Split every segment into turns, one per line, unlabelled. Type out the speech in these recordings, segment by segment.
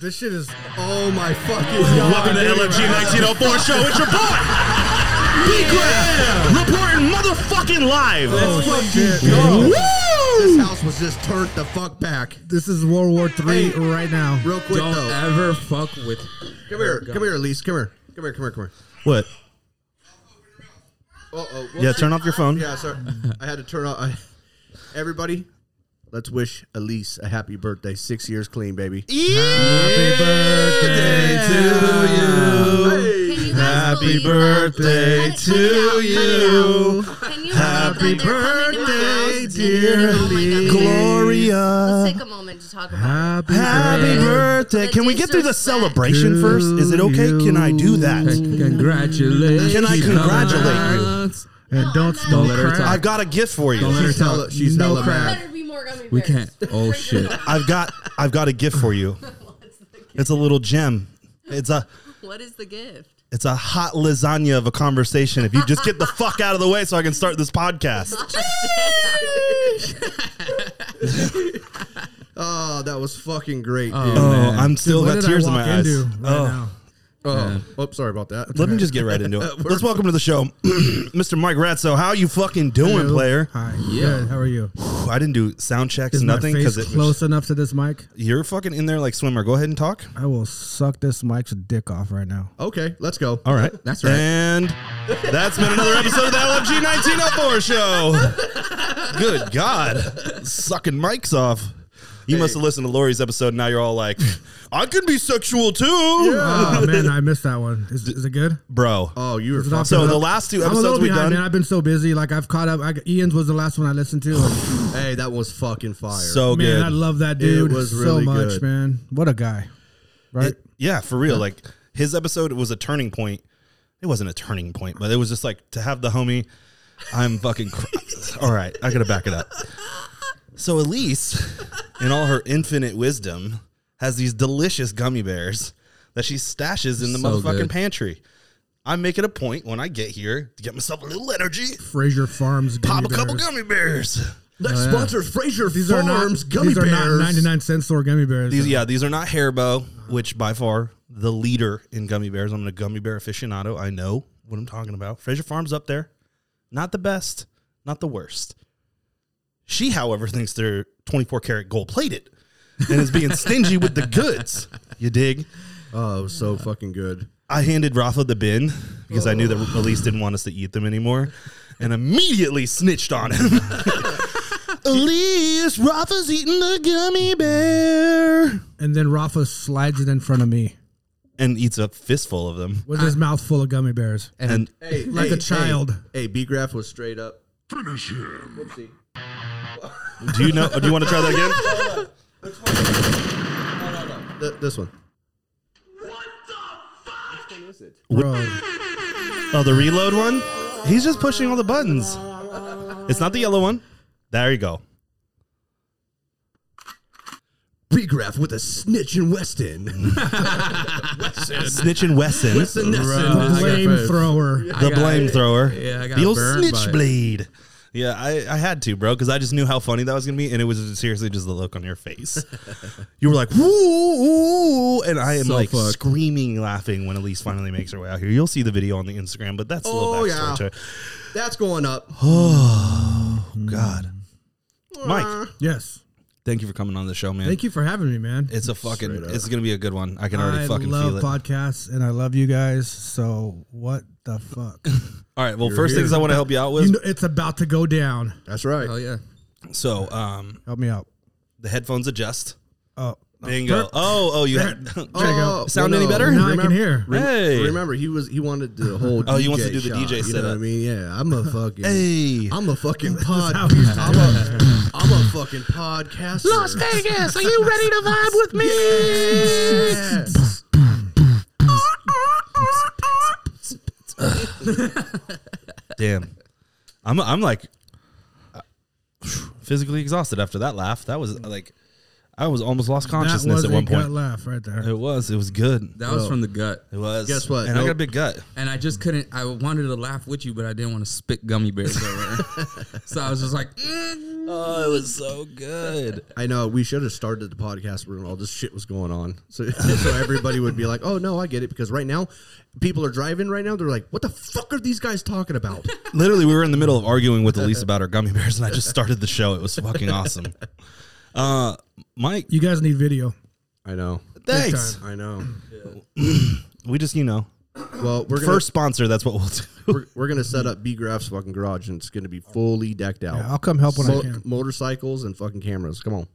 This shit is oh my fucking god.
Welcome to
dude.
LFG 1904 show. It's your boy, B Graham, reporting motherfucking live.
This fucking
Woo!
god. Oh, This house was just turned the fuck back.
This is World War Three
Hey.
right now.
Real quick
Don't
though.
ever fuck with.
come here, come here, Elise. Come here. Come here, come here, come here.
What?
Uh oh.
Yeah, turn off your phone.
Yeah, sorry. I had to turn off. I, everybody, let's wish Elise a happy birthday. Six years clean, baby.
Happy birthday
to
Hey.
Can you guys
Happy
believe
birthday
that? Cut it- cut
to
it out, cut it out. Can you
Happy
believe that they're coming to my
birthday,
house?
dear
Oh my God,
Lee.
Gloria.
Let's take a moment to talk about
Happy,
Happy birthday.
The
Can we get through the
disrespect.
celebration first? Is it okay? Can I do that?
Congratulations.
Can I congratulate
And
No,
don't
I'm not-
don't
Don't let her
crack.
talk.
I've got a gift for
Don't let
you.
her
She's
talk.
hella- she's
no
hella
it.
mad.
crack.
Better be more gummy
We
bears.
can't. Oh,
Break it
shit.
up.
I've got I've got a gift for you.
What's the gift?
It's a little gem. It's a
What is the gift?
it's a hot lasagna of a conversation. If you just get the fuck out of the way so I can start this podcast.
Oh, that was fucking great, dude.
Oh,
Oh,
Man.
I'm still
What
got
did I
tears in
walk
my eyes.
into right
oh.
now?
Oops, Oh, sorry about that.
Let me just get right into it. Let's welcome to the show, Mr. Mike Ratzo. How you fucking doing,
Hello.
player?
Hi.
Yeah.
Good. How are you?
Phew, I didn't do sound checks,
Is
nothing,
my
because
face
it
close
was,
enough to this mic?
you're fucking in there like swimmer. Go ahead and talk.
I will suck this mic's dick off right now.
Okay, let's go.
All right,
That's right.
And that's been another episode of the LFG 1904 show. Good God, sucking mics off. You must have listened to Lori's episode. and Now you're all like, I can be sexual too,
Oh man, I missed that one. Is, is it good?
bro.
Oh, you were
Is it off
fucking.
So
to
the
up?
last two
I'm a little
episodes we've
behind,
done-
man. I've been so busy. Like I've caught up. I, Ian's was the last one I listened to. And,
Hey, that was fucking fire.
so
man,
Oh, good.
I love that dude
was
so
really
much,
good.
man. What a guy, right?
It- yeah, for real. Like his episode was a turning point. It wasn't a turning point, but it was just like to have the homie. I'm fucking. Cr- all right, I gotta back it up. So Elise, in all her infinite wisdom, has these delicious gummy bears that she stashes in the
So
motherfucking
good.
pantry. I make it a point when I get here to get myself a little energy,
Fraser Farms.
pop
gummy
a couple
bears.
gummy bears.
Next
yeah.
sponsor, Fraser
These are not
Farms Gummy
these are
Bears.
not 99 cent store gummy bears.
These, yeah, these are not Haribo, which by far the leader in gummy bears. I'm a gummy bear aficionado. I know what I'm talking about. Fraser Farms up there, not the best, not the worst. She, however, thinks they're 24 karat gold plated, and is being stingy with the goods. You dig?
Oh, it was so fucking good.
I handed Rafa the bin because I knew that Elise didn't want us to eat them anymore, and immediately snitched on him. Elise, Rafa's eating the gummy bear.
And then Rafa slides it in front of me
And eats a fistful of them.
with his mouth full of gummy bears.
And
Hey,
Like
hey,
a child.
Hey, hey B Graph was straight up. Finish him.
do you know? Do you want to try that again?
Whoopsie. Th- this one.
Bro,
Oh, the reload one. He's just pushing all the buttons. It's not the yellow one. There you go.
B Graph with a snitch in Weston.
Snitching Wesson, the
Weston
Bro, I got
flame thrower.
I got-
blame thrower,
Yeah, I got
the old
burned by
snitch
it.
blade. Yeah, I, I had to, bro, because I just knew how funny that was gonna be, and it was just- seriously just the look on your face. you were like, "Woo!" and I am
So
like
fucked.
screaming, laughing when Elise finally makes her way out here. You'll see the video on the Instagram, but that's a little
Oh,
backstory
yeah.
to it.
That's going up.
God, Mike,
Yes.
thank you for coming on the show, man.
Thank you for having me, man.
It's a fucking. It's gonna be a good one. I can already
I
fucking
love
feel it.
podcasts and I love you guys. So what the fuck?
All right. Well, first things I want to help you out with.
you know, it's about to go down.
That's right.
Oh, yeah.
so, um,
Help me out.
the headphones adjust.
Oh,
Bingo. Oh, oh, you had.
Oh,
go.
Sound any better?
Now I can hear.
rem-
Hey.
Remember, he was he wanted the whole.
Oh,
DJ
he wants to do the
shot,
DJ
You know what I
setup.
mean? Yeah, I'm a fucking.
hey.
I'm a fucking pod.
how he's
I'm a, I'm a fucking podcaster. Las
Vegas, are you ready to vibe with me?
Vegas.
Damn. I'm. I'm like uh, physically exhausted after that laugh. That was uh, like, I was almost lost
that
consciousness
was
at
a
one
gut
point.
laugh right there.
It was. It was good.
That was from the gut.
It was.
Guess what?
And I got a
Nope.
big gut.
And I just couldn't. I wanted to laugh with you, but I didn't want to spit gummy bears over. so I was just like, mm.
Oh, it was so good.
I know we should have started the podcast when all this shit was going on, so so everybody would be like, "Oh no, I get it." Because right now, people are driving. Right now, they're like, "What the fuck are these guys talking about?"
Literally, we were in the middle of arguing with Elise about our gummy bears, and I just started the show. It was fucking awesome. Uh, Mike,
You guys need video.
I know.
thanks.
I know.
We just, you know,
Well, we're gonna,
first sponsor. That's what we'll do.
we're, we're gonna set up B Graph's fucking garage, and it's gonna be fully decked out.
Yeah, I'll come help when I
Mo-
can.
motorcycles and fucking cameras. Come on.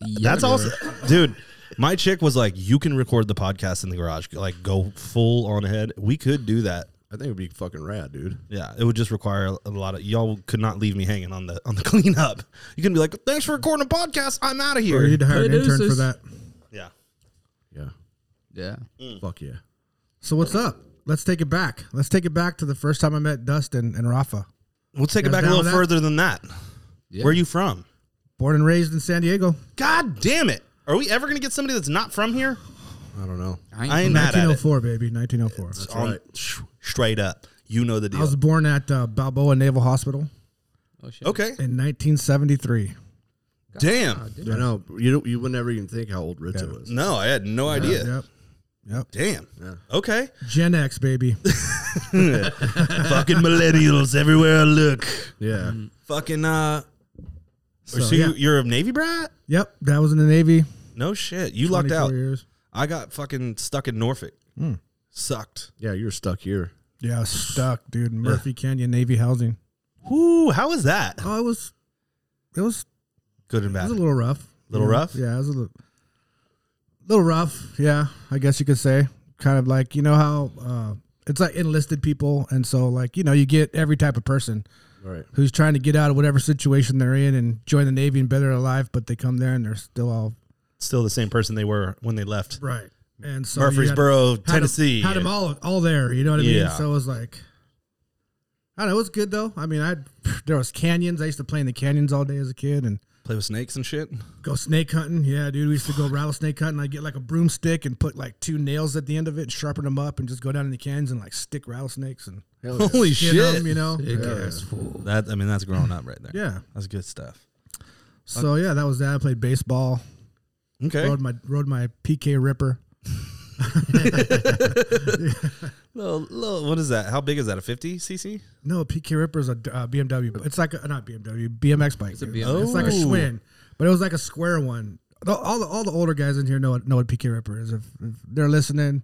That's awesome, dude. My chick was like, "You can record the podcast in the garage. Like, go full on ahead. We could do that.
I think it'd be fucking rad, dude.
Yeah, it would just require a lot of y'all could not leave me hanging on the on the cleanup. You can be like, thanks for recording a podcast. I'm out of
Or you
here.
need to hire an intern for
Producers.
that.
Yeah,
Yeah.
Yeah.
Fuck yeah.
So what's up? Let's take it back. Let's take it back to the first time I met Dustin and Rafa.
we'll take it
Guys
back a
down
little
with that?
further than that.
Yeah.
Where are you from?
Born and raised in San Diego.
God damn it! Are we ever gonna get somebody that's not from here?
I don't know.
I ain't,
I ain't mad at it.
1904, baby. 1904.
Um,
On- sh- straight up, you know the
I
deal.
was born at uh, Balboa Naval Hospital.
Oh, shit.
okay,
in 1973.
damn.
I know. You don't, you would never even think how old Rizzo was.
No, I had no idea.
Yep. Yep.
Damn. Okay.
Gen X, baby.
Fucking millennials everywhere I look.
Yeah.
Fucking uh. So,
yeah.
you, are a Navy brat?
yep. That was in the Navy.
No shit. You lucked
24
out.
Years. Hmm.
I got fucking stuck in Norfolk. Sucked.
Yeah, you're stuck here.
Yeah, I was stuck, dude. Murphy Canyon Navy housing.
Whoo, how was that?
Oh, it was, it was,
Good and
it
bad.
was a little rough.
Little
You know?
rough?
Yeah, it was a little, little rough. Yeah, I guess you could say. Kind of like you know how uh, it's like enlisted people, and so like you know you get every type of person.
All right.
who's trying to get out of whatever situation they're in and join the Navy and better alive, but they come there and they're still all
Still the same person they were when they left.
right. And so you had-
Murfreesboro,
had 'em-
Tennessee.
had them all all there. You know what I mean?
Yeah.
So it was like, I don't know. It was good though. I mean, I there was canyons. I used to play in the canyons all day as a kid and
Play with snakes and shit.
go snake hunting. Yeah, dude, we used to go rattlesnake hunting. I would get like a broomstick and put like two nails at the end of it and sharpen them up and just go down in the canyons and like stick rattlesnakes and
Holy
get
shit.
'em, you know?
Big
Yeah.
ass fool.
That I mean, that's growing up right there.
yeah.
That's good stuff.
So yeah, that was that. I played baseball.
Okay.
Rode my rode my PK Ripper.
Little, little, what is that? How big is that? A 50 cc?
No, PK Ripper is a uh, BMW.
Oh.
but It's like a, not BMW, BMX bike. It's,
a
oh.
BMX
it's like a
bike.
Schwinn, but it was like a square one. The- All the, all the older guys in here know what, know what PK Ripper is. If, if they're listening,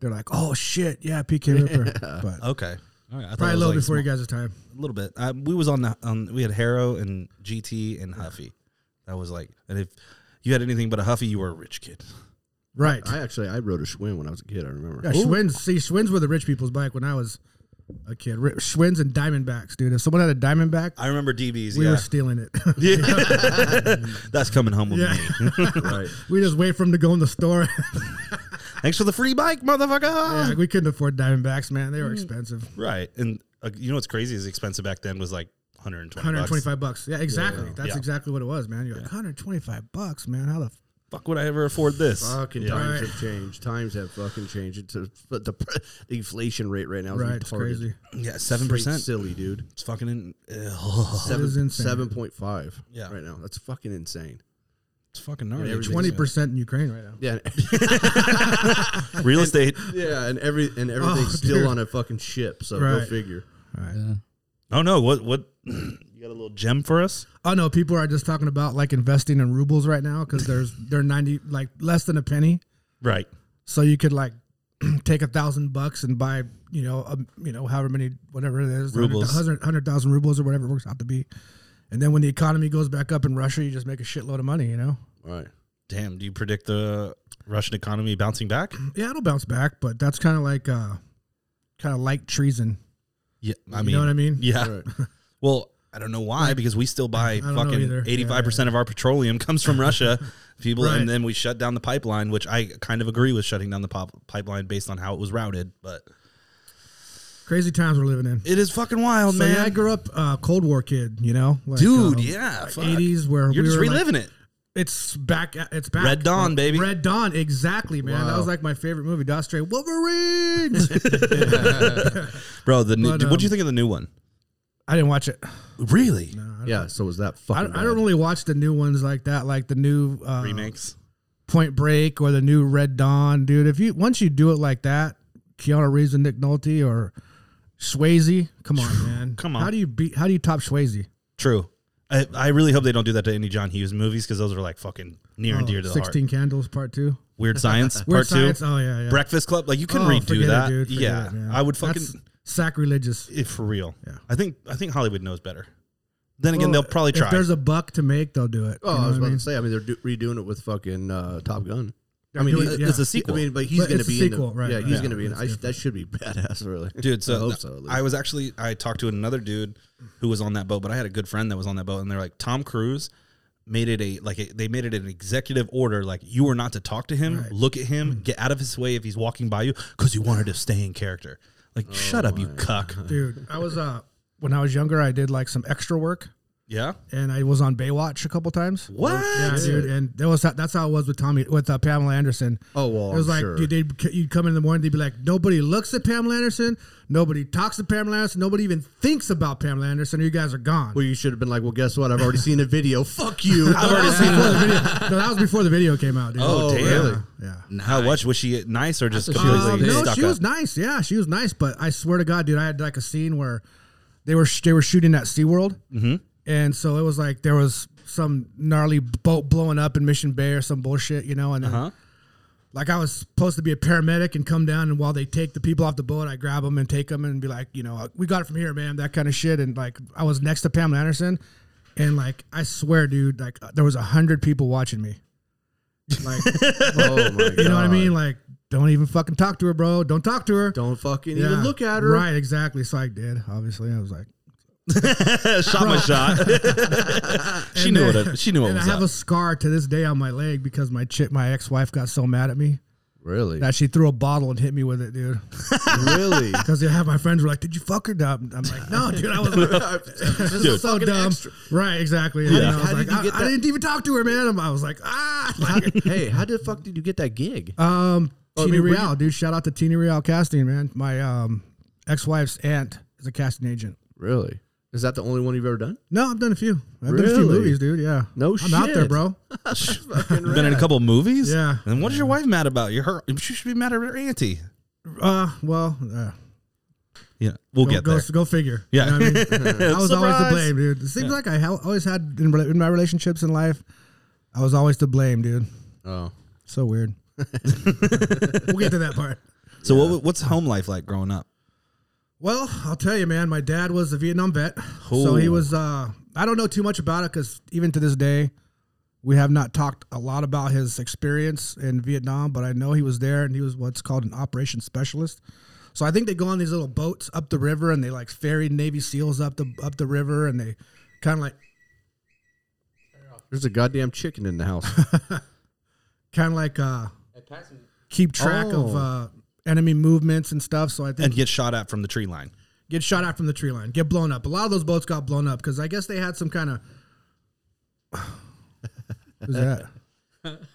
they're like, "Oh shit, yeah, PK Ripper." But
Okay. All right. I thought it Uh,
probably a
was like
little before
small-
you guys' time.
A little bit. I, we was on the on. We had Harrow and GT and Huffy. That was like, and if you had anything but a Huffy, you were a rich kid.
Right.
I actually I rode a Schwinn when I was a kid. I remember.
yeah, Schwinn's. See, Schwinn's were the rich people's bike when I was a kid. Ri- Schwinn's and Diamondbacks, dude. If someone had a Diamondback,
I remember DBs.
we
yeah. Oh,
were stealing it.
Yeah. That's coming home with
Yeah.
me.
right.
we just wait for them to go in the store.
Thanks for the free bike, motherfucker.
Yeah, we couldn't afford Diamondbacks, man. They were expensive.
Right. And uh, you know what's crazy is expensive back then was like 120 bucks.
125 bucks. Yeah, exactly. That's
Yeah.
exactly what it was, man. You're like 125 bucks, man. How the f-
Fuck would I ever afford this?
Fucking times have changed. Times have fucking changed. It's a, but the, pr- the inflation rate right now is
right? It's
retarded.
crazy.
Yeah,
Straight
7%.
silly, dude.
It's fucking in, ugh,
Seven,
is insane.
Seven point five.
Yeah.
Right now, that's fucking insane.
it's fucking gnarly.
Yeah, everything's-
Twenty percent in Ukraine right now.
Yeah.
Real estate.
yeah, and every and everything's still
dude.
on a fucking ship. So go
Right.
figure.
Oh no, what what you got a little gem for us?
Oh no, people are just talking about like investing in rubles right now because there's they're 90 like less than a penny,
Right.
so you could like take a thousand bucks and buy you know um, you know however many whatever it is
Rubles.
hundred thousand rubles or whatever it works out to be, and then when the economy goes back up in Russia, you just make a shitload of money, you know.
All right.
Damn, do you predict the Russian economy bouncing back?
Yeah, it'll bounce back, but that's kind of like uh, kind of like treason.
Yeah, I
You
mean,
know what I mean?
Yeah.
All right.
Well, I don't know why because we still buy
don't know either.
fucking
Yeah,
eighty five percent of our petroleum comes from Russia. People,
Right.
and then we shut down the pipeline, which I kind of agree with shutting down the pop- pipeline based on how it was routed. But
Crazy times we're living in.
it is fucking wild,
So
Oh, man.
yeah, I grew up uh, Cold War kid, you know, like,
dude.
um,
yeah, fuck.
eighties where
You're
we
just
were, like-
reliving it.
it's back. It's back.
Red Dawn, baby.
Red Dawn, exactly, man. That was like my favorite movie. Dot Stray Wolverines.
bro. The new,
But,
what do you
um,
think of the new one?
I didn't watch it.
Really?
I don't
Yeah, so was that
I,
fucking?
I don't really watch the new ones like that, like the new uh,
remakes.
Point Break or the new Red Dawn, dude. If you once you do it like that, Keanu Reeves and Nick Nolte or Swayze, come on, man,
Come on.
How do you beat? How do you top Swayze?
True. I, I really hope they don't do that to any John Hughes movies because those are like fucking near and dear to the
Oh, Sixteen
heart.
Candles Part Two.
Weird Science
Weird
Part
Science.
Two,
Oh yeah, yeah.
Breakfast Club. Like you can
Oh, forget
redo
it,
that.
dude. Forget
yeah,
it, man.
I would fucking
That's sacrilegious.
if for real.
Yeah.
I think I think Hollywood knows better. Then again,
Well,
they'll probably try.
If there's a buck to make, they'll do it.
Oh,
You know
I was
what
about
mean?
to say. I mean, they're do- redoing it with fucking uh, Top Gun. I
They're
mean,
doing
he-
it, yeah.
It's a sequel.
I mean, but he's
But
going to
it's a
be in
sequel,
the,
right,
Yeah, he's
yeah.
going to be in.
It's
I,
different.
that should be badass, really.
dude. So
I hope
th-
so. at least.
I was actually I talked to another dude who was on that boat, but I had a good friend that was on that boat, and they're like Tom Cruise made it a like a, they made it an executive order like you were not to talk to him, look at him, get out of his way if he's walking by you because you wanted to stay in character. Like shut up, you cuck.
dude. I was uh when I was younger, I did like some extra work,
Yeah.
and I was on Baywatch a couple times.
What?
Yeah, dude, and that was that's how it was with Tommy with uh, Pamela Anderson.
Oh, well,
it was
I'm
like
sure.
dude, they'd you'd come in the morning, they'd be like, nobody looks at Pamela Anderson, nobody talks to Pamela Anderson, nobody even thinks about Pamela Anderson. Or you guys are gone.
well, you should have been like, well, guess what? I've already seen a video. Fuck you.
That was before the video- no, that was before the video came out, dude.
Oh, damn.
really?
Yeah.
How much was she nice or just
I thought she was
completely
a
Um,
bitch.
no,
stuck
she was
up?
nice. Yeah, she was nice. But I swear to God, dude, I had like a scene where they were they were shooting at SeaWorld, mm-hmm. and so it was like there was some gnarly boat blowing up in Mission Bay or some bullshit, you know. And then,
Uh-huh.
like I was supposed to be a paramedic and come down, and while they take the people off the boat, I grab them and take them and be like, you know, we got it from here, man, that kind of shit. And like I was next to Pamela Anderson, and like I swear, dude, like there was a hundred people watching me. Like, you
oh my god. You
know what I mean? Like, don't even fucking talk to her, bro. Don't talk to her.
Don't fucking
Yeah,
even look at her.
Right, exactly. So I did. Obviously, I was like,
shot my shot. she knew what it, she knew what
and I
was
have
up.
a scar to this day on my leg because my chick, my ex wife, got so mad at me
Really?
that she threw a bottle and hit me with it, dude.
really?
Because they have my friends were like, "Did you fuck her?" Dumb. I'm like, "No, dude, I was
This
so
is fucking
dumb."
extra.
Right, exactly. And I was
How
like,
did you
I,
get
I
that-
didn't even talk to her, man. I'm- I was like, ah.
hey, how the fuck did you get that gig?
Um,
oh, I
Tina
mean, were you-
Real, dude. Shout out to Tina Real Casting, man. My um, ex wife's aunt is a casting agent.
really? Is that the only one you've ever done?
No, I've done a few. I've done a few
Really?
movies, dude. Yeah,
No
I'm out there,
shit.
bro.
Been in a couple movies.
Yeah.
And what is your wife mad about? You're her. She should be mad at her auntie.
Uh, well, uh,
Yeah, we'll
go,
get
go,
there.
go figure.
Yeah.
You know what I, mean? I was always to
Surprise.
blame, dude. It seems like I hel- always had in, rela- in my relationships in life, I was always to blame, dude.
Oh.
So weird. we'll get to that part.
So what, what's home life like growing up?
Well, I'll tell you, man. My dad was a Vietnam vet, so he
Ooh.
was. Uh, I don't know too much about it because even to this day, we have not talked a lot about his experience in Vietnam. But I know he was there, and he was what's called an operations specialist. So I think they go on these little boats up the river, and they like ferry Navy SEALs up the up the river, and they kind of like
There's a goddamn chicken in the house.
kind of like uh, keep track
Oh.
of uh, enemy movements and stuff. So I think
And get shot at from the tree line.
get shot at from the tree line, get blown up. A lot of those boats got blown up because I guess they had some kind of. Who's that?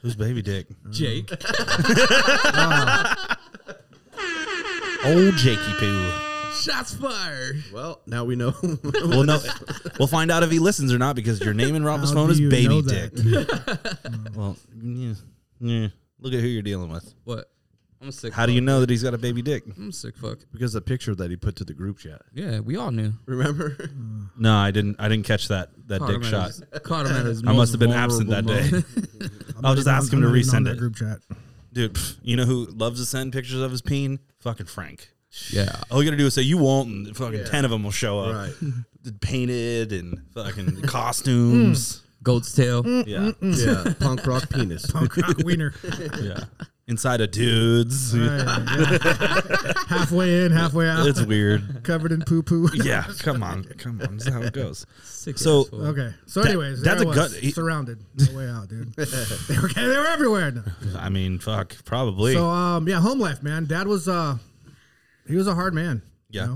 Who's baby dick?
Jake.
Old Jakey poo.
Shots fired.
well, now we know.
We'll know. We'll find out if he listens or not because your name in Rob's
How
phone
do
is
you
baby
know
dick.
that?
well, yeah, yeah. Look at who you're dealing with.
What? I'm a sick.
How do
fuck.
you know that he's got a baby dick?
I'm a sick fuck.
because the picture that he put to the group chat.
Yeah, we all knew.
Remember?
No, I didn't. I didn't catch that that dick
at
shot.
his- caught him at his
I must
most
have been absent that
vulnerable
day.
moment.
I'll just ask him
I'm
to
not even on
resend
that
it,
Group chat.
dude. pff, You know who loves to send pictures of his peen? Fucking Frank.
yeah.
All you gotta do is say you won't, and fucking ten of them will show up,
Right.
painted and fucking costumes.
Goat's tail.
Yeah,
Mm.
yeah. Punk rock penis.
Punk rock Oh, wiener.
yeah. Inside of dudes,
Right, yeah. halfway in, halfway out,
it's weird.
covered in poo poo.
Yeah, come on, come on. This is how it goes.
Sick
So-
asshole.
Okay, so
That-
anyways,
that's
that's
a
a
gut-
was,
he-
surrounded. No way out, dude. they were they were everywhere. No.
I mean, fuck, probably.
So um, yeah, home life, man. Dad was uh, he was a hard man.
Yeah.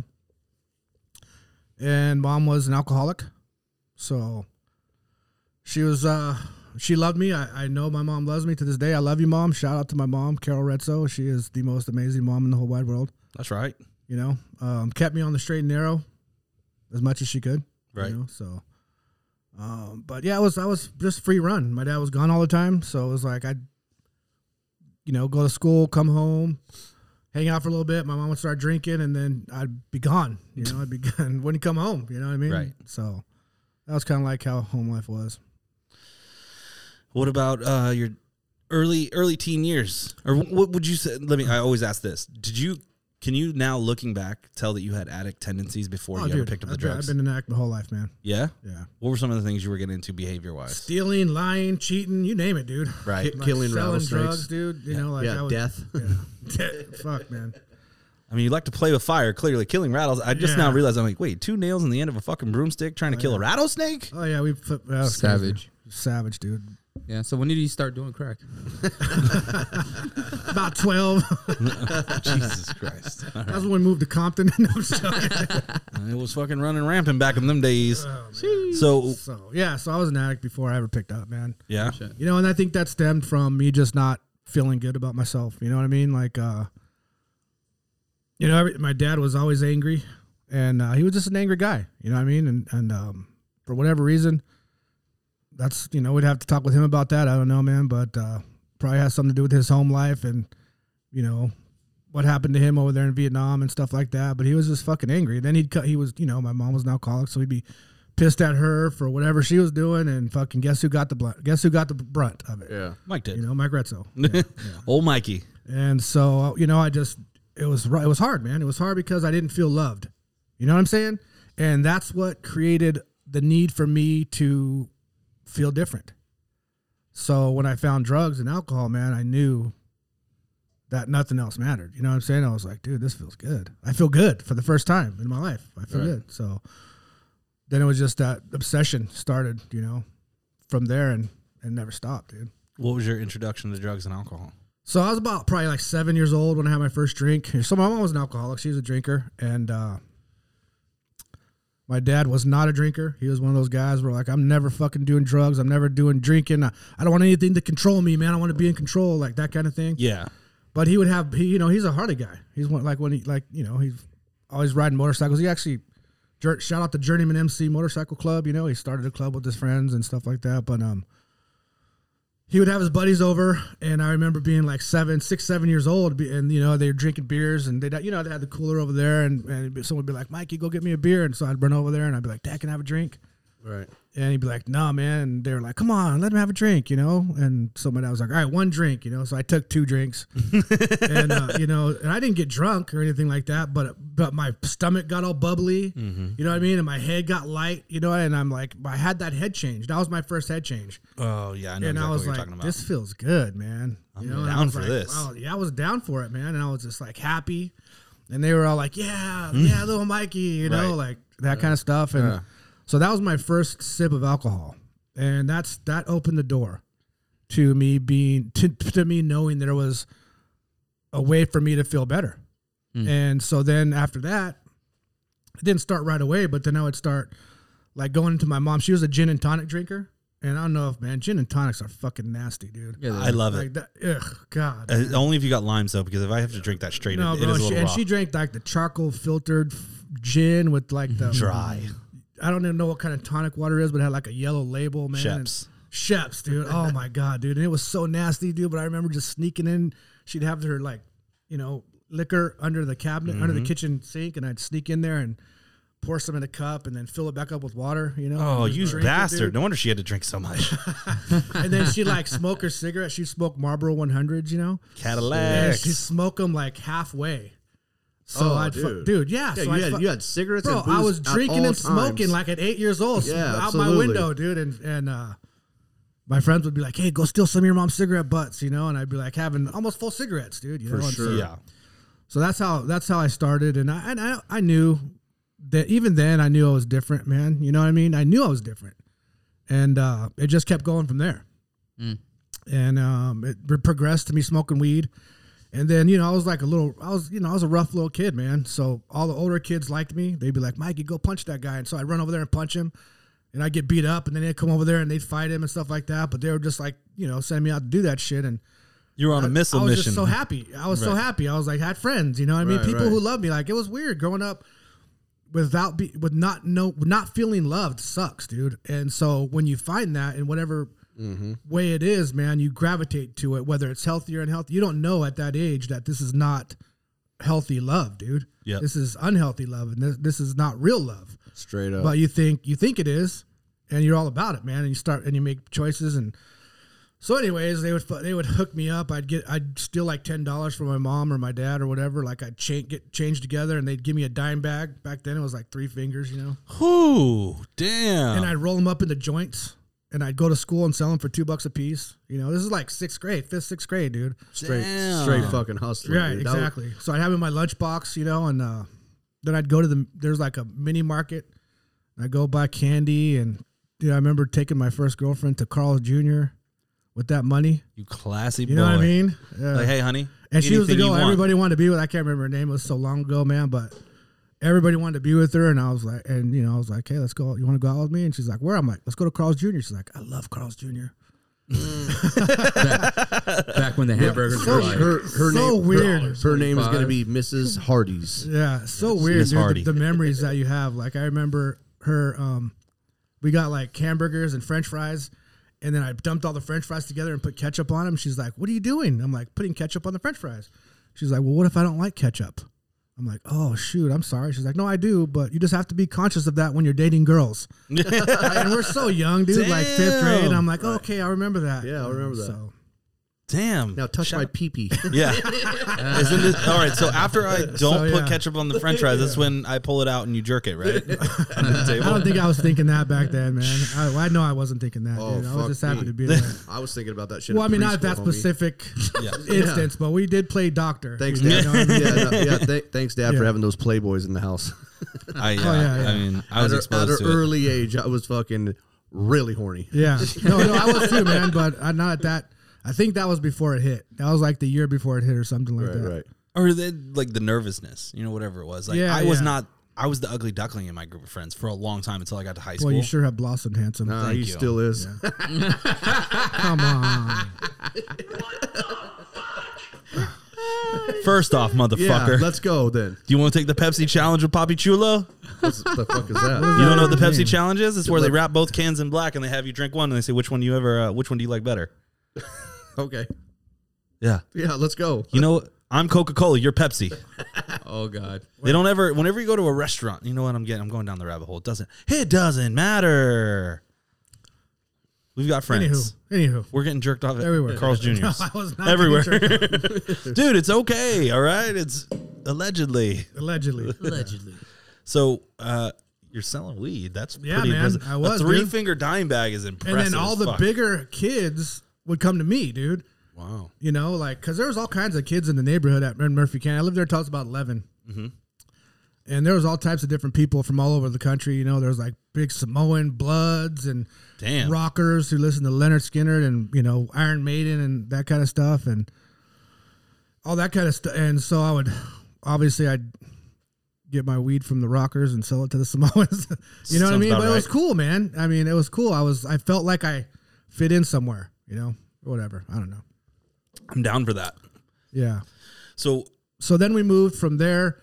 And mom was an alcoholic, so she was uh, she loved me. I, I know my mom loves me to this day. I love you, mom. Shout out to my mom, Carol Retzo. She is the most amazing mom in the whole wide world.
That's right.
You know, um, kept me on the straight and narrow as much as she could.
Right.
You know? So Um, but yeah, it was I was just free run. My dad was gone all the time, so it was like I'd you know go to school, come home, hang out for a little bit. My mom would start drinking, and then I'd be gone. You know, I'd be gone. Wouldn't come home. You know what I mean?
Right.
So that was kind of like how home life was.
What about uh, your early early teen years? Or wh- what would you say? Let me. I always ask this. Did you? Can you now looking back tell that you had addict tendencies before you ever picked up the
Oh, I've been-
drugs?
I've been an act my whole life, man.
yeah.
Yeah.
What were some of the things you were getting into behavior wise?
Stealing, lying, cheating, you name it, dude.
Right.
Like
Killing
selling
rattlesnakes.
drugs, dude. You know, like
yeah,
I was,
death.
Fuck, man.
I mean, you like to play with fire. Clearly, killing rattles. I just now
Yeah.
realized I'm like, wait, two nails in the end of a fucking broomstick trying to kill a rattlesnake.
Oh yeah, we flip that was
Savage.
crazy. savage, dude.
Yeah. So when did you start doing crack?
About twelve. Oh,
Jesus Christ!
That's when we moved to Compton. No, I'm just joking.
it was fucking running rampant back in them
Oh,
days. so
so yeah, so I was an addict before I ever picked up, man.
yeah,
You know, and I think that stemmed from me just not feeling good about myself. You know what I mean? Like, uh, you know, every, my dad was always angry, and uh, he was just an angry guy. You know what I mean? And and um, for whatever reason, that's you know we'd have to talk with him about that. I don't know, man, but uh, probably has something to do with his home life and you know what happened to him over there in Vietnam and stuff like that. But he was just fucking angry. And then he'd cut. He was you know my mom was an alcoholic, so he'd be pissed at her for whatever she was doing, and fucking guess who got the blunt? Guess who got the brunt of it?
yeah.
Mike did.
You know, Mike Retzo.
Old Mikey.
And so, uh, you know, I just it was ru- it was hard, man. It was hard because I didn't feel loved. You know what I'm saying? And that's what created the need for me to feel different. So when I found drugs and alcohol, man, I knew that nothing else mattered. You know what I'm saying? I was like, dude, this feels good. I feel good for the first time in my life. I feel good. So then it was just that obsession started, you know, from there and and never stopped, dude.
What was your introduction to drugs and alcohol?
So I was about probably like seven years old when I had my first drink. So my mom was an alcoholic; she was a drinker, and uh, my dad was not a drinker. He was one of those guys where like I'm never fucking doing drugs. I'm never doing drinking. I, I don't want anything to control me, man. I want to be in control, like that kind of thing.
Yeah.
But he would have, he, you know, he's a hearty guy. He's one like when he like you know he's always riding motorcycles. He actually jour- shout out to Journeyman MC Motorcycle Club. You know, he started a club with his friends and stuff like that. But um, he would have his buddies over, and I remember being like seven, six, seven years old, be- and you know they were drinking beers, and they, you know, they had the cooler over there, and, and it'd be- someone would be like, "Mikey, go get me a beer," and so I'd run over there, and I'd be like, "Dad, can I have a drink?"
Right.
And he'd be like, "Nah, man." And they were like, "Come on, let him have a drink," you know. And so my dad was like, "All right, one drink," you know. So I took two drinks, and uh, you know, and I didn't get drunk or anything like that, but but my stomach got all bubbly,
Mm-hmm.
you know what I mean, and my head got light, you know. And I'm like, I had that head change. That was my first head change,
Oh yeah, I know
and
exactly
I was
what you're
like,
talking about.
"This feels good, man." You know, and I
down
was
for
like,
this.
wow, yeah, I was down for it, man, and I was just like happy, and they were all like, "Yeah, yeah, little Mikey," you know,
Mm. Right.
like that kind of stuff, and so that was my first sip of alcohol, and that's that opened the door to me being to, to me knowing there was a way for me to feel better,
Hmm.
and so then after that, it didn't start right away, but then I would start like going into my mom. She was a gin and tonic drinker. And I don't know if man, gin and tonics are fucking nasty, dude.
Yeah.
I love it.
Like that, ugh, God.
Uh, only if you got limes though, because if I have to drink that straight,
no,
it, it
bro.
is a
She,
little
and
raw.
she drank like the charcoal filtered f- gin with like the
dry.
I don't even know what kind of tonic water it is, but it had like a yellow label, man. and-
Sheps.
Sheps, dude. Oh my god, dude. And it was so nasty, dude. But I remember just sneaking in. She'd have her like, you know, liquor under the cabinet, under the kitchen sink, and I'd sneak in there and pour some in a cup and then fill it back up with water. You know.
Oh,
and just
you
drink it,
bastard!
dude.
No wonder she had to drink so much.
And then she like smoke her cigarette. She smoked Marlboro 100s, you know. And she
Cadillacs.
smoke them like halfway. So
Oh,
I'd
dude.
dude, dude yeah.
Yeah,
so
you,
I'd
had,
fu-
you had cigarettes
bro,
and booze
I was
at
drinking
all
and smoking
times.
like at eight years old,
Yeah,
out
absolutely.
my window, dude. And and uh, my friends would be like, "Hey, go steal some of your mom's cigarette butts," you know. And I'd be like having almost full cigarettes, dude. You know? And so-
sure.
Yeah.
so that's how that's how I started, and I, and I I knew that even then I knew I was different, man. You know what I mean? I knew I was different, and uh, it just kept going from there, and um, it re- progressed to me smoking weed, and then you know I was like a little I was you know I was a rough little kid, man. So all the older kids liked me. They'd be like, Mikey, go punch that guy, and so I'd run over there and punch him. And I'd get beat up, and then they'd come over there and they'd fight him and stuff like that. But they were just like, you know, sending me out to do that shit. And
You were on a missile
I was
mission.
just so happy. I was so happy. I was like, I had friends, you know what I mean?
Right,
People who
right.
loved me. Like, it was weird growing up without be with not no not feeling loved sucks, dude. And so when you find that in whatever
Mm-hmm.
way it is, man, you gravitate to it, whether it's healthy or unhealthy. You don't know at that age that this is not healthy love, dude.
Yep.
This is unhealthy love and this, this is not real love.
Straight up.
But you think you think it is, and you're all about it, man. And you start and you make choices and. So, anyways, they would fu- they would hook me up. I'd get I'd steal like ten dollars from my mom or my dad or whatever. Like I'd cha- get changed together, and they'd give me a dime bag. Back then, it was like three fingers, you know.
Whoo, damn.
And I'd roll them up into joints, and I'd go to school and sell them for two bucks a piece. You know, this is like sixth grade, fifth, sixth grade, dude.
straight,
Damn.
straight fucking hustler.
Right,
dude. That was-
exactly. so I'd have it in my lunchbox, you know, and uh, then I'd go to the there's like a mini market. I go buy candy, and yeah, I remember taking my first girlfriend to Carl Jr. with that money.
you classy
You
boy.
know what I mean? Yeah.
Like, hey, honey.
and she was the
anything you
girl
want.
everybody wanted to be with. I can't remember her name; it was so long ago, man. But everybody wanted to be with her, and I was like, and you know, I was like, hey, let's go. You want to go out with me? And she's like, where? I'm like, let's go to Carl's Jr. She's like, I love Carl's Jr.
Back when the hamburgers were like,
Her, her
So
name, her-
weird.
Her, name is gonna be Mrs. Hardy's.
Yeah, it's so weird,
Miss
dude, the-
Hardy.
The, memories that you have. Like I remember her. Um, we got like hamburgers and French fries, and then I dumped all the French fries together and put ketchup on them. She's like, "What are you doing?" I'm like, "Putting ketchup on the French fries." She's like, "Well, what if I don't like ketchup?" I'm like, "Oh shoot, I'm sorry." She's like, "No, I do, but you just have to be conscious of that when you're dating girls." and we're so young, dude, like fifth grade.
Damn.
I'm like, "Okay, I remember that."
Yeah, I remember that.
So
Damn.
Now touch my pee pee.
Yeah. Isn't it, all right. So after I don't
So,
put
yeah.
ketchup on the French fries, that's when I pull it out and you jerk it, right? Under the
I don't
table.
think I was thinking that back then, man. I, I know I wasn't thinking that.
Oh,
dude. I was
fuck
just happy
me.
to be there.
I was thinking about that shit.
Well, I
in
mean, not
preschool,
that
homie.
specific
Yeah.
instance, but we did play doctor.
Thanks,
You
Dad.
know what I
yeah,
mean?
no, yeah, th- thanks, Dad, for
Yeah.
having those playboys in the house.
I, yeah,
Oh, yeah,
I
yeah.
mean, I was
at a- at
exposed
an
to it.
early age, I was fucking really horny.
Yeah. No, no, I was too, man. But I not at that. I think that was before it hit. That was like the year before it hit, or something like
Right,
that.
right.
or the, like the nervousness, you know, whatever it was. Like
Yeah,
I was
yeah.
not, I was the ugly duckling in my group of friends for a long time until I got to high school.
Well, you sure have blossomed, handsome.
Nah,
Thank
he
you.
still is.
Come on.
First off,
Yeah,
motherfucker,
let's go then.
do you want to take the Pepsi challenge with Poppy Chulo?
What's, the fuck is that?
You don't know what the Pepsi challenge is? It's where they wrap both cans in black and they have you drink one and they say which one do you ever, uh, which one do you like better?
Okay.
Yeah,
Yeah, let's go.
you know. I'm Coca Cola. You're Pepsi.
oh god.
They don't ever. Whenever you go to a restaurant, you know what I'm getting. I'm going down the rabbit hole. It doesn't. It doesn't matter. We've got friends.
Anywho, anywho.
We're getting jerked off at
Everywhere.
Carl's Jr.'s.
I was not
Everywhere.
getting jerked
Dude, it's okay. All right. It's allegedly.
Allegedly.
Allegedly.
So uh you're selling weed. That's
Yeah,
pretty
man.
impressive.
I was,
a three
dude.
finger dime bag is impressive.
And then all
as
the
fuck.
bigger kids would come to me, dude.
Wow.
You know, like because there was all kinds of kids in the neighborhood at in Murphy County. I lived there until I was about 11
Mm-hmm.
and there was all types of different people from all over the country. You know, there was like big Samoan Bloods and
Damn.
rockers who listened to Leonard Skinner and you know Iron Maiden and that kind of stuff and all that kind of stuff. And so I would obviously I'd get my weed from the rockers and sell it to the Samoans. you know what I
Sounds
mean?
about
But it was
right.
cool, man. I mean, it was cool. I was I felt like I fit in somewhere. You know, or whatever. I don't know.
I'm down for that.
Yeah.
So
So then we moved from there.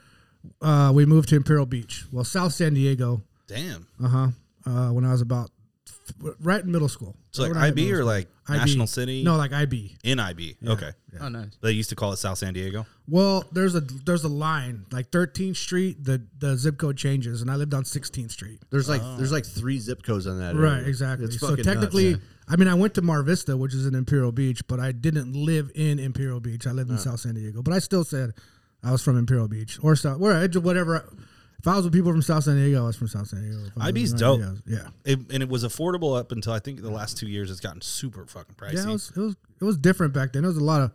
Uh, we moved to Imperial Beach, well, South San Diego.
damn.
Uh-huh. Uh When I was about f- right in middle school.
So like
Right in
IB
middle
or
school.
like
IB.
National City?
No, like IB.
In IB. Okay.
Oh nice.
They used to call it South San Diego.
Well, there's a there's a line like 13th Street. The the zip code changes, and I lived on 16th Street.
There's like there's like three zip codes on that.
Right,
area.
exactly.
It's
So
fucking nuts,
technically,
man.
I mean, I went to Mar Vista, which is in Imperial Beach, but I didn't live in Imperial Beach. I lived in South San Diego, but I still said I was from Imperial Beach or South, where whatever. If I was with people from South San Diego, I was from South San Diego. If I was
IB's
with
dope.
IB, I was- yeah,
It, and it was affordable up until I think the last two years it's gotten super fucking pricey.
yeah. It was, it was it was different back then. It was a lot of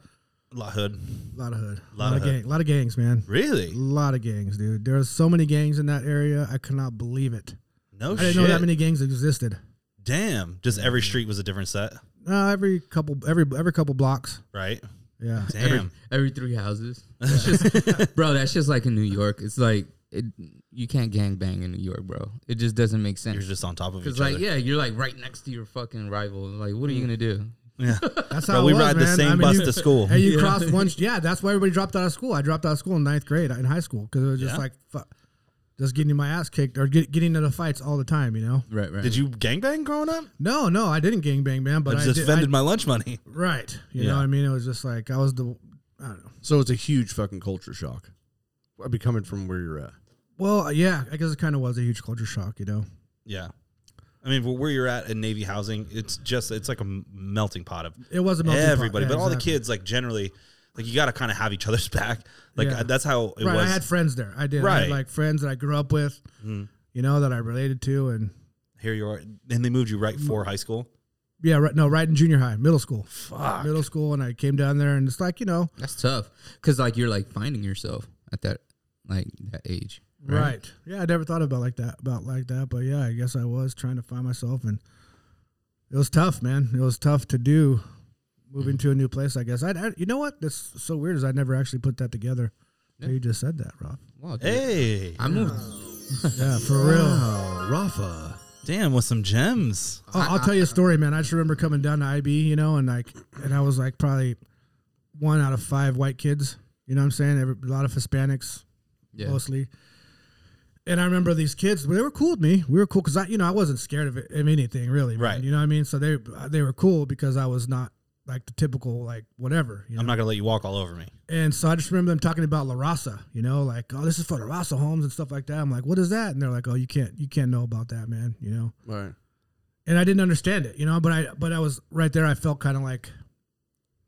La Hood.
lot of hood,
Lot
a lot
of
of
hood.
gang, lot of gangs, man.
Really?
A lot of gangs, dude. There are so many gangs in that area. I cannot believe it.
No
I
Oh, shit.
didn't know that many gangs existed.
Damn. Just every street was a different set,
Uh, every couple, every every couple blocks.
right?
Yeah,
Damn.
Every three houses. It's just, bro, that's just like in New York. It's like it, you can't gang bang in New York, bro. It just doesn't make
You're
sense.
just on top of each
Because like,
other. Mm.
yeah, you're like right next to your fucking rival. Like, what are you gonna do?
that's how
Bro,
it
we
was,
ride the
man.
same
I mean,
bus
you-
to school.
Hey, you cross one. Yeah, that's why everybody dropped out of school. I dropped out of school in ninth grade in high school because it was just
Yeah.
like, fu- just getting my ass kicked or get, getting into fights all the time, you know?
Right, right.
Did you gangbang growing up?
No, no, I didn't gangbang, man, but
I
I
just
did,
vended
I-
my lunch money.
right. You
Yeah.
know what I mean? It was just like I was the I don't know.
So it's a huge fucking culture shock. I'd be coming from where you're at.
Well, yeah, I guess it kind of was a huge culture shock, you know.
Yeah. I mean, where you're at in Navy housing, it's just it's like a m- melting pot of
It was a melting pot.
everybody,
Yeah,
but all the
exactly.
kids like generally, like you got to kind of have each other's back. Like
Yeah.
I- that's how it
right,
was.
I had friends there. I did. I
Right. Mm.
had like friends that I grew up with, you know, that I related to, and
Here you are, and they moved you right for high school.
yeah, right. No, right in junior high, middle school, middle school, and I came down there, and it's like you know,
That's tough because like you're like finding yourself at that like that age.
right. Yeah, I never thought about like that, about like that, but yeah, I guess I was trying to find myself, and it was tough, man. It was tough to do. Moving to a new place, I guess. I, I you know what? That's so weird. Is I never actually put that together.
Yeah.
You just said that, Rob.
Wow, dude.
Hey,
I moved.
Yeah, for real.
Oh, Rafa.
damn, with some gems.
I'll, I'll tell you a story, man. I just remember coming down to IB, you know, and like, and I was like probably one out of five white kids. You know what I'm saying? Every, a lot of Hispanics,
Yeah.
mostly. And I remember these kids; they were cool with me. We were cool because I, you know, I wasn't scared of, it, of anything really. man.
Right.
You know what I mean? So they they were cool because I was not like the typical like whatever. You know?
I'm not gonna let you walk all over me.
And so I just remember them talking about La Raza, you know, like, oh, this is for La Raza homes and stuff like that. I'm like, what is that? And they're like, oh, you can't, you can't know about that, man. You know
All right.
and I didn't understand it, you know. But I but I was right there. I felt kind of like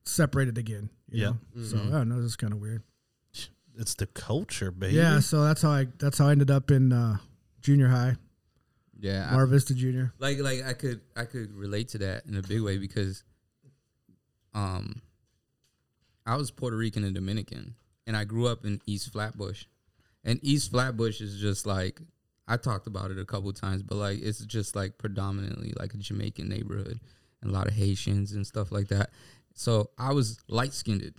separated again. You
Yeah.
Know?
Mm-hmm.
So I don't know. This is kind of weird.
It's the culture, baby.
Yeah. So that's how I that's how I ended up in uh, junior high,
Ah.
Yeah. I-
Mar Vista Junior.
like like I could I could relate to that in a big way because um I was Puerto Rican and Dominican and I grew up in East Flatbush. And East Flatbush is just like I talked about it a couple times, but like it's just like predominantly like a Jamaican neighborhood and a lot of Haitians and stuff like that. So I was light skinned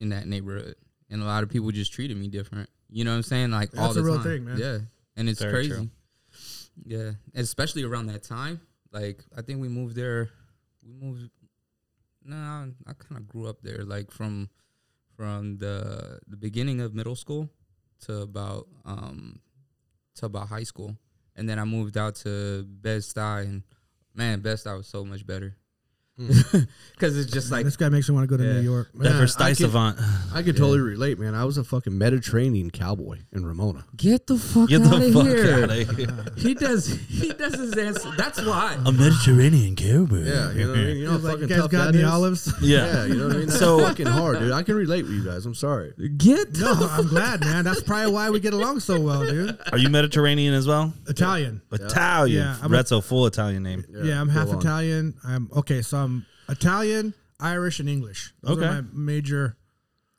in that neighborhood and a lot of people just treated me different. You know what I'm saying? Like all
That's
the
a real
time.
thing, man.
Yeah. And it's
Very
crazy.
true.
Yeah, especially around that time. Like I think we moved there. We moved. Nah, I kind of grew up there. Like from from the the beginning of middle school to about um to about high school, and then I moved out to Best Eye, and man, Best Eye was so much better.
Hmm.
Because it's just like
this guy makes me want to go to
Yeah.
New York.
That
Man,
first
I
Thai
could-
savant.
I could totally relate, man. I was a fucking Mediterranean cowboy in Ramona.
get the fuck
Get
out
the
of
fuck
here.
out of here.
He does. He does his answer. That's why.
A Mediterranean cowboy.
you know what I mean? You know how
He's like,
fucking
you guys
tough
got
that
any
is?
olives?
Yeah.
Yeah, you know what I mean? That's so fucking hard, dude. I can relate with you guys. I'm sorry.
Get
no, I'm glad, man. That's probably why we get along so well, dude.
Are you Mediterranean as well?
Italian.
Italian.
Yeah, I'm a-
That's a full Italian name.
Yeah, I'm half
go on.
Italian. I'm okay. So I'm Italian, Irish, and English. Those
Okay.
Are my major.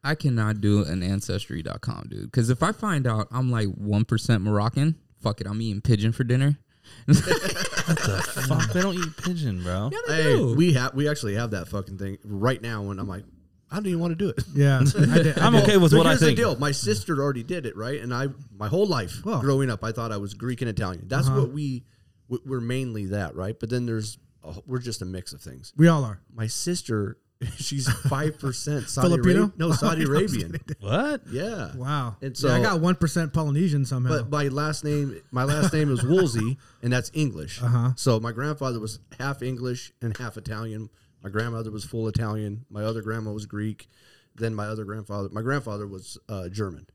I cannot do an ancestry.com, dude. Because if I find out I'm like 1% Moroccan, fuck it, I'm eating pigeon for dinner.
Fuck, they don't eat pigeon, bro.
Hey, we have we actually have that fucking thing right now, and I'm like, I don't even want to do it.
Yeah. I did-
I'm okay with
So
what I
here's the
think.
deal. My sister already did it, right? And I, my whole life
Oh.
growing up, I thought I was Greek and Italian. That's what we, we- we're mainly that, right? But then there's, a, wh- we're just a mix of things.
we all are.
My sister, she's five percent Saudi
Filipino?
Arab- no, Saudi Arabian.
What?
Yeah.
Wow.
And
yeah, I
so-
got one percent Polynesian somehow.
But my last name, my last name is Woolsey, and that's English.
Uh-huh.
So my grandfather was half English and half Italian. My grandmother was full Italian. My other grandma was Greek. Then my other grandfather, my grandfather was uh, German.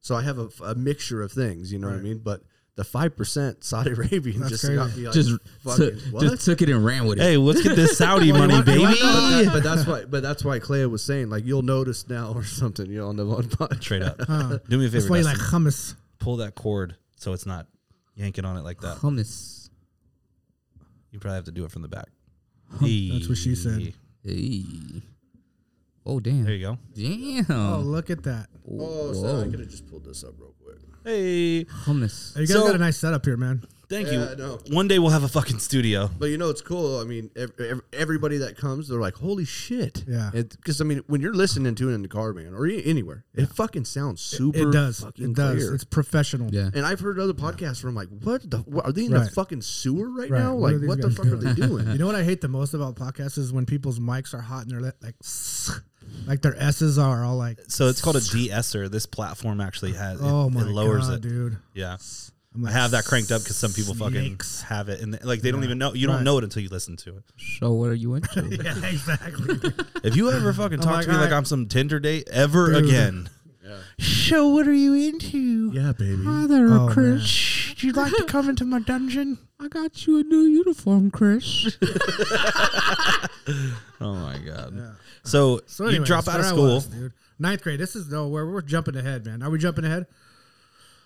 So I have a, a mixture of things. You know what I mean? But the five percent Saudi Arabian
That's
just
crazy.
got me like,
Just,
fucking
took,
what?
just took it and ran with it.
Hey, let's get this Saudi money,
But that-
baby.
but that's why. But that's why Clea was saying like you'll notice now or something. You know, on the one pod.
Straight up. Do me a
That's
favor.
why
Dustin.
you like hummus.
Pull that cord so it's not yanking on it like that.
Hummus.
You probably have to do it from the back.
That's what she said.
Hey.
Hey. Oh, damn.
There you go.
Damn.
Oh, look at that.
Oh, so I could have just pulled this up real quick.
Hey.
Hummus.
You guys
So-
got a nice setup here, man.
Thank
Yeah, I
you.
know.
One day we'll have a fucking studio.
But you know, it's cool. I mean, ev- ev- everybody that comes, they're like, "Holy shit!"
Yeah.
Because I mean, when you're listening to it in the car, man, or e- anywhere, it fucking sounds super.
It does.
Fucking
It does.
clear.
It's professional.
Yeah.
and I've heard other podcasts where I'm like, "What the? What, are they in the
Right.
fucking sewer right,
Right.
now?
What are
Like,
these
what the
guys
fuck are they doing?"
You know what I hate the most about podcasts is when people's mics are hot and they're li- like, Like their S's are all like.
So it's called a de-esser. This platform actually has it,
Oh
it
my
lowers
god,
it.
dude!
Yeah.
I'm
I
like,
have that cranked up because some people
snakes.
fucking have it and they- like they don't even know. You don't
Right.
know it until you listen to it.
So what are you into?
Yeah, exactly.
If you ever fucking talk
like,
to me like
"Alright."
I'm some Tinder date ever
Oh Dude.
again. So what are you into?
Yeah, baby.
Father
Oh, Chris. man.
Do you like to come into my dungeon?
I got you a new uniform, Chris.
Oh my god. So,
So
you
anyways,
drop out of
where I
school.
was, dude. Ninth grade. This is no, we're we're jumping ahead, man. Are we jumping ahead?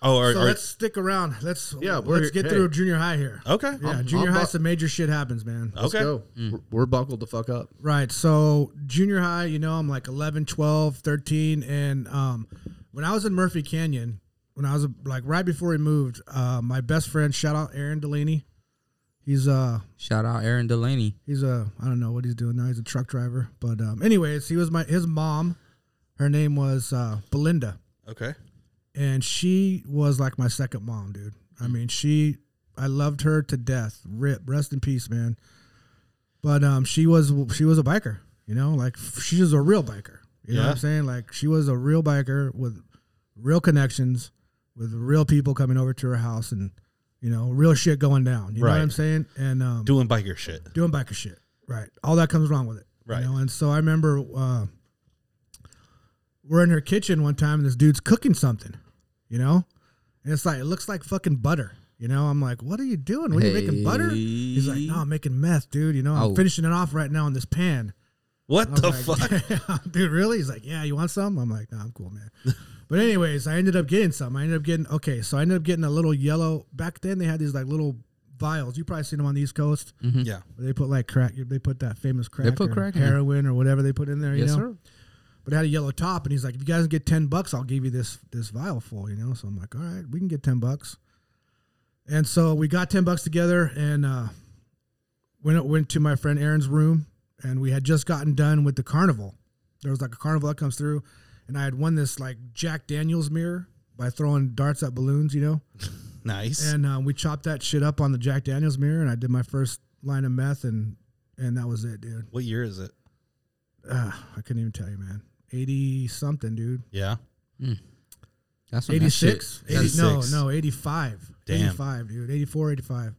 oh, or,
so
or-
let's stick around. Let's
Yeah,
yeah,
we're-
let's get
hey.
through junior high here.
okay. Oh,
Yeah,
I'm-
junior
I'm
high,
bu-
some major shit happens, man.
Let's
Okay.
go. We're, we're buckled the fuck up.
Right. So, junior high, you know, I'm like 11, 12, 13. And um, when I was in Murphy Canyon, when I was like right before we moved, uh, my best friend, shout out Aaron Delaney. He's uh
Shout out Aaron Delaney.
he's a I don't know what he's doing now. He's a truck driver, but um, anyways, he was my his mom. Her name was uh, Belinda.
Okay.
and she was like my second mom, dude. I mean, she, I loved her to death. Rip, rest in peace, man. But um, she was she was a biker, you know, like she was a real biker. You know what
Yeah.
I'm saying? Like she was a real biker with real connections, with real people coming over to her house, and you know, real shit going down. You know
Right.
what I'm saying? And um,
Doing biker shit.
doing biker shit. Right. All that comes wrong with it. you
Right.
know? And so I remember uh, we're in her kitchen one time and this dude's cooking something, you know? And it's like, it looks like fucking butter. You know, I'm like, what are you doing? What are you making butter? He's like, no, I'm making meth, dude. You know, I'm
Oh.
finishing it off right now in this pan.
What
I'm
the
like,
fuck?
dude, really? He's like, yeah, you want some? I'm like, no, I'm cool, man. but anyways, I ended up getting some. I ended up getting okay, so I ended up getting a little yellow. Back then, they had these like little vials. You probably seen them on the East Coast.
yeah.
Where They put like crack. They put that famous crack.
put
or
crack in it.
heroin or whatever they put in there. You
Yes,
know?
sir.
But it had a yellow top, and he's like, "If you guys get ten bucks, I'll give you this this vial full." You know. So I'm like, "All right, we can get ten bucks." And so we got ten bucks together, and uh, went went to my friend Aaron's room, and we had just gotten done with the carnival. There was like a carnival that comes through, and I had won this like Jack Daniels mirror by throwing darts at balloons. You know.
Nice.
And um, we chopped that shit up on the Jack Daniels mirror, and I did my first line of meth, and and that was it, dude.
what year is it?
Uh, I couldn't even tell you, man. Eighty something, dude.
Yeah.
That's
Oh,
when that
Eighty six.
shit-
That's-
No,
86.
no, eighty five.
Damn.
Eighty five, dude. 84, 85.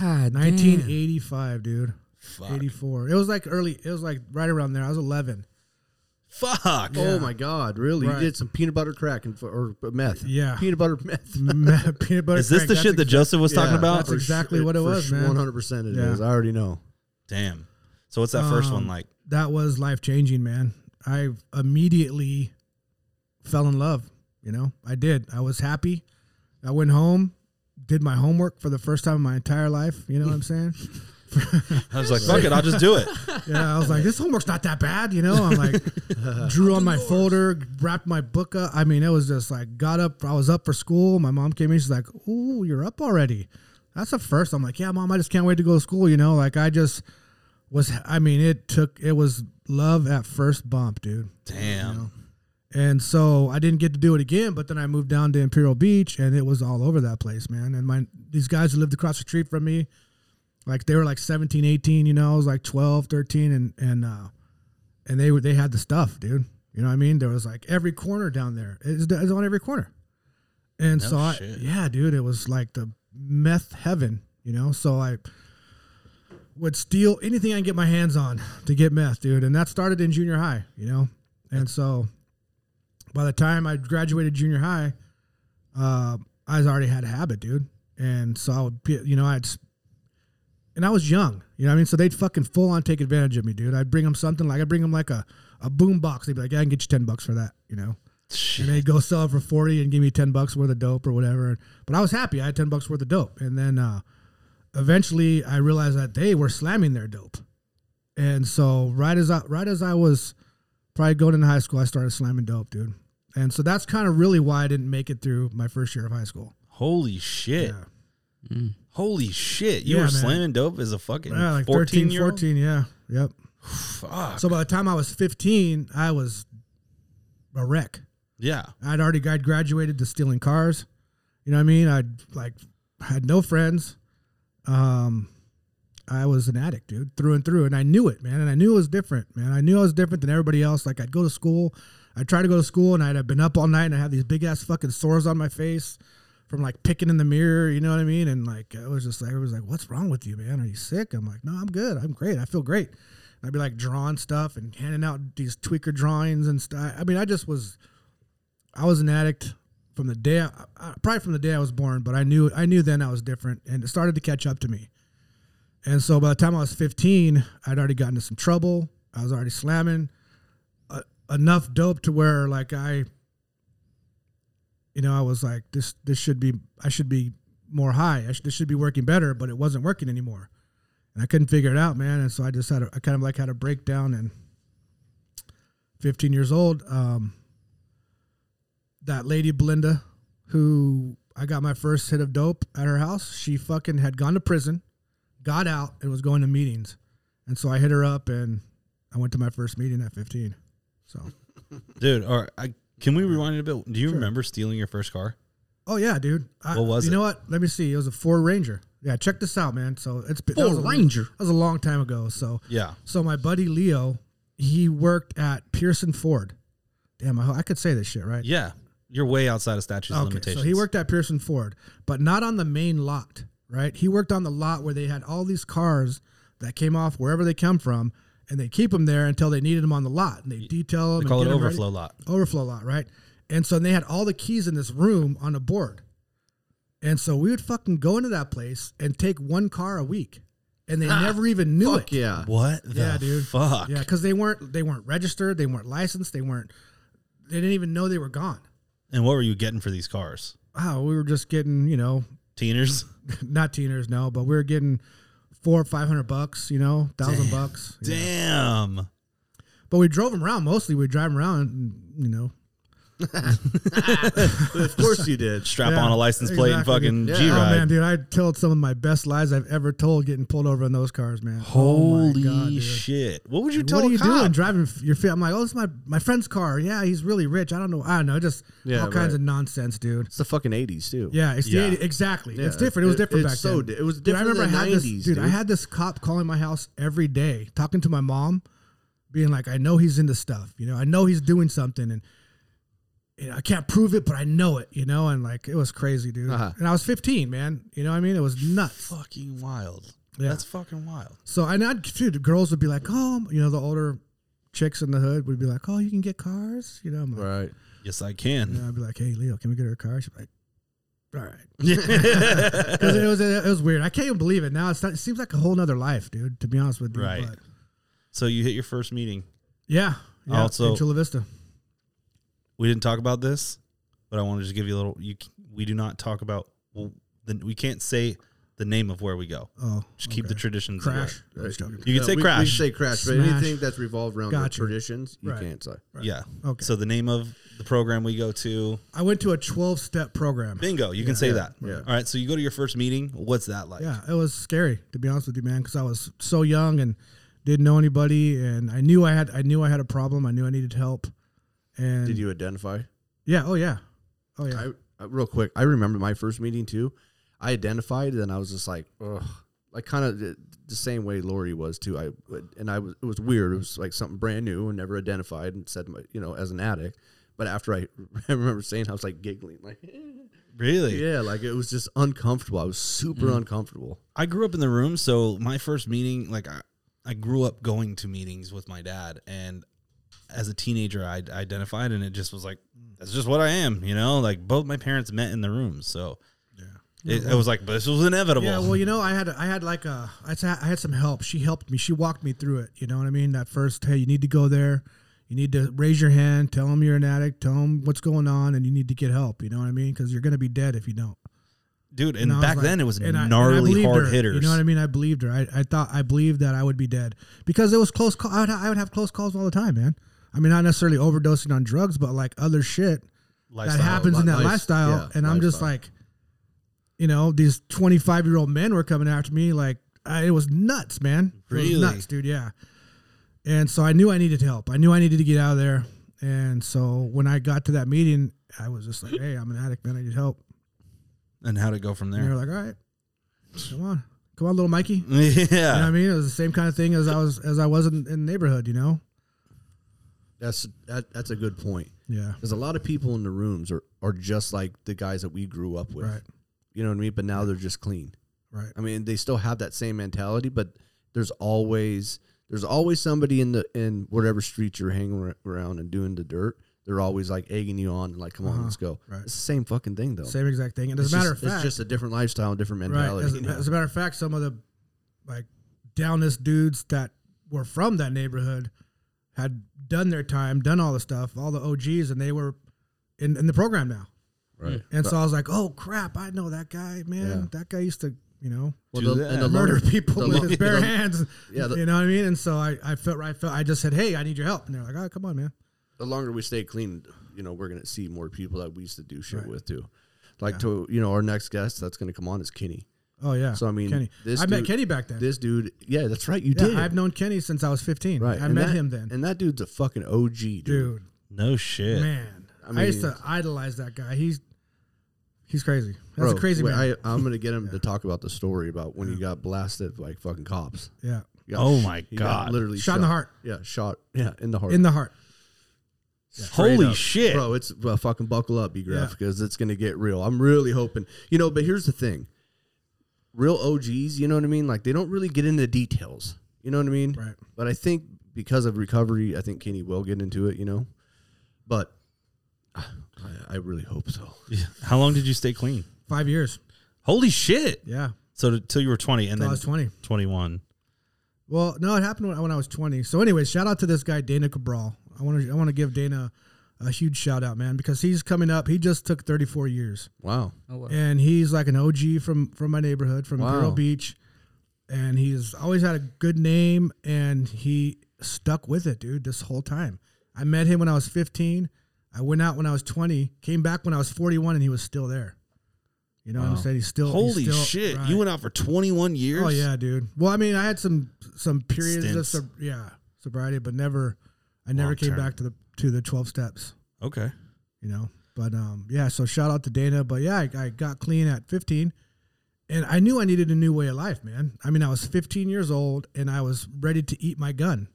God,
Nineteen
damn.
eighty five, dude.
Fuck.
Eighty four. It was like early. It was like right around there. I was eleven.
Fuck.
Oh my God! Really?
Right.
You did some peanut butter crack and f- or meth?
Yeah.
peanut butter meth.
Peanut butter.
Is this
crack,
the
that's
shit that
ex-
Joseph was talking
Yeah.
about?
That's exactly what it was, man.
One hundred percent, it is.
Yeah.
I already know.
Damn. So what's that first one
Um,
like?
That was life changing, man. I immediately fell in love. You know, I did. I was happy. I went home, did my homework for the first time in my entire life. You know what I'm saying?
I was like, fuck it, I'll just do it.
yeah, I was like, this homework's not that bad. You know, I'm like, drew on my folder, wrapped my book up. I mean, it was just like, got up. I was up for school. My mom came in. She's like, ooh, you're up already. That's the first. I'm like, yeah, mom, I just can't wait to go to school. You know, like I just was, I mean, it took, it was love at first bump, dude.
Damn.
And so I didn't get to do it again, but then I moved down to Imperial Beach and it was all over that place, man. And my these guys who lived across the street from me, like they were like 17, 18, you know, I was like 12, 13 and and uh and they were they had the stuff, dude. You know what I mean? There was like every corner down there. It's, it's on every corner. And so I
shit.
yeah, dude, it was like the meth heaven, you know? So I would steal anything I can get my hands on to get meth, dude. And that started in junior high, you know? And so by the time I graduated junior high, uh, I was already had a habit, dude. And so I would, be- you know, I'd, s- and I was young, you know what I mean? So they'd fucking full on take advantage of me, dude. I'd bring them something like, I'd bring them like a, a boom box. They'd be like, yeah, I can get you 10 bucks for that, you know? And they'd go sell it for 40 and give me 10 bucks worth of dope or whatever. But I was happy. I had 10 bucks worth of dope. And then, uh, eventually I realized that they were slamming their dope. And so right as I right as I was probably going into high school, I started slamming dope, dude. And so that's kind of really why I didn't make it through my first year of high school.
Holy shit.
Yeah.
Mm. Holy shit. You
Yeah,
were
man.
slamming dope as a fucking
Yeah, like
14
13,
year old.
14, yeah. Yep.
Fuck.
So by the time I was 15, I was a wreck.
Yeah.
I'd already I'd graduated to stealing cars. You know what I mean? I'd like had no friends. Um, I was an addict, dude, through and through, and I knew it, man. And I knew it was different, man. I knew I was different than everybody else. Like I'd go to school, I'd try to go to school, and I'd have been up all night, and I had these big ass fucking sores on my face from like picking in the mirror. You know what I mean? And like I was just like, everybody's like, "What's wrong with you, man? Are you sick?" I'm like, "No, I'm good. I'm great. I feel great." And I'd be like drawing stuff and handing out these tweaker drawings and stuff. I mean, I just was, I was an addict from the day, I, I- probably from the day I was born. But I knew, I knew then I was different, and it started to catch up to me. And so by the time I was 15, I'd already gotten into some trouble. I was already slamming uh, enough dope to where like I, you know, I was like, this this should be I should be more high. I should, this should be working better, but it wasn't working anymore, and I couldn't figure it out, man. And so I just had a, I kind of like had a breakdown. And 15 years old, um, that lady Belinda, who I got my first hit of dope at her house, she fucking had gone to prison got out and was going to meetings. And so I hit her up and I went to my first meeting at 15. So,
dude. All right, I, can we rewind it a bit? Do you remember stealing your first car?
oh yeah, dude. I,
What was
you
it?
know what? Let me see. It was a Ford Ranger. Yeah, check this out, man. So it's been, that was a long- that was a long time ago. So
Yeah.
So my buddy Leo, he worked at Pearson Ford. Damn, I, ho- I could say this shit, right?
Yeah, you're way outside of statutes of limitations.
So he worked at Pearson Ford, but not on the main lot, right? He worked on the lot where they had all these cars that came off wherever they come from, and they keep them there until they needed them on the lot, and they detail them.
They
and
call
get
it
'em ready.
overflow lot.
Overflow lot, right? And so they had all the keys in this room on a board. And so we would fucking go into that place and take one car a week, and they never even knew
Fuck
it.
yeah.
What the
Yeah, dude.
fuck?
Yeah, because they weren't they weren't registered, they weren't licensed, they weren't they didn't even know they were gone.
And what were you getting for these cars?
Wow, we were just getting, you know,
Teeners?
not teeners, no, but we were getting four or five hundred bucks, you know, thousand bucks. you know.
Damn.
But we drove them around mostly. We drive them around, and, you know.
Of course you did.
Strap
Yeah,
on a license plate
exactly,
and fucking
dude. Yeah.
G
Oh man,
ride.
dude, I told some of my best lies I've ever told getting pulled over in those cars, man. Oh my
Holy
God, dude.
shit! What would you tell
What are
a
you
cop?
doing driving f- your feet? I'm like, oh, it's my my friend's car. Yeah, he's really rich. I don't know. I don't know. Just
Yeah,
all kinds
right.
of nonsense, dude.
It's the fucking 80s, too.
Yeah, it's
Yeah.
the 80, exactly.
Yeah,
It's different. It was
it-
different
it's
back
so
then.
di- it was
Dude, I
different
remember
than
I had this
90s,
dude, I
dude.
had this cop calling my house every day, talking to my mom, being like, "I know he's into stuff. You know, I know he's doing something, and you know, I can't prove it, but I know it. You know, and like it was crazy, dude.
Uh-huh.
And I was 15, man. You know, what I mean, it was nuts.
Fucking wild.
Yeah.
That's fucking wild.
So and I'd dude, girls would be like, "Oh, you know, the older chicks in the hood would be like, "Oh, you can get cars." You know, I'm like,
Right.
Yes, I can.
and I'd be like, "Hey, Leo, can we get her a car?" She'd be like, "All right."
Yeah.
Because it was it was weird. I can't even believe it. Now it's not, it seems like a whole nother life, dude. To be honest with you,
Right.
But
so you hit your first meeting.
yeah. yeah
Also-
in Chula Vista.
We didn't talk about this, but I want to just give you a little. You c- we do not talk about. Well, then we can't say the name of where we go.
Oh,
Just keep the
okay.
traditions. of
crash.
where-
I'm just joking.
You can say
we,
crash.
We say crash, but
Smash.
anything that's revolved around
Gotcha.
your traditions, you
Right.
can't say.
Yeah.
Okay.
So the name of the program we go to.
I went to a twelve step program.
Bingo. You can say that.
yeah.
All right. So you go to your first meeting. What's that like?
Yeah, it was scary to be honest with you, man, because I was so young and didn't know anybody, and I knew I had I knew I had a problem. I knew I needed help. And
Did you identify?
Yeah. Oh yeah. Oh yeah.
I, I real quick. I remember my first meeting too. I identified, and I was just like, ugh, like kind of the, the same way Lori was too. I would- and I was it was weird. It was like something brand new and never identified, and said my, you know as an addict. But after I, I remember saying, I was like giggling, like
Really?
yeah, like it was just uncomfortable. I was super uncomfortable.
I grew up in the room, so my first meeting, like I, I grew up going to meetings with my dad, and as a teenager, I d- identified, and it just was like that's just what I am, you know. Like both my parents met in the room, so yeah, it, it was like this was inevitable.
Yeah, well, you know, I had I had like a I had- I had some help. She helped me. She walked me through it. You know what I mean? That first, hey, you need to go there. You need to raise your hand. Tell them you're an addict. Tell them what's going on, and you need to get help. You know what I mean? Because you're gonna be dead if you don't.
dude, and
I was
back
like-
then it was
and I- and I
gnarly
believed
hard
her.
hitters.
You know what I mean? I believed her. I, I thought I believed that I would be dead because it was close. Call, I, would, I would have close calls all the time, man. I mean, not necessarily overdosing on drugs, but like other shit that
Lifestyle.
happens in
Li-
that
life-
lifestyle.
yeah,
and I'm just
lifestyle.
like, you know, these 25 year old men were coming after me. Like, I, it was nuts, man. It was
Really?
nuts, dude. Yeah. And so I knew I needed help. I knew I needed to get out of there. And so when I got to that meeting, I was just like, hey, I'm an addict, man. I need help.
And how'd it go from
And
there?
they're like, all right, come on, Come on, little Mikey. You know what I
Yeah.
mean? It was the same kind of thing as I was as I was in, in the neighborhood, you know?
That's that, that's a good point
Yeah.
because a lot of people in the rooms are are just like the guys that we grew up with.
Right.
You know what I mean? But now they're just clean.
Right.
I mean, they still have that same mentality, but there's always there's always somebody in the in whatever street you're hanging ar- around and doing the dirt. They're always like egging you on and like, come on, let's go.
Uh-huh. right.
It's the same fucking thing though.
Same exact thing. And as
It's
a matter
just,
of
it's
fact,
just a different lifestyle and different
right.
mentality.
As, a- as a matter of fact, some of the like downest dudes that were from that neighborhood had done their time, done all the stuff, all the OGs, and they were in, in the program now.
Right.
And so I was like, oh crap, I know that guy, man. That guy used to, you know,
Well, the- and the
murder
loner-
people
the
with
lo-
his bare
the-
hands.
Yeah, the-
you know what I mean? And so I, I felt right. I, felt, I just said, hey, I need your help. And they're like, oh, come on, man.
the longer we stay clean, you know, we're gonna see more people that we used to do shit with too. Like to you know, our next guest that's gonna come on is Kenny.
Oh, yeah.
So, I mean,
Kenny.
this
I met
dude-
Kenny back then.
This dude, yeah, that's right, you
yeah,
did.
I've known Kenny since I was 15.
right,
I
and
met
that-
him then.
and that dude's a fucking OG, dude.
Dude,
No shit.
man. I,
mean-
used to idolize that guy. He's he's crazy. That's a
Bro,
crazy
wait,
man.
I, I'm gonna get him to talk about the story about when he got blasted by fucking cops.
yeah.
He got
Oh
sh-
my
he got
God.
Literally
Shot in the heart.
Yeah, shot. Yeah, in the heart.
In the heart.
Straight
Holy
up.
shit.
bro! It's well, fucking buckle up, B
Yeah.
Graph, because it's gonna get real. I'm really hoping, you know. But here's the thing: real OGs, you know what I mean? Like they don't really get into details, you know what I mean?
Right.
But I think because of recovery, I think Kenny will get into it, you know. But I, I really hope so.
How long did you stay clean?
Five years.
Holy shit.
Yeah.
So to- till you were 20 and
Till I
then
was 20.
21.
Well, no, it happened when I, when I was 20. So, anyways, shout out to this guy Dana Cabral. I want to I want to give Dana a huge shout out, man, because he's coming up. He just took 34 years,
Wow.
Oh, wow.
and he's like an OG from from my neighborhood, from
Wow.
Imperial Beach, and he's always had a good name, and he stuck with it, dude, this whole time. I met him when I was 15. I went out when I was 20. Came back when I was 41, and he was still there. You know what I'm saying? He's still he's
Holy
still-
shit.
right.
You went out for 21 years?
Oh yeah, dude. Well, I mean, I had some some periods of
Stints.
sob- yeah sobriety, but never, I never
Long
came
term.
back to the to the twelve steps.
Okay.
You know, but um, yeah. So shout out to Dana, but yeah, I, I got clean at fifteen, and I knew I needed a new way of life, man. I mean, I was fifteen years old, and I was ready to eat my gun.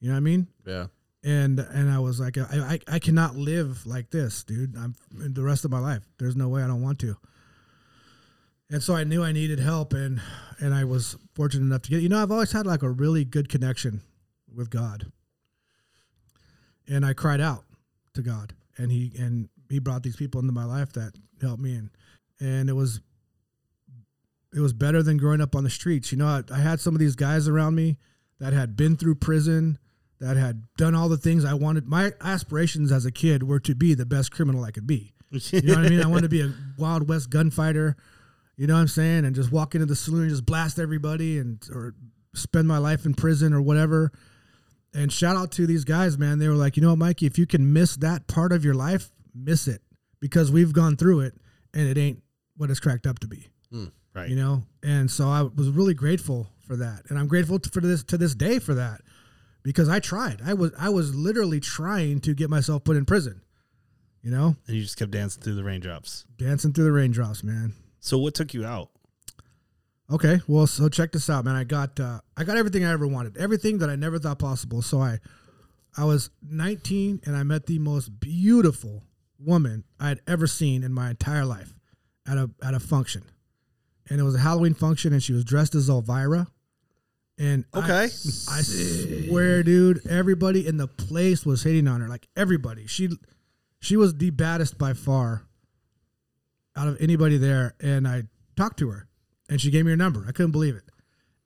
You know what I mean?
Yeah.
And and I was like, I I, I cannot live like this, dude. I'm the rest of my life. There's no way I don't want to. And so I knew I needed help, and and I was fortunate enough to get. You know, I've always had like a really good connection with God, and I cried out to God, and he and he brought these people into my life that helped me, and and it was it was better than growing up on the streets. You know, I, I had some of these guys around me that had been through prison, that had done all the things I wanted. My aspirations as a kid were to be the best criminal I could be. You know what I mean? I wanted to be a Wild West gunfighter. You know what I'm saying? And just walk into the saloon and just blast everybody and or spend my life in prison or whatever. And shout out to these guys, man. They were like, you know what, Mikey, if you can miss that part of your life, miss it because we've gone through it and it ain't what it's cracked up to be.
Right.
You know, and so I was really grateful for that, and I'm grateful for this to this day for that because I tried. I was I was literally trying to get myself put in prison. You know,
And you just kept dancing through the raindrops.
dancing through the raindrops, man.
So what took you out?
Okay, well, so check this out, man. I got uh, I got everything I ever wanted, everything that I never thought possible. So I I was 19 and I met the most beautiful woman I had ever seen in my entire life at a at a function, and it was a Halloween function, and she was dressed as Elvira, and I-
Okay.
I swear, dude, everybody in the place was hitting on her. Like everybody. She she was the baddest by far out of anybody there. And I talked to her and she gave me her number. I couldn't believe it.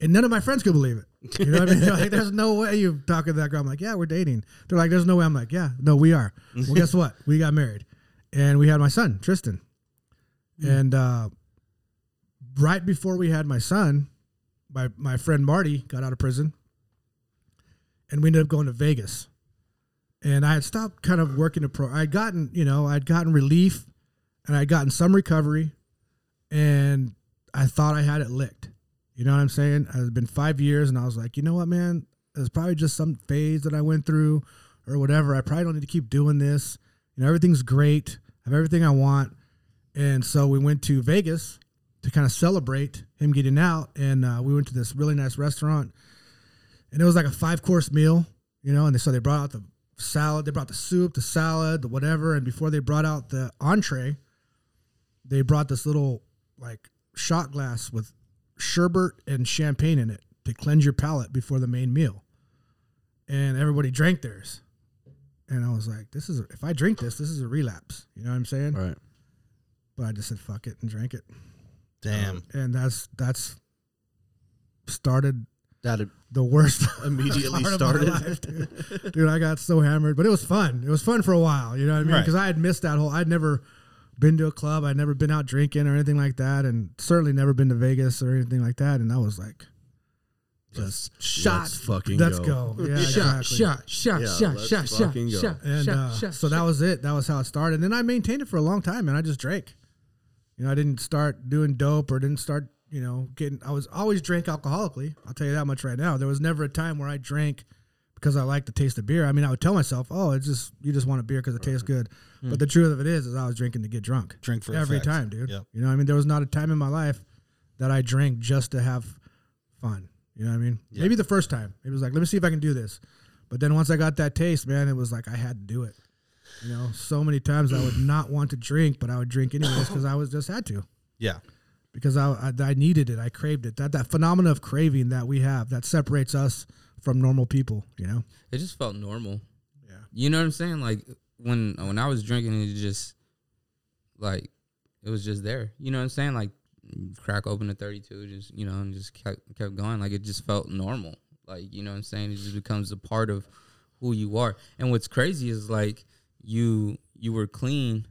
And none of my friends could believe it. You know what I mean? They're like, there's no way you talk to that girl. I'm like, yeah, we're dating. They're like, there's no way. I'm like, yeah, no, we are. Well, guess what? We got married. And we had my son, Tristan. And uh, right before we had my son, my, my friend Marty got out of prison and we ended up going to Vegas. And I had stopped kind of working a pro. I'd gotten, you know, I'd gotten relief and I'd gotten some recovery and I thought I had it licked. You know what I'm saying? It had been five years and I was like, you know what, man? It was probably just some phase that I went through or whatever. I probably don't need to keep doing this. You know, everything's great. I have everything I want. And so we went to Vegas to kind of celebrate him getting out. And uh, we went to this really nice restaurant, and it was like a five course meal, you know. And they, so they brought out the salad, they brought the soup, the salad, the whatever. And before they brought out the entree, they brought this little like shot glass with sherbet and champagne in it to cleanse your palate before the main meal. And everybody drank theirs. And I was like, this is, a, if I drink this, this is a relapse. You know what I'm saying?
Right.
But I just said, fuck it and drank it.
Damn.
And that's, that's started
That it
the worst
immediately
part of my
started.
life, dude. Dude, I got so hammered, but it was fun. It was fun for a while, you know what I mean?
Right.
Because I had missed that whole. I'd never been to a club. I'd never been out drinking or anything like that, and certainly never been to Vegas or anything like that. And I was like,
Let's-
shot.
let's fucking
let's
go.
go. Yeah,
shot,
exactly.
shot, shot,
Yeah,
shot,
let's
shot, shot,
fucking go.
shot,
And
shot,
uh,
shot,
so that was it. That was how it started. And then I maintained it for a long time, and I just drank. You know, I didn't start doing dope or didn't start, you know, getting. I was always drank alcoholically. I'll tell you that much right now. There was never a time where I drank because I liked the taste of beer. I mean, I would tell myself, "Oh, it's just you just want a beer because it tastes good." But the truth of it is, is I was drinking to get drunk.
Hmm. Drink for
every
effect.
time, dude.
Yep.
You know, what I mean, there was not a time in my life that I drank just to have fun. You know what I mean? Maybe the first time, it was like, let me see if I can do this. But then once I got that taste, man, it was like I had to do it. You know, so many times I would not want to drink, but I would drink anyways because I was just had to
Yeah.
because I, I I needed it. I craved it. That that phenomena of craving that we have that separates us from normal people. You know,
it just felt normal.
Yeah.
You know what I'm saying? Like when when I was drinking, it just like it was just there. You know what I'm saying? Like crack open a 32, just you know, and just kept kept going. Like it just felt normal. Like you know what I'm saying? It just becomes a part of who you are. And what's crazy is like you you were clean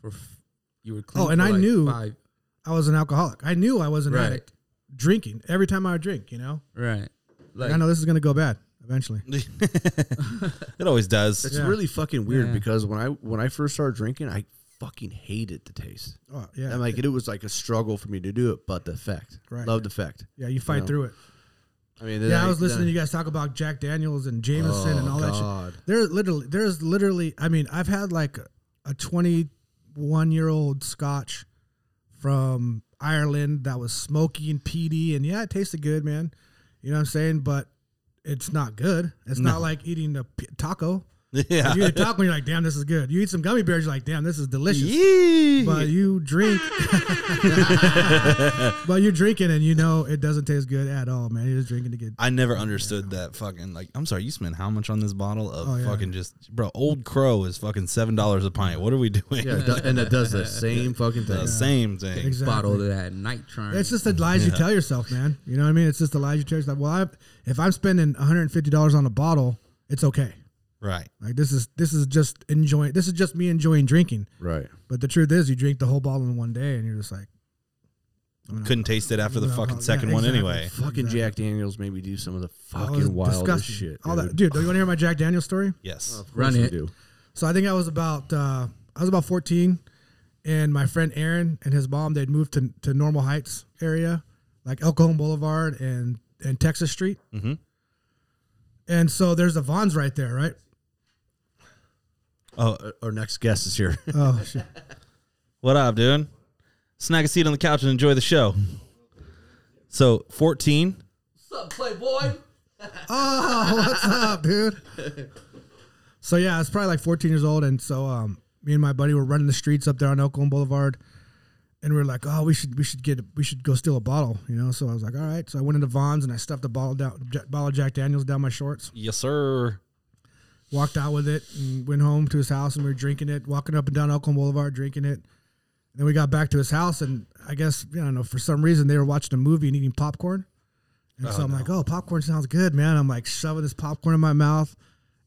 for f- you were clean.
Oh, and
for,
I
like,
knew-
five,
I was an alcoholic. I knew I was an
Right.
addict. Drinking every time I would drink. You know,
right. Like
Like, I know this is gonna go bad eventually.
it always does.
It's
Yeah.
really fucking weird
Yeah.
because when I when I first started drinking, I fucking hated the taste.
Oh yeah,
And like it, was like a struggle for me to do it, but the effect.
Right.
Loved the effect.
yeah, you fight
know.
through it.
I mean,
Yeah, Oh, I was listening to you guys talk about Jack Daniels and Jameson and all that shit. There literally there's literally I mean, I've had like a 21 year old scotch from Ireland that was smoky and peaty and yeah, it tasted good, man. You know what I'm saying? But it's not good. It's not like eating a p- taco.
Yeah.
You eat a taco and you're like, damn, this is good. You eat some gummy bears, you're like, damn, this is delicious.
Yee.
But you drink, but you're drinking and you know it doesn't taste good at all, man. You're just drinking to get
I never understood that fucking like I'm sorry, you spent how much on this bottle of
Oh, yeah.
fucking just bro, old crow is fucking seven dollars a pint. What are we doing?
Yeah, it do- and it does the same fucking
The
thing.
same thing.
exactly.
bottle of that nitron.
It's just the lies you tell yourself, man. You know what I mean? It's just the lies you tell yourself. Well, I, if I'm spending 150 dollars on a bottle, it's okay.
Right.
Like this is this is just enjoying. This is just me enjoying drinking.
Right.
But the truth is, you drink the whole bottle in one day, and you're just like,
Couldn't taste it after the
Yeah,
fucking second one
exactly.
anyway.
Fucking Jack Daniels made me do some of the
oh,
fucking
it's
wildest
disgusting.
shit.
All that, dude. Don't you want to hear my Jack Daniel's story?
Yes.
Of course
Run
you
it.
do.
So I think I was about uh, I was about 14, and my friend Aaron and his mom they'd moved to to Normal Heights area, like El Cajon Boulevard and and Texas Street. Mm-hmm. And so there's a Vons right there, right?
Oh,
Our- Our next guest is here.
Oh shit.
What up, dude? Snag a seat on the couch and enjoy the show. So, 14.
Oh, what's up, dude? So yeah, I was probably like 14 years old, and so um, me and my buddy were running the streets up there on El Cajon Boulevard, and we were like, oh, we should we should get we should go steal a bottle, you know. So I was like, all right. So I went into Vons and I stuffed a bottle down J- bottle of Jack Daniels down my shorts,
Yes, sir.
walked out with it, and went home to his house, and we were drinking it, walking up and down El Cajon Boulevard, drinking it. Then we got back to his house, and I guess I don't know for some reason they were watching a movie and eating popcorn. And so I'm like, oh, popcorn sounds good, man. I'm like shoving this popcorn in my mouth,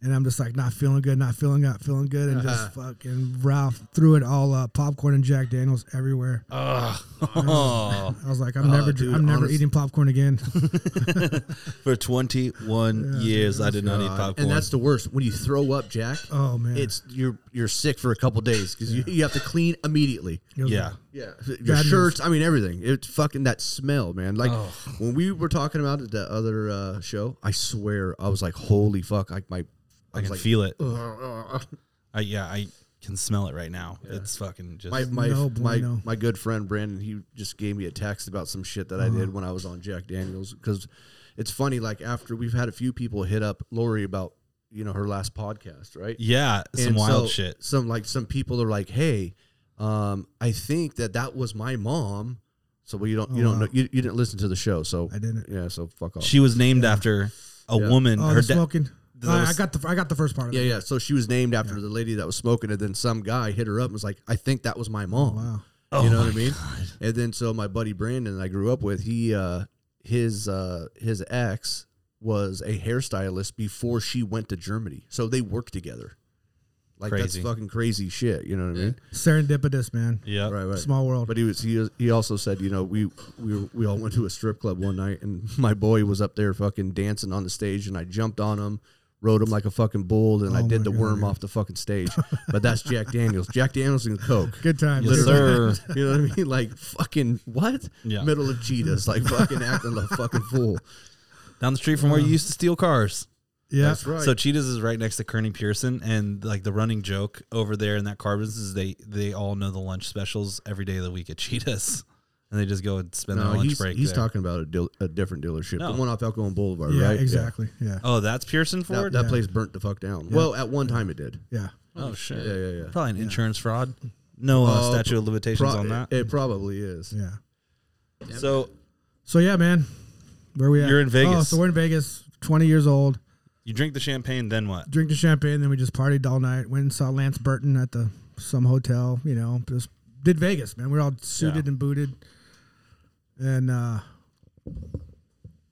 and I'm just like not feeling good, not feeling, not feeling good, and just fucking Ralph threw it all up, popcorn and Jack Daniels everywhere.
Uh, Oh,
I was like, I'm never,
dude,
I'm never
honest-
eating popcorn again.
for 21 years, I did not eat popcorn.
And that's the worst. When you throw up, Jack,
Oh man,
it's you're you're sick for a couple days because you, you have to clean immediately.
It was-
yeah.
Yeah, your
news.
shirts. I mean, everything. It's fucking that smell, man. Like when we were talking about it the other uh, show, I swear I was like, "Holy fuck!" Like my, I
I
was
can
like,
feel it.
"Ugh, ugh, ugh."
I, yeah, I can smell it right now. It's fucking just
My my
No
my,
bueno.
my good friend Brandon, he just gave me a text about some shit that I did when I was on Jack Daniels because it's funny. Like after we've had a few people hit up Lori about you know her last podcast, right?
yeah, some
And
wild
so
shit.
Some like some people are like, "Hey, um, I think that that was my mom." So well, you don't you
Oh,
don't
wow.
know you, you didn't listen to the show, so
I didn't.
yeah, so fuck off.
She was named after a
Yeah.
woman.
Oh,
her
the
da-
smoking.
that
I, I
was-
got the I got the first part. Of
yeah,
it.
yeah. So she was named after the lady that was smoking, and then some guy hit her up and was like, "I think that was my mom."
Wow.
Oh
you know what
my
I mean? And then so my buddy Brandon that I grew up with, he uh his uh his ex was a hairstylist before she went to Germany. So they worked together. Like
Crazy.
that's fucking crazy shit, you know what I mean?
Serendipitous, man.
yeah,
Right, right.
Small world.
But he was he was- he also said, you know, we we were- we all went to a strip club one night and my boy was up there fucking dancing on the stage and I jumped on him, rode him like a fucking bull and I
Oh my
did the worm
God.
off the fucking stage. but that's Jack Daniels. Jack Daniels and Coke.
Good time.
Yes, sir.
You know what I mean? Like fucking what?
Yeah.
Middle of cheetahs, like fucking acting like a fucking fool.
Down the street from where you used to steal cars.
Yeah.
That's right.
So Cheetahs is right next to Kearney Pearson, and like the running joke over there in that car business is they they all know the lunch specials every day of the week at Cheetahs, and they just go and spend
no,
their lunch
he's,
break.
he's
there.
talking about a, deal, a different dealership,
No.
the one off Elkhorn Boulevard,
Yeah.
right? Yeah.
Exactly. Yeah.
Oh, that's Pearson
That,
Ford.
that
Yeah.
place burnt the fuck down. Well, at one time it did.
Yeah.
oh shit.
Yeah, yeah, yeah.
Probably an insurance fraud. No uh,
Oh,
statute of limitations
Pro-
on that.
It, it probably is.
Yeah.
so
So yeah, man. Where we at?
You're in Vegas.
Oh, so we're in Vegas. Twenty years old.
you drink the champagne, then what?
Drink the champagne, then we just partied all night. Went and saw Lance Burton at the some hotel. You know, just did Vegas, man. We're all suited
Yeah.
and booted, and uh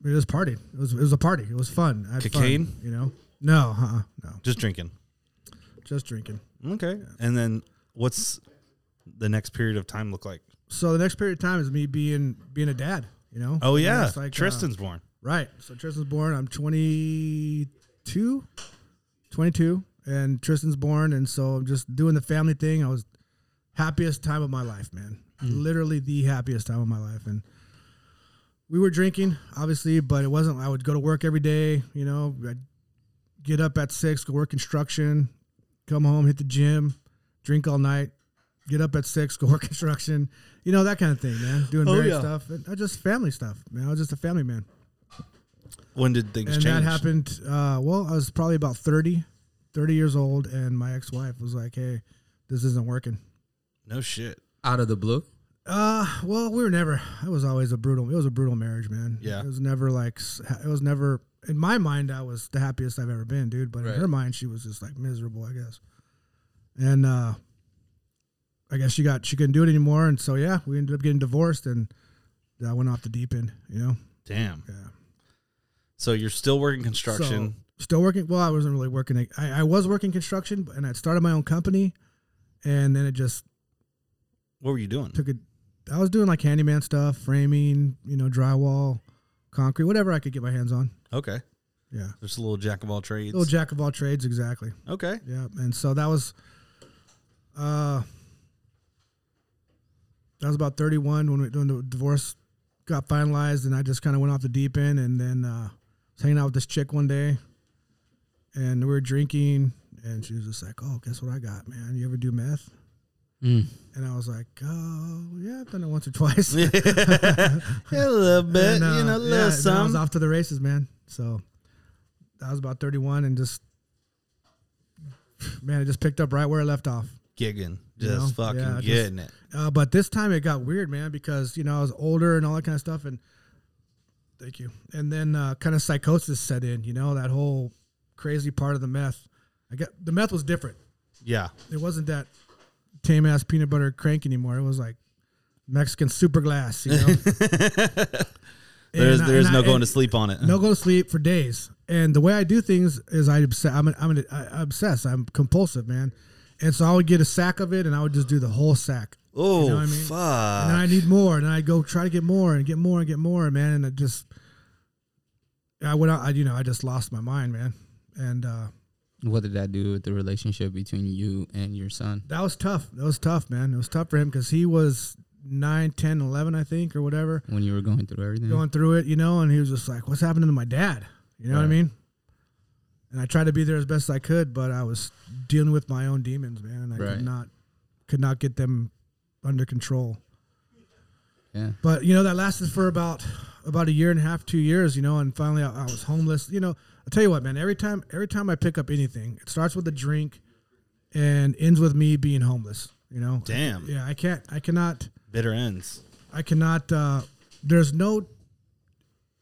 we just partied. It was it was a party. It was fun. I had fun,
Cocaine?
you know? No, uh, no,
Just drinking.
just drinking.
Okay. And then what's the next period of time look like?
So the next period of time is me being being a dad. You know?
Oh
You know,
yeah,
it's like, uh,
Tristan's born.
Right. So Tristan's born. I'm 22, 22, and Tristan's born, and so I'm just doing the family thing. I was happiest time of my life, man.
Mm.
Literally the happiest time of my life, and we were drinking, obviously, but it wasn't. I would go to work every day. You know, I'd get up at six, go work construction, come home, hit the gym, drink all night. Get up at six, go work construction, you know that kind of thing, man. Doing
Oh,
married
yeah.
stuff, and uh, just family stuff, man. I was just a family man
When did things
and
change?
that happened uh, well i was probably about 30 30 years old and my ex-wife was like hey this isn't working
No shit.
Out of the blue,
uh, well we were never it was always a brutal it was a brutal marriage man
Yeah.
it was never like s- it was never in my mind i was the happiest i've ever been dude but
Right.
in her mind she was just like miserable i guess and uh, i guess she got she couldn't do it anymore and so yeah we ended up getting divorced and that went off the deep end you know
Damn.
yeah
So you're still working construction.
So, still working. Well, I wasn't really working. I, I was working construction, but- and I started my own company, and then it just
what were you doing?
took it. I was doing like handyman stuff, framing, you know, drywall, concrete, whatever I could get my hands on.
Okay.
Yeah,
Just a little jack of all trades.
little jack of all trades, exactly.
okay.
Yeah, and so that was, uh, that was about thirty-one when we when the divorce got finalized, and I just kind of went off the deep end, and then uh, was hanging out with this chick one day, and we were drinking, and she was just like, "Oh, guess what I got, man? You ever do meth?" And I was like, "Oh, yeah, I've done it once or twice."
yeah, a little bit,
And, uh,
you know, a little
yeah, and then I
some.
was off to the races, man. So I was about thirty-one, and just man, I just picked up right where I left off.
gigging,
You
just
know?
fucking
Yeah, just-
getting it.
Uh, but this time it got weird, man, because you know I was older and all that kind of stuff, and thank you. And then uh, kind of psychosis set in, you know, that whole crazy part of the meth. I got the meth was different.
Yeah,
It wasn't that tame ass peanut butter crank anymore. It was like Mexican super glass, you know.
there's
And I-
there's
and
no
I-
going
and-
to sleep on it.
no go to sleep for days. And the way I do things is I obsess. I'm an, I'm an, I- I'm obsessed. I'm compulsive, man. And so I would get a sack of it, and I would just do the whole sack.
oh
what I mean? and then
fuck!
I need more, and then I go try to get more and get more and get more, man. And I just, I went out, I, you know, I just lost my mind, man. And uh,
what did that do with the relationship between you and your son?
that was tough. That was tough, man. It was tough for him because he was 9, 10, 11, I think, or whatever,
when you were
Mm-hmm.
going through everything.
going through it, you know, and he was just like, what's happening to my dad? You know what I
Right.
mean? and I tried to be there as best I could, but I was dealing with my own demons, man, and I
Right.
could not could not get them under control.
Yeah.
But you know that lasted for about about a year and a half, two years, you know, and finally I, I was homeless. You know, I tell you what, man. Every time every time I pick up anything, it starts with a drink, and ends with me being homeless. You know,
Damn.
yeah, I can't, I cannot.
Bitter ends.
I cannot. Uh, there's no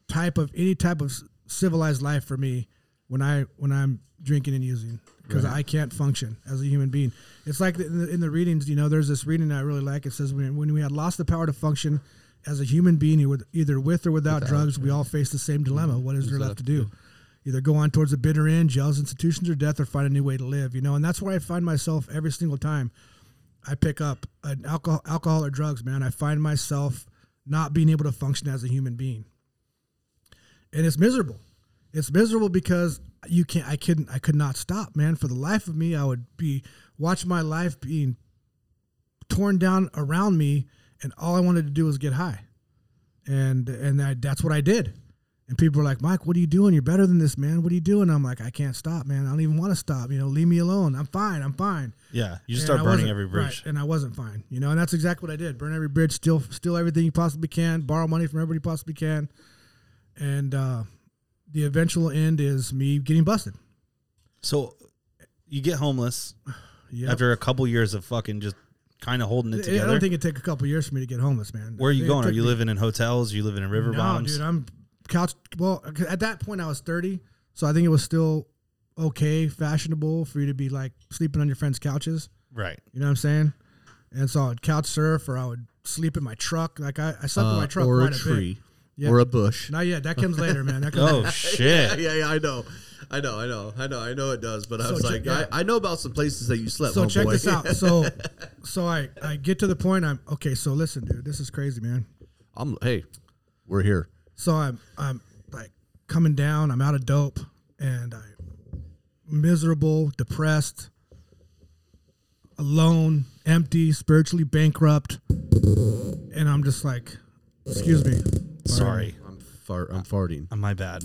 type of any type of civilized life for me when I when I'm drinking and using because I can't function as a human being. It's like in the, in the readings, you know. There's this reading I really like. It says when, when we had lost the power to function as a human being, you would- either with or without, drugs, we all face the same dilemma: what is there left to do? Either go on towards the bitter end, jails, institutions, or death, or find a new way to live. You know, and that's where I find myself every single time. I pick up an alcohol, alcohol or drugs, man, I find myself not being able to function as a human being, and it's miserable. It's miserable because you can't. I couldn't. I could not stop, man. For the life of me, I would be watch my life being torn down around me, and all I wanted to do was get high, and and I, that's what I did. And people were like, Mike, what are you doing? You're better than this, man. What are you doing? I'm like, I can't stop, man. I don't even want to stop. You know, leave me alone. I'm fine. I'm fine.
Yeah. You just
And
start
I
burning
wasn't-
every bridge.
right, and I wasn't fine, you know. And that's exactly what I did: burn every bridge, steal, steal everything you possibly can, borrow money from everybody you possibly can, and uh, the eventual end is me getting busted.
So you get homeless
Yeah,
after a couple years of fucking just kind of holding it
I
together.
don't think it'd take a couple years for me to get homeless, man.
Where are you
It
going? Are
took
you
me-
living in hotels? Are you living in river
no,
bombs?
dude. I'm couch. Well, 'cause at that point I was 30, so I think it was still okay, fashionable for you to be like sleeping on your friends' couches.
right.
You know what I'm saying? And so I'd couch surf, or I would sleep in my truck. Like I, I slept in my
Uh,
truck
or
quite
a
bit.
tree
Yeah.
or a bush.
Not yet. That comes later, man. That comes
Oh shit.
yeah, yeah, I know. I know, I know, I know, I know it does, but I
So
was
check-
like, I, I know about some places that you slept.
so
homeboy.
check this out. So, so I I get to the point. I'm okay. So listen, dude, this is crazy, man.
I'm hey, we're here.
So I'm I'm like coming down. I'm out of dope, and I miserable, depressed, alone, empty, spiritually bankrupt, and I'm just like, excuse me.
Sorry.
I'm far, I'm farting.
Uh, My bad.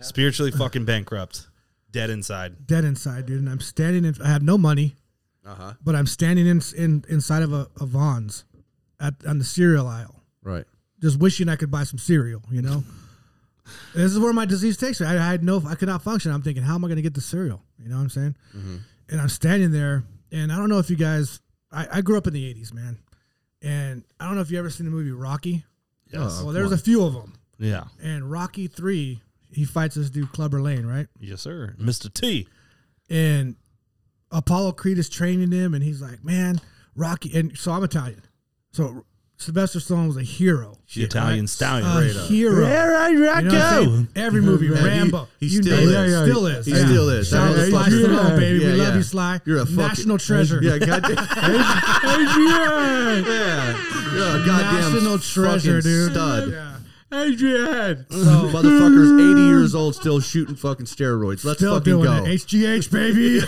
Spiritually fucking bankrupt. Dead inside.
dead inside, dude. And I'm standing in. I have no money, but I'm standing in, in inside of a, a Vons, at on the cereal aisle,
Right.
just wishing I could buy some cereal. You know, And this is where my disease takes me. I, I had no, I could not function. I'm thinking, how am I going to get the cereal? You know what I'm saying? And I'm standing there, and I don't know if you guys. I, I grew up in the '80s, man, and I don't know if you ever seen the movie Rocky.
Yes.
well, there's a few of them,
Yeah.
and Rocky Three, he fights this dude Clubber Lane, right?
Yes, sir. Mr. T.
and Apollo Creed is training him, and he's like, "Man, Rocky." And so I'm Italian, so Sylvester Stallone was a hero,
The Italian stallion.
a hero.
Uh, I
You know what I'm saying? Every movie,
Man, Mm-hmm. he-
Rambo.
he
you
still
name it,
is.
still is.
He still is.
Shout out
Yeah,
to Sly
yeah,
Stallone,
yeah.
baby.
Yeah,
we love
yeah.
you, Sly.
You're a fucking-
national treasure.
Yeah, goddamn. You're a goddamn
National treasure,
fucking
dude.
Stud.
Yeah.
Adrian. Motherfucker's 80 years old, still shooting fucking steroids. Let's
Still
fucking
doing
go.
it. HGH, baby.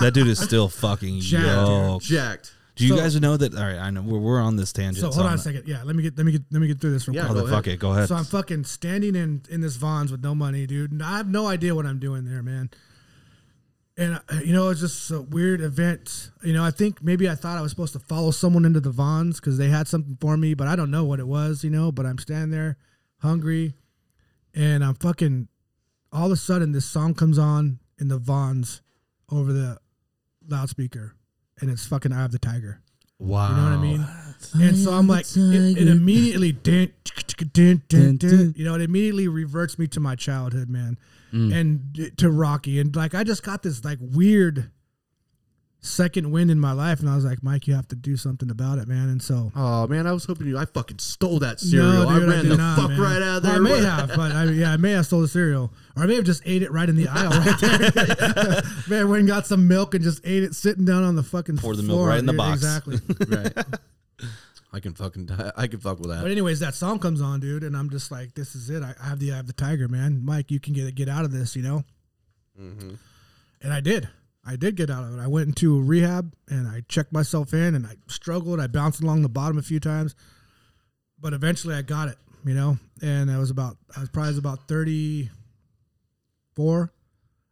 That dude is still fucking
Jacked,
yo.
Jacked.
Do you
So-
guys know that? All right, I know we're, we're on this tangent.
so
so
hold on
I'm
a second. Yeah, let me get let me get let me get through this real
Yeah,
not-
quick.
Go
Oh, the fuck
ahead.
it. Go ahead.
So I'm fucking standing in in this Vons with no money, dude. And I have no idea what I'm doing there, man. And uh, you know, it's just a weird event. You know, I think maybe I thought I was supposed to follow someone into the Vons because they had something for me, but I don't know what it was. You know, but I'm standing there, hungry, and I'm fucking. All of a sudden, this song comes on in the Vons over the loudspeaker, and it's fucking "I Have the Tiger."
wow.
You know what I mean? And so I'm like, it, it immediately, dun, tsk, dun, dun, dun, you know, it immediately reverts me to my childhood, man, and d- to Rocky. And like, I just got this like weird second wind in my life. And I was like, Mike, you have to do something about it, man. And so.
Oh, man, I was hoping you. I fucking stole that cereal.
No, dude,
I ran
did
the
not,
fuck
man.
right out of there.
Well, I may have, but I, yeah, I may have stole the cereal, or I may have just ate it right in the aisle right there. man, went and got some milk and just ate it sitting down on the fucking
Poured the milk
floor,
right in the
dude.
box.
Exactly.
Right.
I can fucking. die. I can fuck with
But
that.
anyways, that song comes on, dude, and I'm just like, this is it. I, I have the I have the tiger, man. Mike, you can get get out of this, you know. And I did. I did get out of it. I went into rehab and I checked myself in, and I struggled. I bounced along the bottom a few times, but eventually I got it, you know. And I was about I was probably about 34,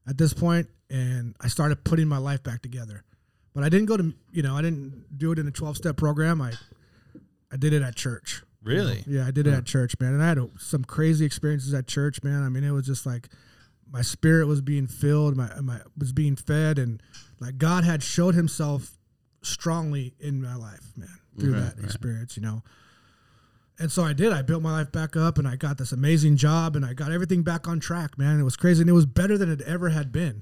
at this point, and I started putting my life back together. But I didn't go to you know I didn't do it in a twelve step program. I I did it at church.
Really?
Yeah, I did it at church, man. And I had uh, some crazy experiences at church, man. I mean, it was just like my spirit was being filled, my my was being fed, and like God had showed Himself strongly in my life, man, through that experience, you know. And so I did. I built my life back up, and I got this amazing job, and I got everything back on track, man. It was crazy, and it was better than it ever had been.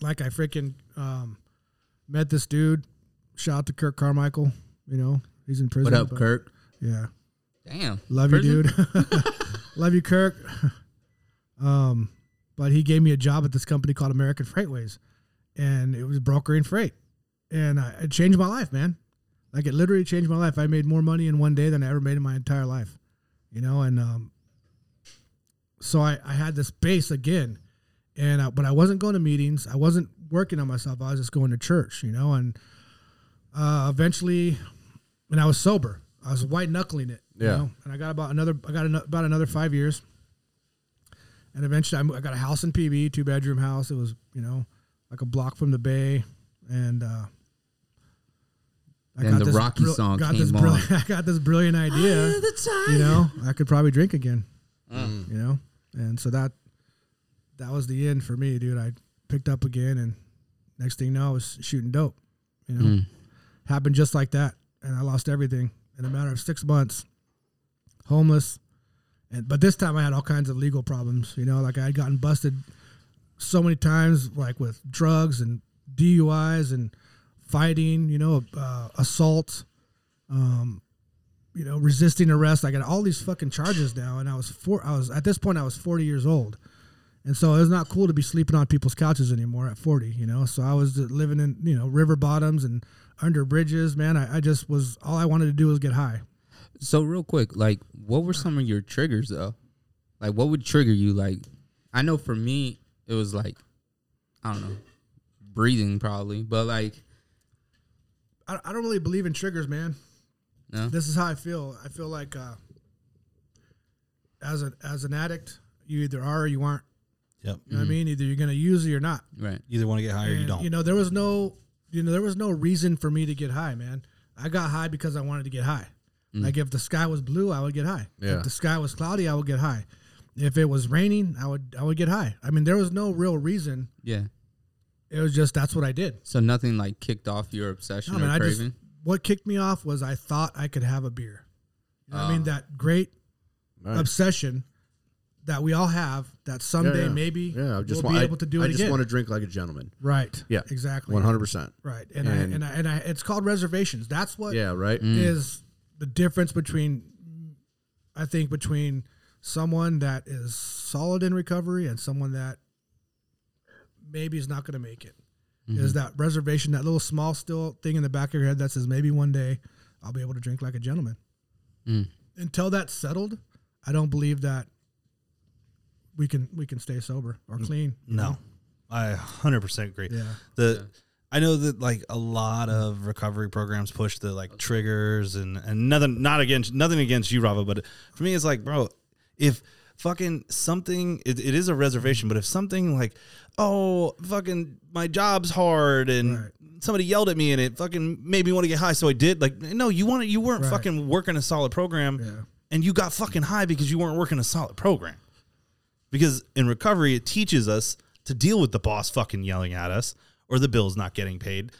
Like I freaking um, met this dude. Shout out to Kirk Carmichael. You know, he's in prison.
What up,
but-
Kirk?
Yeah.
Damn.
Love you, dude. Love you, Kirk. Um, but he gave me a job at this company called American Freightways, and it was brokering freight, and I, it changed my life, man. Like it literally changed my life. I made more money in one day than I ever made in my entire life, you know. And um, so I, I had this base again, and I, but I wasn't going to meetings. I wasn't working on myself. I was just going to church, you know. And uh, eventually, and I was sober. I was white knuckling it. you
Yeah.
know? And I got about another. I got ano- about another five years. And eventually, I mo- I got a house in PB, two bedroom house. It was you know like a block from the bay, and uh,
Then the Rocky song
got
came
this
on.
brilli- I got this brilliant idea. You know, I could probably drink again. You know, and so that that was the end for me, dude. I picked up again, and next thing you know, I was shooting dope. You know, happened just like that, and I lost everything in a matter of six months. Homeless, and but this time I had all kinds of legal problems. You know, like I had gotten busted so many times, like with drugs and DUIs and fighting. You know, uh, assault. Um, you know, resisting arrest. I got all these fucking charges now, and I was four. I was at this point, I was forty years old. And so it was not cool to be sleeping on people's couches anymore at 40, you know? So I was just living in, you know, river bottoms and under bridges, man. I, I just was, all I wanted to do was get high.
So real quick, like, what were some of your triggers though? Like, what would trigger you? Like, I know for me, it was like, I don't know, breathing probably, but like,
I, I don't really believe in triggers, man.
no,
This is how I feel. I feel like uh, as, a, as an addict, you either are or you aren't.
Yep.
You know what I mean? Either you're going to use or you're not.
right,
Either want to get high or you
And,
don't.
You know, there was no, you know, there was no reason for me to get high, man. I got high because I wanted to get high. Like if the sky was blue, I would get high.
Mm. Yeah.
If the sky was cloudy, I would get high. If it was raining, I would I would get high. I mean, there was no real reason.
yeah.
It was just that's what I did.
So nothing like kicked off your obsession
I mean,
or
I just
craving.
what kicked me off was I thought I could have a beer. You know what I
Ah.
mean, that great
Right.
obsession that we all have that someday
yeah.
maybe
Yeah, I just
we'll
want,
be
I-
able to do
I
it
just
again.
want to drink like a gentleman.
right.
Yeah.
Exactly.
One hundred percent.
Right.
And-
And I, and I and I it's called reservations. That's what
Yeah. Mm. Right.
is the difference between I think between someone that is solid in recovery and someone that maybe is not going to make it. Is
Mm-hmm.
that reservation, that little small still thing in the back of your head that says maybe one day I'll be able to drink like a gentleman.
Mm.
Until that's settled, I don't believe that we can we can stay sober or clean. you
No,
know?
I 100% agree.
Yeah.
The I know that like a lot of recovery programs push the like triggers and and nothing not against nothing against you, Rava, but for me it's like, bro, if fucking something it, it is a reservation, but if something like oh fucking my job's hard and
Right.
somebody yelled at me and it fucking made me want to get high, so I did. Like no, you want you weren't
Right.
fucking working a solid program,
Yeah.
and you got fucking high because you weren't working a solid program because in recovery it teaches us to deal with the boss fucking yelling at us or the bills not getting paid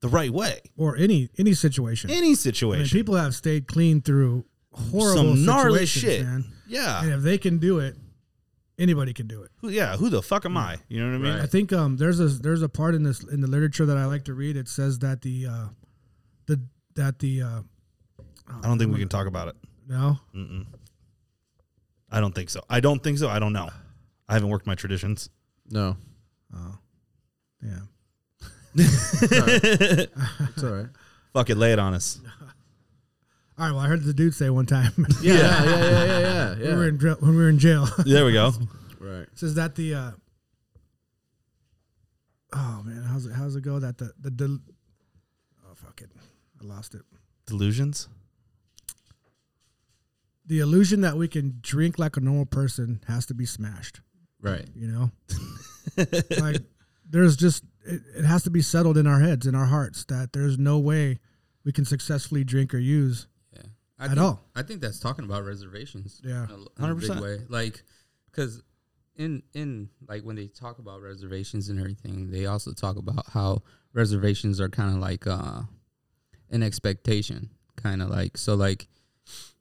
the right way
Or any any situation.
any
I mean,
situation
people have stayed clean through horrible
some gnarly
situations,
shit
man. And
yeah
if they can do it, anybody can do it.
who, yeah who the fuck am i you know what i mean
I think um, there's a there's a part in this in the literature that I like to read. It says that the uh, the that the uh,
i don't think we can talk about it
no
i don't think so i don't think so i don't know i haven't worked my traditions
No.
yeah
It's all right.
fuck it lay it on us
all right well I heard the dude say one time
Yeah. Yeah. Yeah. Yeah. Yeah. yeah,
when, we were in, dri- when we were in jail it
there we go
Right.
says that the uh, oh man how's it how's it go that the the del- oh fuck it I lost it
delusions
the illusion that we can drink like a normal person has to be smashed
Right.
you know like there's just it, it has to be settled in our heads in our hearts that there's no way we can successfully drink or use
Yeah, I
At
think,
all.
I think that's talking about reservations.
Yeah.
in a- in a big
100%.
way. Like, because in in like when they talk about reservations and everything, they also talk about how reservations are kind of like uh, an expectation, kind of like so like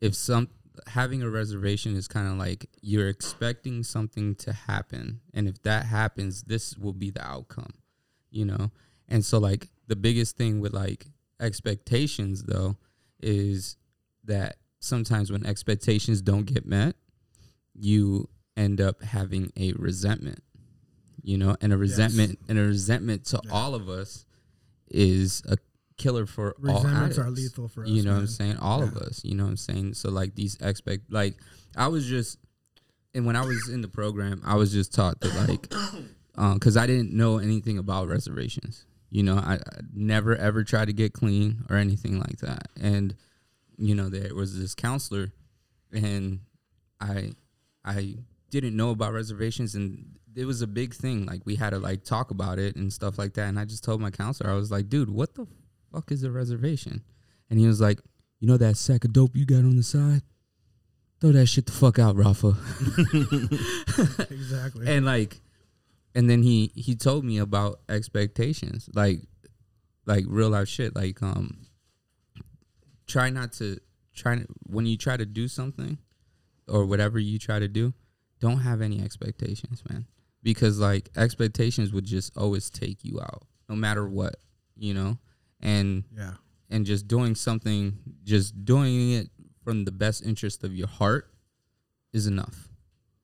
if some having a reservation is kind of like you're expecting something to happen and if that happens this will be the outcome you know and so like the biggest thing with like expectations though is that sometimes when expectations don't get met you end up having a resentment you know and a resentment and a resentment to all of us is a killer for all
Resentments are
addicts.
lethal for
you
us,
know what i'm
man.
saying all of us you know what i'm saying so like these expect like i was just and when i was in the program i was just taught that like because I didn't know anything about reservations. You know, I, I never ever tried to get clean or anything like that. And you know, there was this counselor, and I, I didn't know about reservations, and it was a big thing. Like we had to like talk about it and stuff like that. And I just told my counselor, I was like, dude, what the fuck is a reservation? And he was like, you know that sack of dope you got on the side? Throw that shit the fuck out, Rafa.
exactly
and like and then he he told me about expectations like like real life shit like um try not to try when you try to do something or whatever you try to do don't have any expectations man because like expectations would just always take you out no matter what you know and
yeah
and just doing something, just doing it from the best interest of your heart is enough.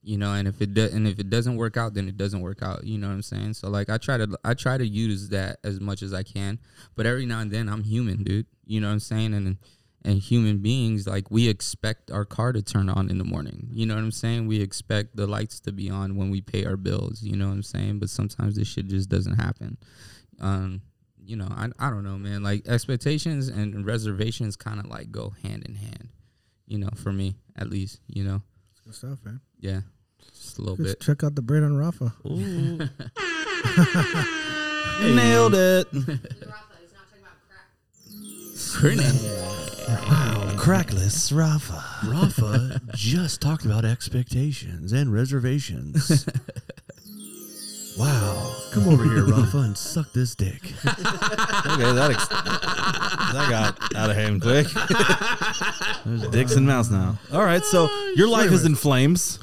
You know, and if it do, and if it doesn't work out, then it doesn't work out. You know what I'm saying? So like, I try to I try to use that as much as I can, but every now and then I'm human, dude. You know what I'm saying? And and human beings like we expect our car to turn on in the morning. You know what I'm saying? We expect the lights to be on when we pay our bills. You know what I'm saying? But sometimes this shit just doesn't happen um you know i, I don't know man like expectations and reservations kind of like go hand in hand you know for me at least you know
good stuff man
yeah just a little
Just
bit
check out the brain on rafa
Nailed it. Crackless Rafa.
Rafa just talked about expectations and reservations. wow. Come over here, Rafa, and suck this dick.
Okay, that ex- that got out of hand quick. There's dicks and mouths now. All right, so
Ah,
your life is in flames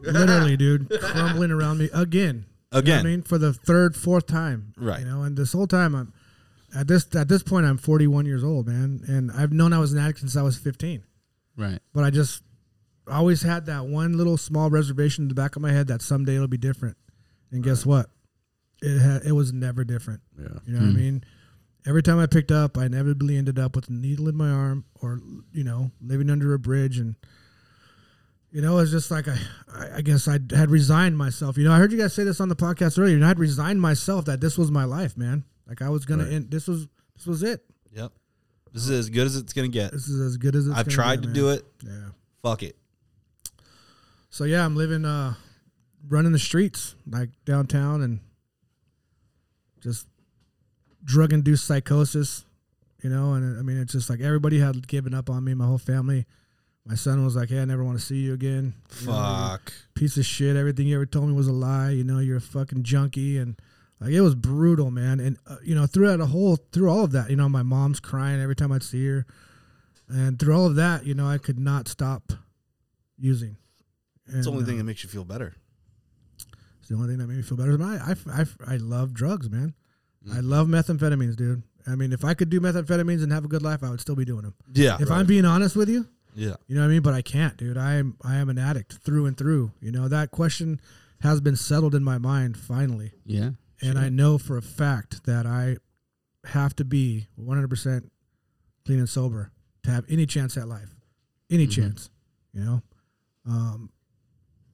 literally dude crumbling around me again
again.
I mean, for the third, fourth time,
Right.
You know, and this whole time, I'm at this at this point, I'm 41 years old, man, and I've known I was an addict since I was 15,
right
but I just always had that one little small reservation in the back of my head that someday it'll be different. And guess what? It ha- it was never different.
Yeah.
You
Hmm.
know what I mean? Every time I picked up, I inevitably ended up with a needle in my arm or, you know, living under a bridge. And, you know, it's just like I, I I guess I had resigned myself. You know, I heard you guys say this on the podcast earlier, and I had resigned myself that this was my life, man. Like I was going to end, this was, this was it.
Yep. This is as good as it's gonna get.
This is as good as it's
I've
gonna
tried
get,
to
man.
do it.
Yeah.
Fuck it.
So yeah, I'm living, uh, running the streets like downtown and just drug induced psychosis, you know. And I mean, it's just like everybody had given up on me, my whole family. My son was like, Hey, I never want to see you again. You know, you're
Fuck.
a piece of shit. Everything you ever told me was a lie. You know, you're a fucking junkie. And like, it was brutal, man. And, uh, you know, throughout a whole, through all of that, you know, my mom's crying every time I'd see her. And through all of that, you know, I could not stop using.
It's the
And,
only
uh,
thing that makes you feel better.
it's the only thing that made me feel better. I, I, I, I love drugs, man. I love methamphetamines, dude. I mean, if I could do methamphetamines and have a good life, I would still be doing them.
Yeah.
If I'm being honest with you,
yeah.
you know what I mean. But I can't, dude. I am I am an addict through and through. You know that question has been settled in my mind finally,
yeah
and I know for a fact that I have to be 100 percent clean and sober to have any chance at life, any chance. You know, um,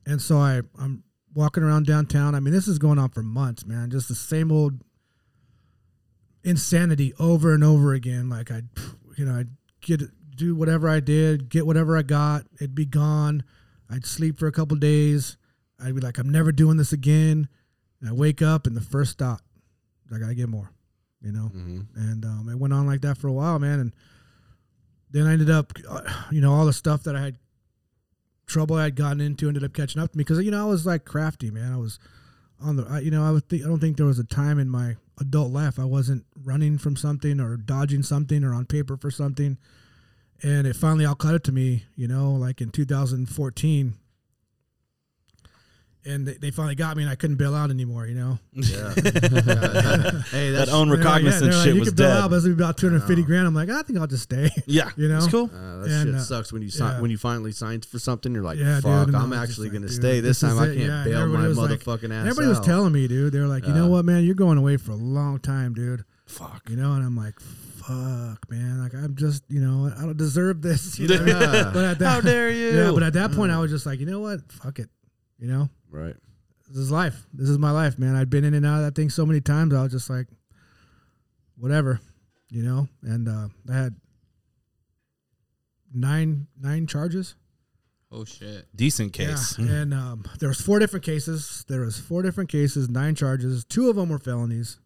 and so I I'm walking around downtown. I mean, this is going on for months, man. Just the same old insanity over and over again. Like I, you know, I'd get do whatever I did, get whatever I got. It'd be gone. I'd sleep for a couple days. I'd be like, I'm never doing this again. And I wake up and the first thought, is I gotta get more, you know. And um, it went on like that for a while, man. And then I ended up, uh, you know, all the stuff that I had trouble I had gotten into ended up catching up to me because you know I was like crafty, man. I was on the, I, you know, I was. Th- I don't think there was a time in my adult life I wasn't running from something or dodging something or on paper for something. And it finally all caught up to me, you know, like in 2014. And they, they finally got me, and I couldn't bail out anymore, you know.
hey,
That
that's
own
They're like, yeah,
recognizance
they're like,
shit
you
was
could bail
dead.
out, but it's gonna be about 250 grand. I'm like, I think I'll just stay.
yeah,
you know?
it's cool.
Uh, that
And,
shit
uh,
sucks when you sign,
yeah.
when you finally sign for something. You're like,
Yeah, dude,
fuck,
and I
I'm
was just
actually
like,
gonna
dude,
stay this,
this
time.
is
I
it.
can't
Yeah, and
bail my
everybody was like-
motherfucking ass.
Everybody was
out.
telling me, dude. They were like, you know
Yeah.
what, man? You're going away for a long time, dude.
Fuck.
You know, and I'm like, fuck, man. Like, I'm just, you know, I don't deserve this. You know?
Yeah.
but at that,
How dare you?
Yeah, but at that point, I was just like, you know what? Fuck it. You know,
Right.
this is life. This is my life, man. I'd been in and out of that thing so many times. I was just like, whatever, you know. And uh, I had nine nine charges.
Oh shit.
Decent case.
Yeah, and um, there was four different cases. There was four different cases, nine charges. Two of them were felonies,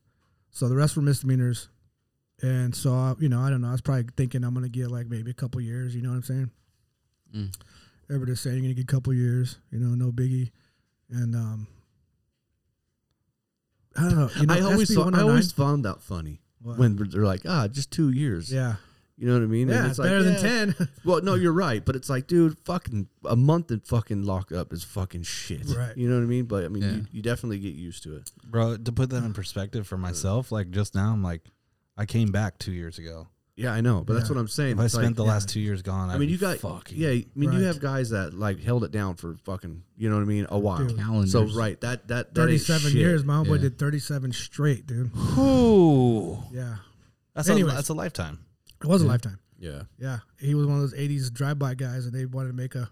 so the rest were misdemeanors. And so uh, you know, I don't know. I was probably thinking I'm gonna get like maybe a couple years. You know what I'm saying?
Mm.
Everybody's saying you're gonna get a couple years. You know, no biggie. And um, I don't know. You know
I always
SB
saw, I
109?
always found that funny
What?
when they're like, ah, just two years.
yeah,
You know what I mean?
yeah,
And
it's, better
like,
than
yeah.
ten.
Well, no, you're right, but it's like, dude, fucking a month in fucking lockup is fucking shit.
Right.
You know what I mean? But I mean,
Yeah.
you, you definitely get used to it.
Bro, to put that in perspective for myself, like just now, I'm like, I came back two years ago.
Yeah, I know, but that's
Yeah.
what I'm saying.
If I
It's
spent
like-
the last two years gone, I'd
I mean,
be
you got
fucking.
yeah. I mean,
Right.
you have guys that like held it down for fucking, you know what I mean, a while.
Dude.
Calendars.
So right, that that, that ain't
37
shit.
years. My homeboy
Yeah.
did 37 straight, dude.
Ooh,
Yeah,
that's
Anyways.
a that's a lifetime.
it was a lifetime.
Yeah.
Yeah, he was one of those '80s drive-by guys, and they wanted to make a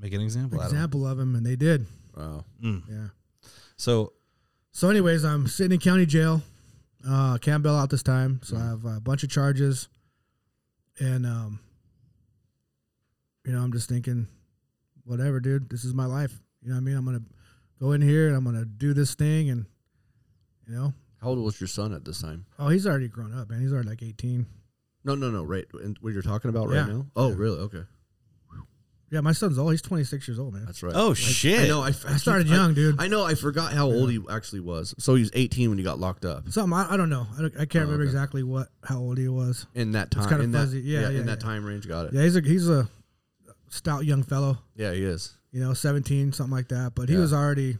Make an example. out of it. Mm.
example of him, and they did.
Wow.
Yeah.
So
So, anyways, I'm sitting in county jail. Uh, can't bail out this time, so I
Mm-hmm.
have a bunch of charges, and um, you know, I'm just thinking, whatever, dude. This is my life. You know, what I mean, I'm gonna go in here and I'm gonna do this thing, and you know,
How old was your son at this time?
oh, he's already grown up, man. He's already like 18.
No, no, no. Right, and what you're talking about right
Yeah.
now? Oh, really? Okay,
Yeah, my son's old. He's 26 years old, man.
that's right.
oh shit.
I know. I,
I started young, dude.
I know. I forgot how old he actually was. So he was 18 when he got locked up.
Something I, I don't know. I, don't- I can't
Oh,
remember
okay.
exactly what how old he was.
In that time,
kinda
in that,
fuzzy. Yeah, yeah,
in that
yeah.
time range, got it. Yeah,
Yeah, he's a he's a stout young fellow.
he is.
you know, 17, something like that. But he
Yeah.
was already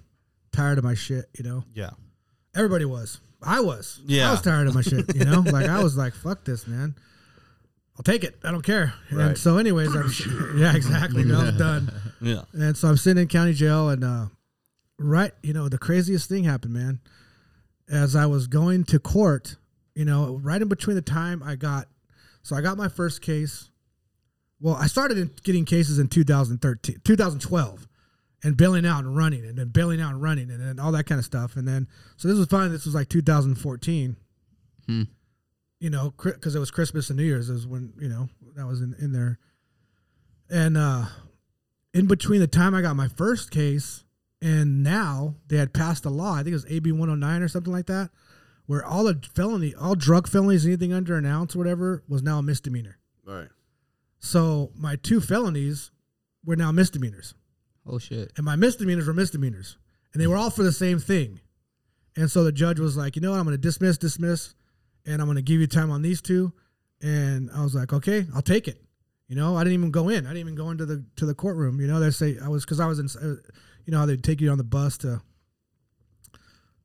tired of my shit, you know.
Yeah.
Everybody was. I was.
Yeah.
I was tired of my shit, you know. like I was like, fuck this, man. I'll take it. I don't care.
Right.
And so, anyways, I'm, yeah, exactly. I was done.
Yeah.
And so I'm sitting in county jail, and uh, right, you know, the craziest thing happened, man. As I was going to court, you know, right in between the time I got, so I got my first case. Well, I started in- getting cases in 2013, 2012, and bailing out and running, and then bailing out and running, and then all that kind of stuff. And then, so this was fine. This was like 2014.
Hmm.
You know, because it was Christmas and New Year's is when you know that was in, in there, and uh, in between the time I got my first case and now they had passed a law, I think it was AB 109 or something like that, where all the felony, all drug felonies, anything under an ounce or whatever, was now a misdemeanor.
All right.
So my two felonies were now misdemeanors,
Oh shit.
and my misdemeanors were misdemeanors, and they were all for the same thing. And so the judge was like, you know what, I'm going to dismiss, dismiss, and I'm going to give you time on these two. And I was like, okay, I'll take it. You know, I didn't even go in. I didn't even go into the to the courtroom. You know, they say I was because I was in. uh, You know how they take you on the bus to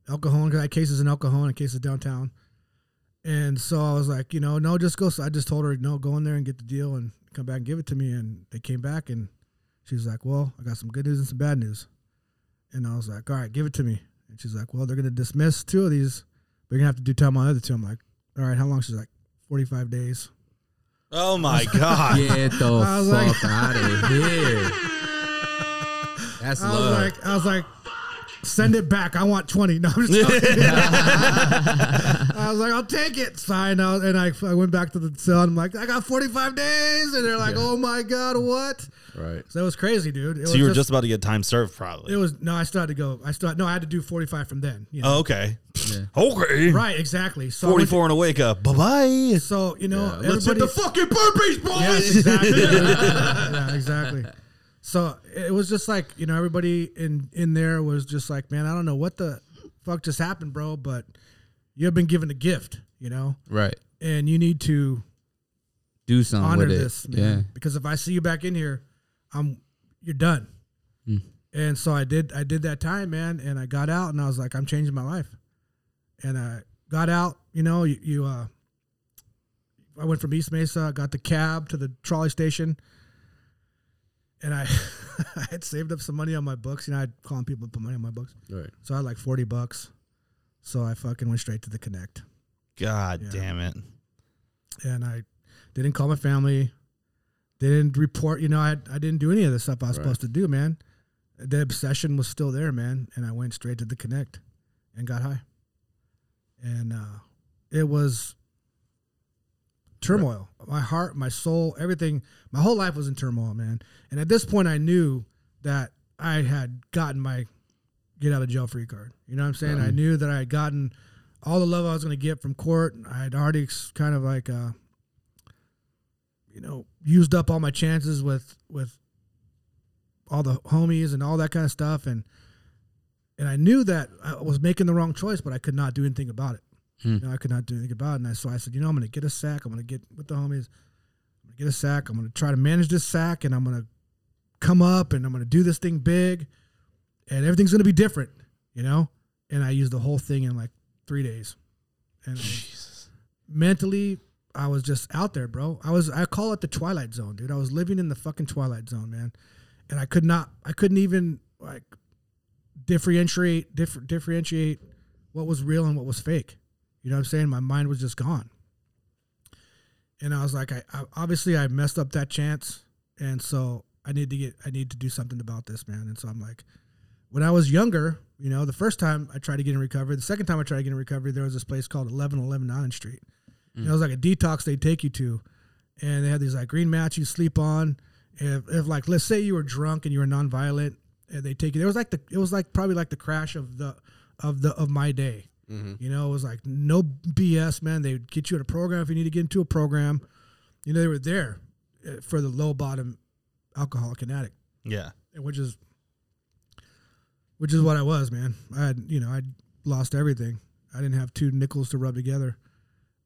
alcohol. Cause I had cases in alcohol and cases downtown. And so I was like, you know, no, just go. So I just told her, no, go in there and get the deal and come back and give it to me. And they came back and she was like, well, I got some good news and some bad news. And I was like, all right, give it to me. And she's like, well, they're gonna dismiss two of these. But you're gonna have to do time on the other two. I'm like, all right, how long? She's like, 45 days.
Oh my god.
Get the
Oh,
I was like-
fuck out of here. That's
I
love.
was like, I was like, send it back. I want twenty. No, I'm just joking. I I was like, I'll take it. Sign out, and I, I went back to the cell. And I'm like, I got 45 days, and they're like, Oh my god, what?
Right.
So that was crazy, dude. It
So
was
you were just about to get time served,
It
probably.
was no. I still had to go. I still had, no. I had to do 45 from then. You know?
Oh, okay.
Yeah.
Okay.
Right, exactly. So I went to-
44 and a wake up. Bye bye.
So you know,
Let's hit
everybody.
the fucking burpees, boys.
Yeah, exactly. yeah, exactly. So it was just like you know everybody in in there was just like, man, I don't know what the fuck just happened, bro, but you have been given a gift, you know,
Right.
and you need to
Do something
honor
with it.
this, man. Because if I see you back in here, I'm you're done. And so I did. I did that time, man, and I got out, and I was like, I'm changing my life. And I got out. You know, you, you uh, I went from East Mesa, I got the cab to the trolley station, and I, I had saved up some money on my books. You know, I'd call on people to put money on my books,
Right.
so I had like forty bucks. So I fucking went straight to the Connect
God
Yeah.
damn it.
and I didn't call my family, didn't report. You know, I I didn't do any of the stuff I was supposed to do, man. The obsession was still there, man, and I went straight to the connect and got high, and uh, it was turmoil. My heart, my soul, everything, my whole life was in turmoil, man. And at this point, I knew that I had gotten my get out of jail free card. You know what I'm saying? I knew that I had gotten all the love I was going to get from court. I had already ex- kind of like, uh, you know, used up all my chances with with all the homies and all that kind of stuff, and and I knew that I was making the wrong choice, but I could not do anything about it. You know, I could not do anything about it, and I, so I said, you know, I'm going to get a sack. I'm going to get with the homies. I'm going to get a sack. I'm going to try to manage this sack, and I'm going to come up, and I'm going to do this thing big, and everything's going to be different, you know. And I used the whole thing in like three days, and I was- mentally I was just out there, bro. I was I call it the twilight zone, dude. I was living in the fucking twilight zone, man. And I could not I couldn't even like differentiate differ, differentiate what was real and what was fake. You know what I'm saying? My mind was just gone. And I was like I, I obviously I messed up that chance and so I need to get I need to do something about this, man. And so I'm like when I was younger, you know, the first time I tried to get in recovery, the second time I tried to get in recovery, there was this place called 1111 Allen Street. And it was like a detox they take you to, and they had these like green mats you sleep on. If, if like let's say you were drunk and you were nonviolent, and they take you, it was like the it was like probably like the crash of the of the of my day. You know, it was like no BS, man. They would get you in a program if you need to get into a program. You know, they were there uh, for the low bottom alcoholic and addict
Yeah.
which is which is what I was, man. I had you know I lost everything. I didn't have two nickels to rub together,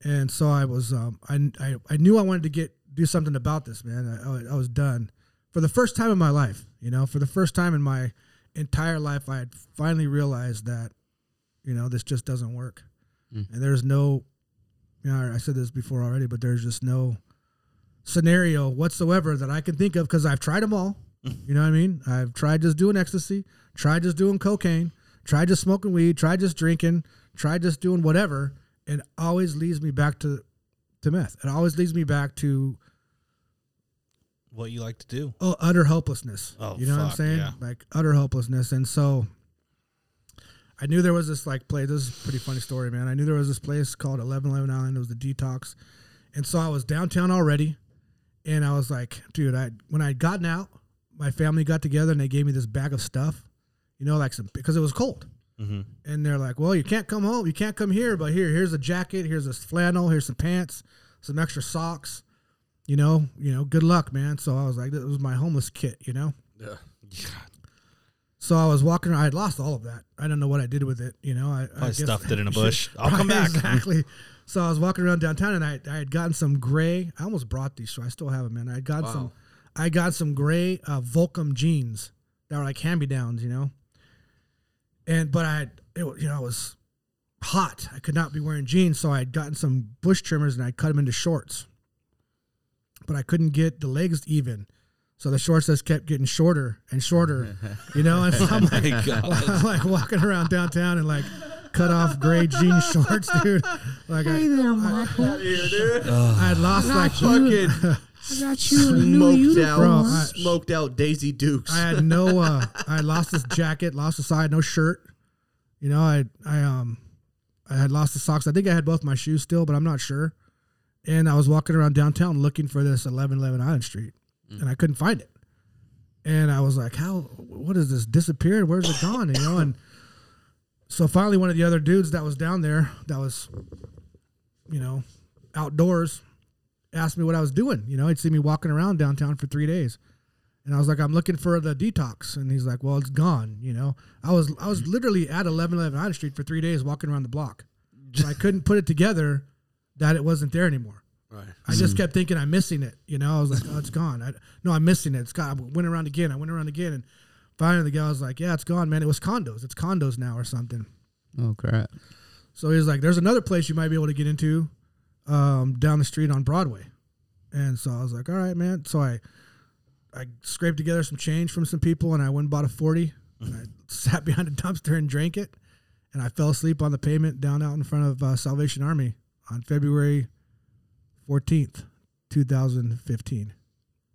and so I was um, I, I I knew I wanted to get do something about this, man. I- I, was- I was done for the first time in my life. You know, for the first time in my entire life, I had finally realized that you know this just doesn't work, and there's no. You know, I- I said this before already, but there's just no scenario whatsoever that I can think of because I've tried them all. You know what I mean? I've tried just doing ecstasy, tried just doing cocaine, tried just smoking weed, tried just drinking, tried just doing whatever, and always leads me back to to meth. It always leads me back to
What you like to do.
oh, utter helplessness.
Oh,
you know what I'm
fuck,
saying?
yeah.
Like utter helplessness. And so I knew there was this like place. This is a pretty funny story, man. I knew there was this place called 1111 Island. It was the detox. And so I was downtown already. And I was like, dude, I when I had gotten out, my family got together and they gave me this bag of stuff, you know, like some because it was cold.
Mm-hmm.
And they're like, well, you can't come home. You can't come here, but here, here's a jacket, here's a flannel, here's some pants, some extra socks you know, you know, good luck, man. So I was like, that was my homeless kit, you know. So I was walking. around. I had lost all of that. I don't know what I did with it. You know, I, I
I
guess-
stuffed it in a bush. I'll come
Right,
back.
Exactly. So I was walking around downtown, and I, I had gotten some gray. I almost brought these, so I still have them, man. I had gotten some, I got some gray uh, Volcom jeans that were like hand me downs, you know. And but I, had, it, wa- you know, I was hot. I could not be wearing jeans, so I had gotten some bush trimmers and I cut them into shorts. But I couldn't get the legs even, so the shorts just kept getting shorter and shorter, you know. And so I'm like,
My God.
I'm like walking around downtown and like cut off gray jean shorts, dude. Like I, I had lost like
Fucking smoked out,
Bro, I-
smoked out Daisy Dukes.
I had no uh I lost this jacket, lost a side, no shirt. You know, I I um I had lost the socks. I think I had both my shoes still, but I'm not sure. And I was walking around downtown looking for this 1111 Island Street, and I couldn't find it. And I was like, "How? What is this? Disappeared? Where's it gone?" You know. And so finally, one of the other dudes that was down there, that was, you know, outdoors, asked me what I was doing. You know, he'd seen me walking around downtown for three days. And I was like, I'm looking for the detox. And he's like, Well, it's gone. You know, I was I was literally at 1111 Island Street for three days walking around the block. And I couldn't put it together that it wasn't there anymore.
Right.
I just kept thinking I'm missing it. You know, I was like, Oh, it's gone. I, no, I'm missing it. It's gone. I went around again. I went around again. And finally, the guy was like, Yeah, it's gone, man. It was condos. It's condos now or something.
Oh crap!
So he was like, "There's another place you might be able to get into um, down the street on Broadway." And so I was like, "All right, man." So I I scraped together some change from some people, and I went and bought a forty, and I sat behind a dumpster and drank it, and I fell asleep on the pavement down out in front of uh, Salvation Army on February fourteenth, two thousand fifteen,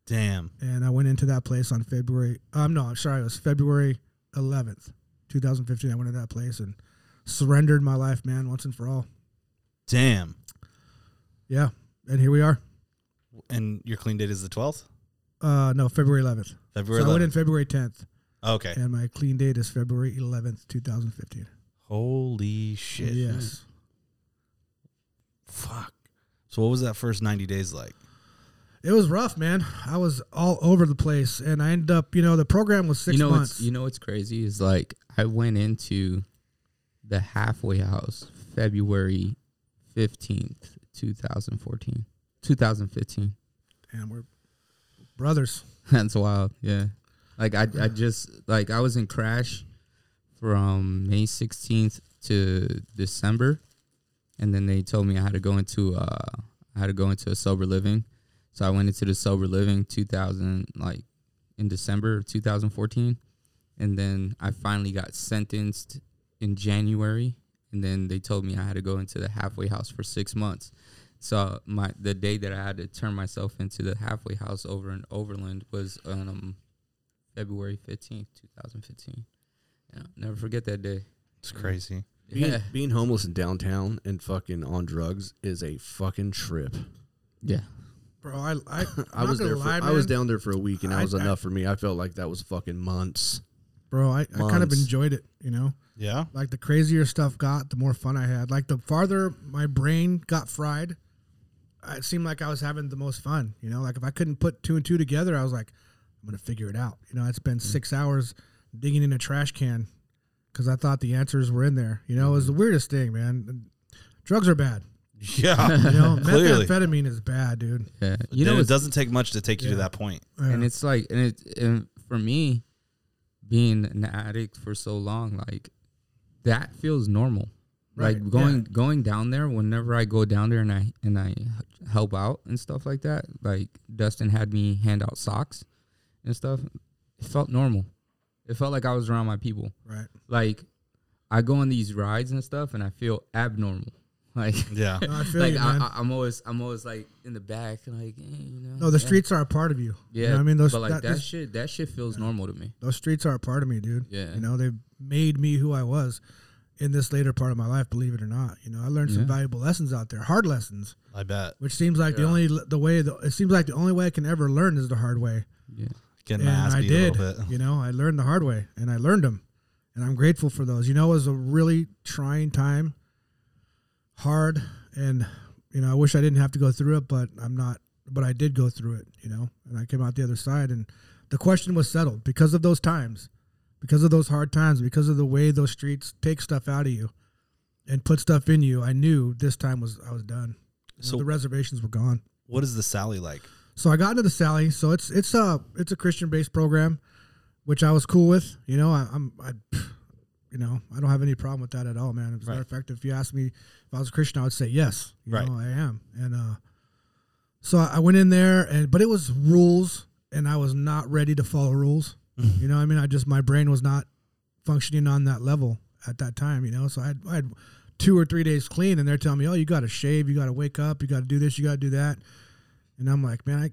Damn.
and I went into that place on February. Um, no, I'm sorry, it was February eleventh, two thousand fifteen. I went to that place and surrendered my life, man, once and for all.
Damn.
Yeah, and here we are.
And your clean date is the 12th?
Uh, no, February 11th.
February
so I went in
11th.
February 10th,
Okay.
and my clean date is February 11th, 2015.
Holy shit.
Yes.
Fuck. So what was that first 90 days like?
It was rough, man. I was all over the place, and I ended up, you know, the program was six
you know
months.
It's, you know what's crazy is like I went into the halfway house February fifteenth, two thousand fourteen, two thousand fifteen.
and we're brothers.
That's wild. Yeah. Like I, I just like I was in crash from May 16th to December, and then they told me I had to go into uh I had to go into a sober living, so I went into the sober living 2000 like in December of 2014, and then I finally got sentenced in January, and then they told me I had to go into the halfway house for six months. So my the day that I had to turn myself into the halfway house over in Overland was on um, February fifteenth, two thousand fifteen. Yeah, I'll never forget that day.
It's crazy.
Being,
Yeah,
being homeless in downtown and fucking on drugs is a fucking trip.
yeah.
Bro, I, I,
I was there. For,
Lie,
I was
man.
down there for a week, and that
I-
was
I-
enough for me. I felt like that was fucking months.
Bro, I, I kind of
Months.
enjoyed it, you know?
Yeah.
like the crazier stuff got, the more fun I had. Like the farther my brain got fried, I- it seemed like I was having the most fun. You know, like if I couldn't put two and two together, I was like, I'm gonna figure it out. You know, I'd
Mm-hmm.
spend six hours digging in a trash can because I thought the answers were in there. You know, it was the
Mm-hmm.
weirdest thing, man. Drugs are bad.
Yeah.
You know,
Clearly.
methamphetamine is bad, dude.
Yeah.
You
You know,
it
it's,
doesn't take much to take you to that point.
and it's like, and it, and for me, being an addict for so long, like that feels normal.
Right,
like going going down there. Whenever I go down there and I and I help out and stuff like that, like Dustin had me hand out socks and stuff. It felt normal. It felt like I was around my people.
Right.
Like I go on these rides and stuff, and I feel abnormal. Like
Yeah.
No, I feel
like
you, man.
I, I, I'm always I'm always like in the back, like eh, you know.
no, the
yeah.
streets are a part of you.
Yeah,
You know what I mean, those
but like
that-
that,
this-
shit, that shit feels normal to me.
those streets are a part of me, dude.
Yeah.
You know, they've made me who I was in this later part of my life, believe it or not. You know, I learned some
Yeah.
valuable lessons out there, hard lessons,
I bet.
which seems like the only the way the, it seems like the only way I can ever learn is the hard way.
Yeah,
Getting
And
my ass
I
beat
did.
a little bit.
You know, I learned the hard way and I learned them. And I'm grateful for those. You know, it was a really trying time, hard, and you know, I wish I didn't have to go through it, but I'm not but I did go through it, you know. And I came out the other side and the question was settled because of those times, because of those hard times, because of the way those streets take stuff out of you and put stuff in you. I knew this time was I was done. You know,
So-
the reservations were gone.
What is the Sally like?
So I got into the Sally. So it's it's a it's a Christian based program, which I was cool with. You know, I, I'm I, you know, I don't have any problem with that at all, man. As a matter of fact, if you asked me if I was a Christian, I would say yes. You
Right.
know, I am. And uh, so I went in there, and but it was rules, and I was not ready to follow rules. you know, what I mean, I just my brain was not functioning on that level at that time. You know, so I had, I had two or three days clean, and they're telling me, oh, you got to shave, you got to wake up, you got to do this, you got to do that. And I'm like, man, I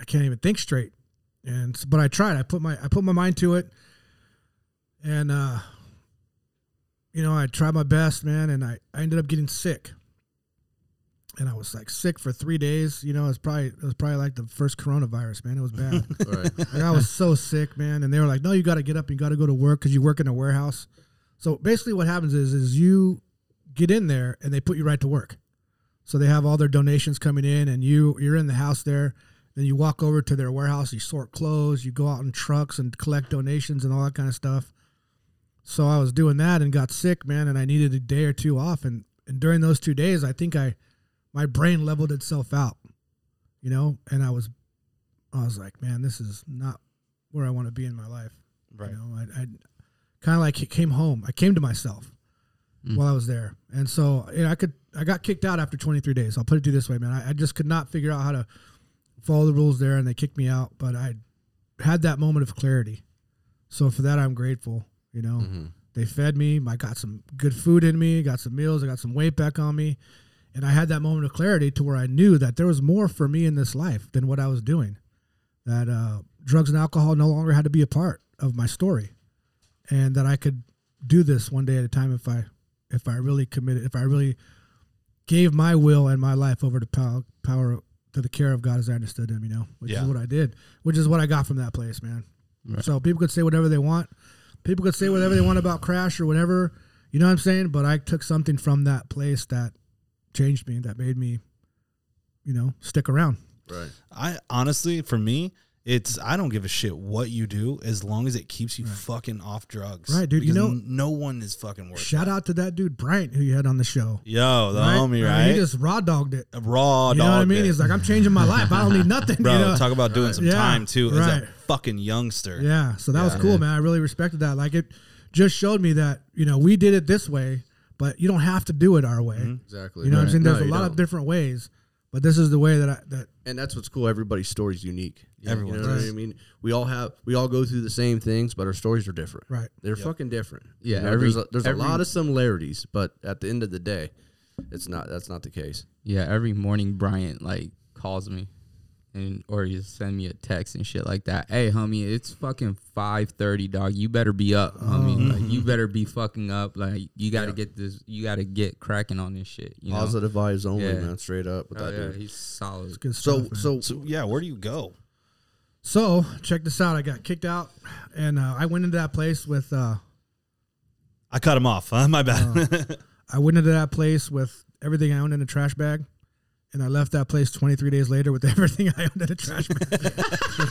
I can't even think straight. And s- but I tried. I put my I put my mind to it, and uh, you know, I tried my best, man, and I, I ended up getting sick. And I was like sick for three days. You know, it's probably it was probably like the first coronavirus, man. It was bad.
Right.
like I was so sick, man. And they were like, "No, you got to get up. You got to go to work because you work in a warehouse." So basically, what happens is is you get in there and they put you right to work. So they have all their donations coming in, and you you're in the house there. Then you walk over to their warehouse. You sort clothes. You go out in trucks and collect donations and all that kind of stuff. So I was doing that and got sick, man, and I needed a day or two off. And, and during those two days, I think I my brain leveled itself out, you know, and I was I was like, man, this is not where I want to be in my life.
Right.
You know, I, I kind of like it came home. I came to myself while I was there, and so you know, I could I got kicked out after 23 days. I'll put it to you this way, man. I, I just could not figure out how to follow the rules there, and they kicked me out. But I had that moment of clarity, so for that I'm grateful. You know, they fed me. I got some good food in me. Got some meals. I got some weight back on me. And I had that moment of clarity to where I knew that there was more for me in this life than what I was doing that uh, drugs and alcohol no longer had to be a part of my story, and that I could do this one day at a time if I if I really committed, if I really gave my will and my life over to power, power to the care of God as I understood Him, you know, which
Yeah.
is what I did, which is what I got from that place, man. So people could say whatever they want, people could say whatever they want about Crash or whatever, you know what I'm saying? But I took something from that place that changed me, that made me, you know, stick around.
Right.
I honestly, for me, it's I don't give a shit what you do as long as it keeps you fucking off drugs.
Right, dude, you
Because
know-
n- no one is fucking worth.
Shout out to that dude Bryant who you had on the show.
it. Yo, the homie,
Uh,
right?
He just raw dogged it.
raw
You
dog.
know what I mean?
bit.
He's like, I'm changing my life. I don't need nothing.
bro,
you know?
talk about doing some
Yeah,
time too as a
right.
fucking youngster.
yeah. So that was cool, man. I really respected that. Like it just showed me that you know we did it this way, but you don't have to do it our way.
Mm-hmm. Exactly.
You know what I'm
Right.
saying? There's
No,
a
you
lot of
don't.
different ways, but this is the way that I that
and that's what's cool. Everybody's story's unique. You
Everyone's
know what
is.
I mean, we all have, we all go through the same things, but our stories are different.
Right.
They're fucking different.
Yeah,
You know,
every-
there's, a, there's
every-
a lot of similarities, but at the end of the day, it's not. That's not the case.
Yeah, every morning Bryant like calls me and or he send me a text and shit like that. Hey homie, it's fucking five thirty, dog. You better be up,
Oh.
homie.
Mm-hmm.
Like you better be fucking up. Like you gotta get this you gotta get cracking on this shit. You know?
Positive vibes only,
Yeah.
man. Straight up with
Oh,
that
yeah,
dude.
he's solid.
good
So,
stuff. man.
so
So yeah, where do you go?
So check this out. I got kicked out, and uh, I went into that place with uh,
I cut him off. Huh? My bad.
I went into that place with everything I owned in a trash bag, and I left that place 23 days later with everything I owned in a trash bag.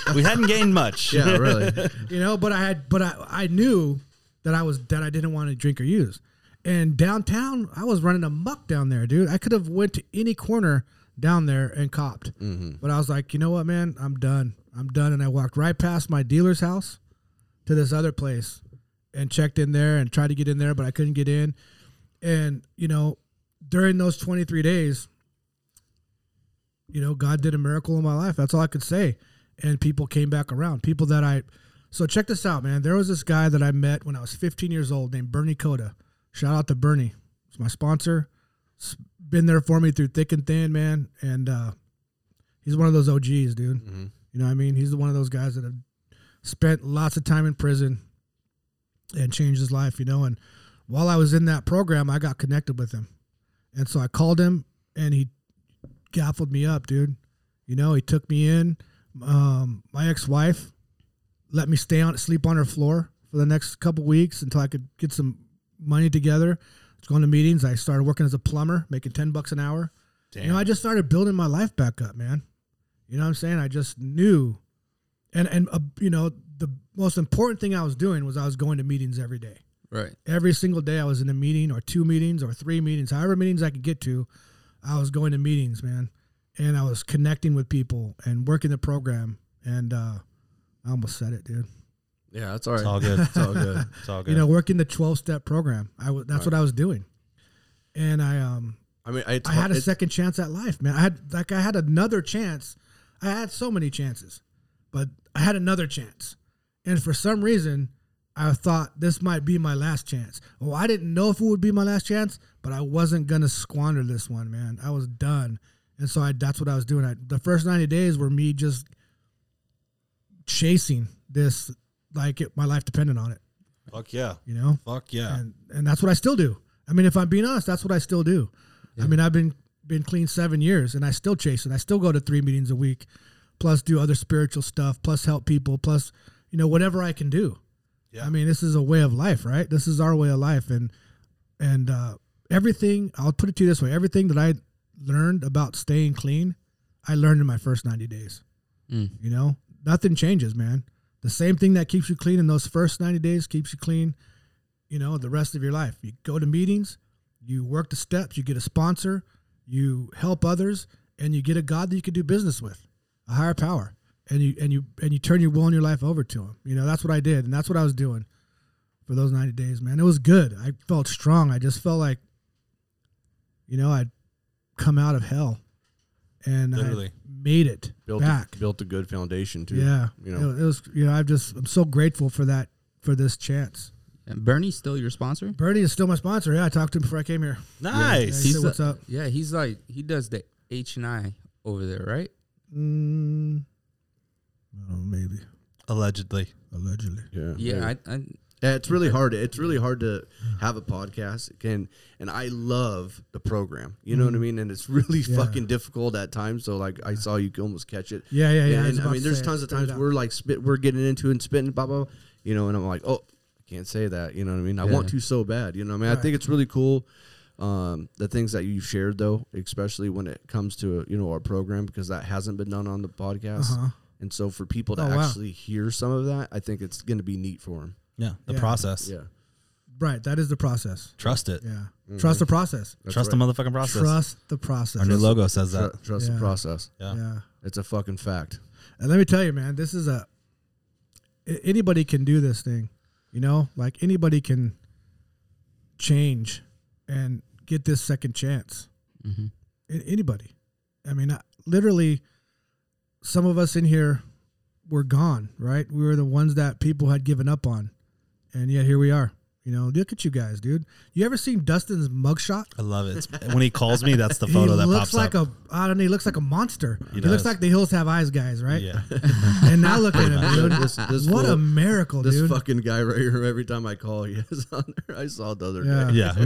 Oh.
we hadn't gained much.
yeah, really.
you know but i had but i i knew that i was that i didn't want to drink or use and downtown i was running amok down there dude i could have went to any corner down there and copped but i was like you know what man i'm done i'm done and i walked right past my dealer's house to this other place and checked in there and tried to get in there but i couldn't get in and you know during those 23 days you know, God did a miracle in my life. That's all I could say. And people came back around. People that I so check this out, man. There was this guy that I met when I was 15 years old named Bernie Coda. Shout out to Bernie. He's my sponsor. He's been there for me through thick and thin, man. And uh, he's one of those OGs, dude. You know what I mean? He's one of those guys that have spent lots of time in prison and changed his life, you know. And while I was in that program, I got connected with him. And so I called him and he gaffled me up, dude. You know, he took me in. Um, my ex-wife let me stay on sleep on her floor for the next couple weeks until I could get some money together. I was going to meetings. I started working as a plumber, making ten bucks an hour. You know, I just started building my life back up, man. You know what I'm saying? I just knew, and and uh, you know, the most important thing I was doing was I was going to meetings every day
Right.
every single day I was in a meeting or two meetings or three meetings, however meetings I could get to, I was going to meetings, man. And I was connecting with people and working the program. And uh, I almost said it, dude.
Yeah, that's all right.
It's all good.
It's all good.
It's all good.
You know, working the 12 step program. I w- that's what I was doing. And I um
I mean, it's,
I had a
it's-
second chance at life, man. I had like I had another chance. I had so many chances, but I had another chance. And for some reason, I thought this might be my last chance. Well, I didn't know if it would be my last chance, but I wasn't gonna squander this one, man. I was done, and so I that's what I was doing. I, the first ninety days were me just chasing this, like it, my life depended on it.
Fuck yeah.
you know?
Fuck yeah.
and and that's what I still do. I mean, if I'm being honest, that's what I still do. I mean, I've been been clean seven years, and I still chase it. I still go to three meetings a week, plus do other spiritual stuff, plus help people, plus you know whatever I can do.
Yeah.
I mean, this is a way of life, right? This is our way of life, and and uh, everything. I'll put it to you this way: everything that I learned about staying clean, I learned in my first ninety days.
Mm.
You know, nothing changes, man. The same thing that keeps you clean in those first ninety days keeps you clean you know, the rest of your life. You go to meetings, you work the steps, you get a sponsor, you help others, and you get a God that you can do business with, a higher power. And you and you and you turn your will and your life over to him. You know, that's what I did and that's what I was doing for those 90 days, man. It was good. I felt strong. I just felt like you know, I'd come out of hell and
Literally.
I made it
built
back.
A, built a good foundation too.
yeah.
you know.
It was you know, I just I'm so grateful for that for this chance.
And Bernie's still your sponsor?
Bernie is still my sponsor. Yeah, I talked to him before I came here.
Nice.
Yeah, he
He's
said,
the-
"What's up?"
Yeah, he's like he does the H and I over there, right?
Mm, oh, maybe
Allegedly.
allegedly.
Yeah,
Yeah, I, I
Yeah, it's really hard. It's
Mm-hmm.
really hard to have a podcast. And and I love the program. You know what I mean? And it's really
Mm-hmm. Yeah.
fucking difficult at times. So like I saw you could almost catch it.
Yeah, yeah, yeah.
And,
was
and, I
about
mean,
to
there's
say it.
tons of
Spit it
times
out.
we're like spit, we're getting into it and spitting, blah blah. blah you know, and I'm like, oh, I can't say that. You know what I mean? I want
Yeah.
to so bad. You know, what I mean, I
Right.
think it's really cool. Um, the things that you shared though, especially when it comes to you know our program, because that hasn't been done on the podcast.
Uh-huh.
And so for people to
Oh, wow.
actually hear some of that, I think it's going to be neat for them.
Yeah. The
Yeah.
process.
Yeah.
right. That is the process.
Trust it.
Yeah,
Mm-hmm.
trust the process.
Trust the motherfucking process.
Trust the process.
Our new logo says that.
Tru- trust
Yeah.
the process.
Yeah.
Yeah,
It's a fucking fact.
and let me tell you, man, this is a a- anybody can do this thing. You know, like anybody can change and get this second chance.
Mm-hmm.
mhm.
A- anybody. I mean, I- literally, some of us in here were gone, right? We were the ones that people had given up on. And yet here we are. You know, look at you guys, dude. You ever seen Dustin's mugshot?
I love it. when he calls me, that's the photo
he
that
looks
pops
like
up.
a I don't know, he looks like a monster. He,
does.
looks like the Hills Have Eyes guys, right?
yeah.
And now look at him, dude.
This, this
what
fool-
a miracle,
this
dude.
fucking guy right here. Every time I call, he is on there. I saw the other
Yeah.
day.
Yeah.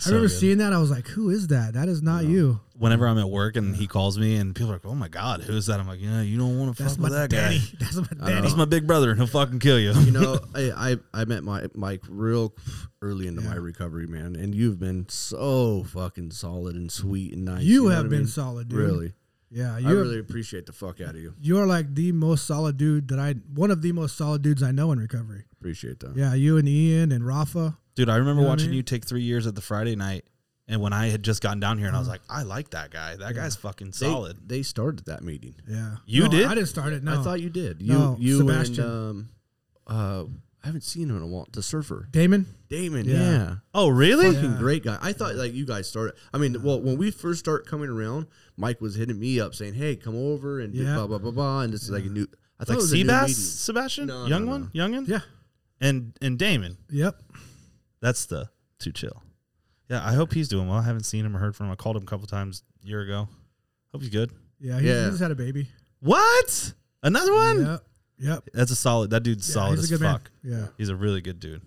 So
remember
good.
seeing that. I was like, who is that? That is not you.
Whenever I'm at work and he calls me and people are like, "Oh my god, who is that?" I'm like, "Yeah, you don't want to
That's
fuck
my
with that
daddy.
guy.
That's my daddy.
That's my big brother, and he'll fucking kill you."
You know, I, I I met my Mike real early into my recovery, man, and you've been so fucking solid and sweet and nice.
You
know
have
what I
been
mean?
solid, dude.
Really,
Yeah,
I
you have
really appreciate the fuck out of you.
You're like the most solid dude that I, one of the most solid dudes I know in recovery.
Appreciate that.
Yeah, you and Ian and Rafa.
Dude, I remember
You know what I
watching
mean?
you take three years at the Friday night, and when I had just gotten down here, and I was
Mm-hmm.
like, "I like that guy. That guy's fucking
They-
solid."
They, started that meeting.
Yeah,
You
No,
did?
I didn't start it. No,
I thought you did. You
No,
you
Sebastian.
and um, uh, I haven't seen him in a while. The surfer
Damon.
Damon.
Yeah.
yeah.
oh, really?
fucking
Yeah.
great guy. I thought like you guys started. I mean, well, when we first start coming around, Mike was hitting me up saying, "Hey, come over and do
Yeah.
blah blah blah blah." And this is like a new. I thought
Like
it was a new
Oh, Seabass,
meeting.
Sebastian,
No,
young
no,
one,
no.
youngin,
Yeah.
and and Damon.
Yep.
That's the too chill. Yeah, I hope he's doing well. I haven't seen him or heard from him. I called him a couple times a year ago. Hope he's good.
Yeah. He,
Yeah.
he just had a baby.
What? Another one?
Yep. Yep.
That's a solid. That dude's
Yeah,
solid
he's a
as
good man.
fuck.
Yeah.
He's a really good dude.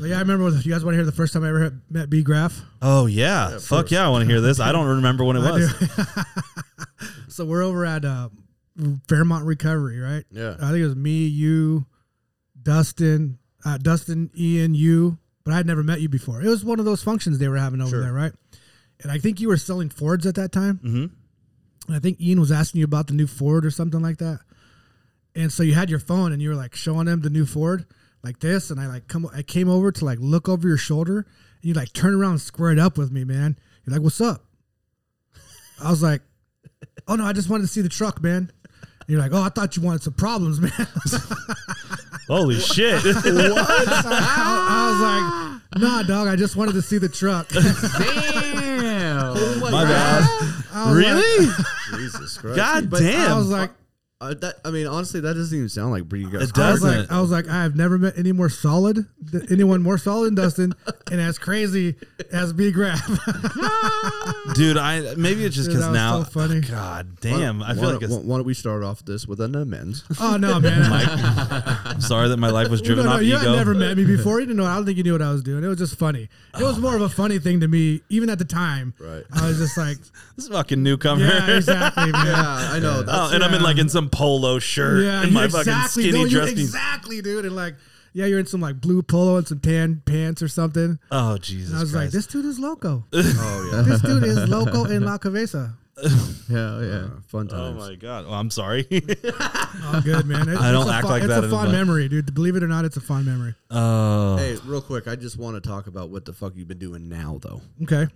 But yeah, I remember. With, you guys want to hear the first time I ever had- met B Graph?
Oh yeah, fuck yeah! I want to hear this. I don't remember when it
I
was.
do. so we're over at uh, Fairmont Recovery, right?
Yeah.
I think it was me, you, Dustin, uh, Dustin, Ian, you, but I had never met you before. It was one of those functions they were having over there, right? And I think you were selling Fords at that time.
hmm
And I think Ian was asking you about the new Ford or something like that. And so you had your phone and you were like showing him the new Ford like this. And I like come, I came over to like look over your shoulder and you like turn around and square it up with me, man. You're like, what's up? I was like, oh no, I just wanted to see the truck, man. And you're like, oh, I thought you wanted some problems, man.
Holy shit!
I, I was like, nah, dog, I just wanted to see the truck.
Damn.
My bad.
I was like-
Really?
Oh Jesus Christ.
God
I
damn!
was like,
Uh, that I mean, honestly, that doesn't even sound like Breed
It
I
does.
was
Doesn't
like,
it?
I was like, I have never met any more solid, th- anyone more solid than Dustin, and as crazy as B. Grab.
dude. I maybe it's just
Dude,
because
that was
now,
so funny.
God damn, I feel
why,
like it's,
why, why don't we start off this with an amends?
oh no, man!
I'm sorry that my life was driven
no, no,
off
you had
ego.
never met me before. You didn't know. I don't think you knew what I was doing. It was just funny. It was more of a funny thing to me, even at the time.
Right.
I was just like,
this fucking newcomer.
yeah, exactly, man.
yeah, I know. That's,
Oh, and I'm in
yeah.
like in some polo shirt
Yeah,
and
you
my fucking
exactly,
skinny
no, you
dress. jeans.
exactly, dude. And like, yeah, you're in some like blue polo and some tan pants or something. And
Oh Jesus!
I was like,
Christ.
this dude is loco.
oh yeah,
this dude is loco in La Cabeza.
yeah, yeah. Oh. Uh, fun
Oh
times.
my God! Well, I'm sorry.
All Oh, good, man. It's,
I don't
it's a
act
fun,
like
it's
that
a
as
fond
much.
memory, dude. Believe it or not, it's a fond memory.
Oh,
Hey, real quick, I just want to talk about what the fuck you've been doing now, though.
Okay.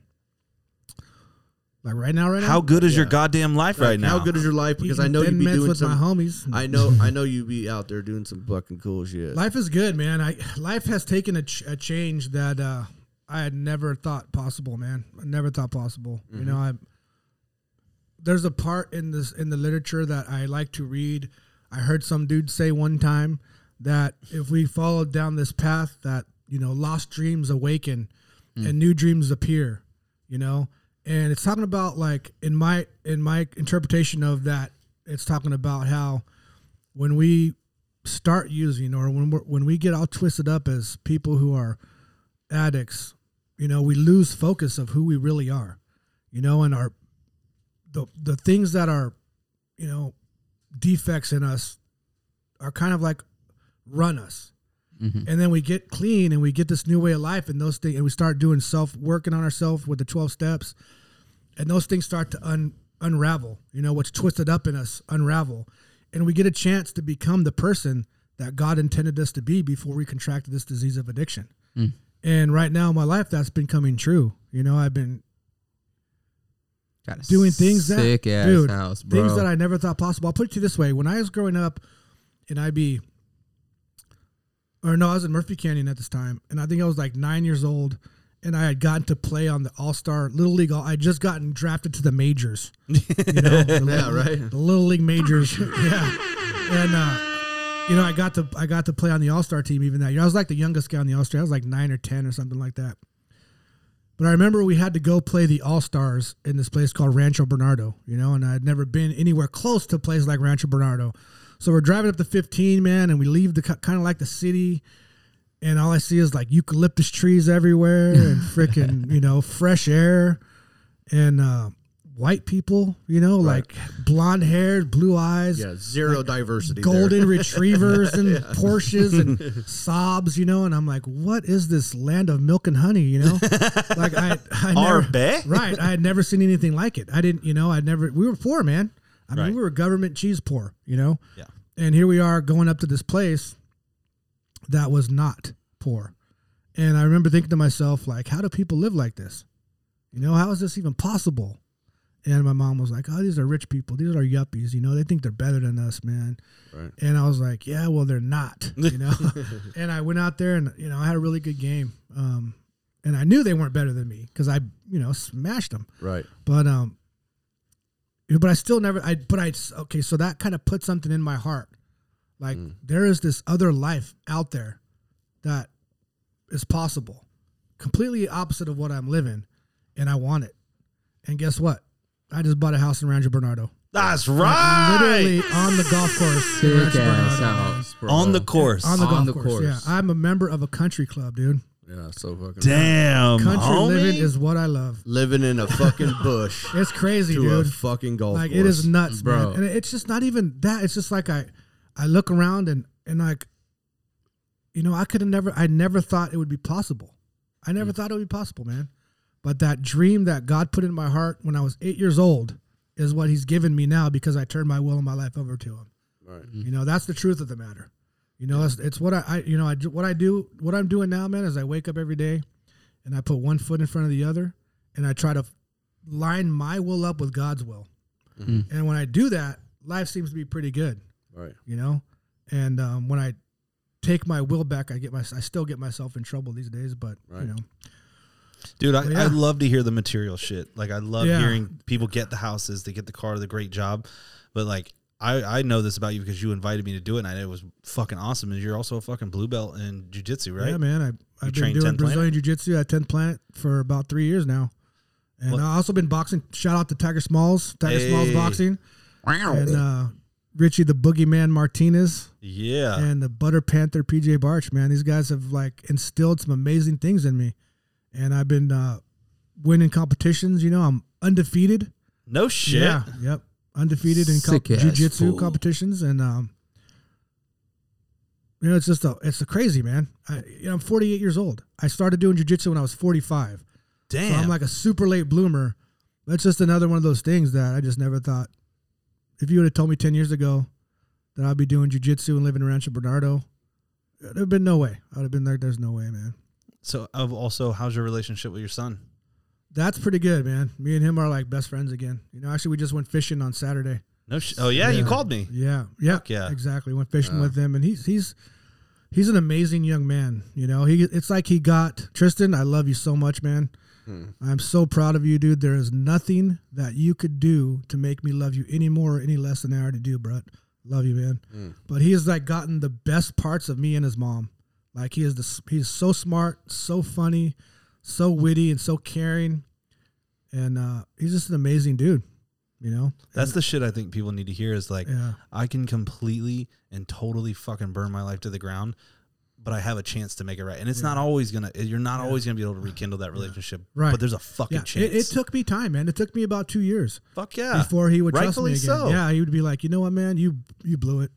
Like right now, right
how
now.
good is your goddamn life right now?
How good is your life? Because I know
Eating
you be
Thin Mints
doing
with my
some.
homies.
I know, I know you be out there doing some fucking cool shit.
life is good, man. I life has taken a, ch- a change that uh, I had never thought possible, man. I never thought possible. You know, I there's a part in this in the literature that I like to read. I heard some dude say one time that if we follow down this path, that you know, lost dreams awaken and new dreams appear. You know, and it's talking about like in my in my interpretation of that, it's talking about how when we start using or when we're, when we get all twisted up as people who are addicts you know we lose focus of who we really are you know and our the the things that are you know defects in us are kind of like run us and then we get clean and we get this new way of life and those things and we start doing self working on ourselves with the 12 steps and those things start to un, unravel you know what's twisted up in us unravel and we get a chance to become the person that god intended us to be before we contracted this disease of addiction and right now in my life that's been coming true you know i've been
Got a
doing things that
sick ass
dude,
house, bro.
things that I never thought possible. I'll put it to you this way: when I was growing up in IB, or no, I was in Murphy Canyon at this time, and I think I was like nine years old, and I had gotten to play on the All Star Little League. I had just gotten drafted to the majors, you know, the
yeah,
Little-
right.
the Little League majors, yeah, and. uh you know, I got to I got to play on the All Star team even that year. I was like the youngest guy on the All Star. I was like nine or ten or something like that. But I remember we had to go play the All Stars in this place called Rancho Bernardo, you know, and I'd never been anywhere close to a place like Rancho Bernardo. So we're driving up the 15, man, and we leave the kind of like the city, and all I see is like eucalyptus trees everywhere and freaking, you know, fresh air and uh, white people, you know, like blonde haired, blue eyes,
Yeah, zero diversity. there.
golden retrievers and Porsches and Saabs, you know, and I'm like, what is this land of milk and honey, you know? like I, I never,
Arbe?
right, I had never seen anything like it. I didn't, you know, I'd never. We were poor, man. I mean, we were government cheese poor, you know.
Yeah.
And here we are going up to this place that was not poor, and I remember thinking to myself, like, how do people live like this? You know, how is this even possible? And my mom was like, "Oh, these are rich people. These are yuppies. You know, they think they're better than us, man."
Right.
And I was like, "Yeah, well, they're not." You know. and I went out there, and you know, I had a really good game. Um, and I knew they weren't better than me because I, you know, smashed them.
Right.
But um, but I still never. I but I okay. So that kind of put something in my heart. Like there is this other life out there that is possible, completely opposite of what I'm living, and I want it. And guess what? I just bought a house in Rancho Bernardo,
That's right.
literally on the golf course. in
sick
Rancho
ass
Bernardo.
house, bro.
on the course.
On the
On
golf
the
course.
course.
Yeah, I'm a member of a country club, dude.
Yeah. So fucking.
Damn,
Country
homie.
living is what I love.
Living in a fucking bush
It's crazy,
to a
dude.
fucking golf
like
course.
it is nuts,
Bro.
man. And it's just not even that. It's just like I, I look around and and like, you know, I could have never. I never thought it would be possible. I
Mm.
never thought it would be possible, man. But that dream that God put in my heart when I was eight years old is what He's given me now because I turned my will and my life over to Him.
Right.
You know, that's the truth of the matter. You know, it's, it's what I, I, you know, I, do- what I do, what I'm doing now, man, is I wake up every day and I put one foot in front of the other and I try to line my will up with God's will. And when I do that, life seems to be pretty good,
Right.
you know? And um, when I take my will back, I get my, I still get myself in trouble these days, but
Right.
you know,
Dude, I,
Yeah.
I love to hear the material shit. Like I love
Yeah.
hearing people get the houses, they get the car, the great job. But like I, I know this about you because you invited me to do it, and I, it was fucking awesome. And you're also a fucking blue belt in jujitsu, right?
Yeah, man. I, I've been
trained 10th
doing
Planet?
Brazilian Jiu Jitsu at 10th Planet for about three years now. And
What-
i also been boxing. Shout out to Tiger Smalls, Tiger Smalls
Hey.
Boxing, and uh, Richie the Boogeyman Martinez
Yeah.
and the Butter Panther PJ Barch, man. These guys have like instilled some amazing things in me. And I've been uh, winning competitions. You know, I'm undefeated.
no shit.
Yeah, yep. Undefeated in comp-
Sick-ass
jiu-jitsu
fool.
competitions and um you know, it's just a it's a crazy man. I, you know, I'm 48 years old. I started doing jiu-jitsu when I was 45.
Damn.
So I'm like a super late bloomer. That's just another one of those things that I just never thought. If you would have told me 10 years ago that I'd be doing jiu-jitsu and living in Rancho Bernardo, there'd have been no way. I'd have been like, there's no way, man.
so of also, how's your relationship with your son?
That's pretty good, man. Me and him are like best friends again. You know, actually, we just went fishing on Saturday.
No shit. Oh yeah, you
Yeah.
called me.
Yeah, yeah,
Fuck yeah.
Exactly. Went fishing with him, and he's he's he's an amazing young man. You know, he it's like he got Tristan. I love you so much, man.
Hmm.
I'm so proud of you, dude. There is nothing that you could do to make me love you any more or any less than I already do, Brett. Love you, man.
Hmm.
But he has like gotten the best parts of me and his mom. Like he is the s- he's so smart, so funny, so witty, and so caring, and uh, he's just an amazing dude. You know,
That's the shit I think people need to hear is like,
yeah.
I can completely and totally fucking burn my life to the ground, but I have a chance to make it right. And it's not always gonna. You're not always gonna be able to rekindle that relationship.
Right.
But there's a fucking
Yeah,
chance.
it, it took me time, man. It took me about two years
Fuck yeah.
before he would trust me
rightfully
again.
so.
Yeah, he would be like, you know what, man, you you blew it,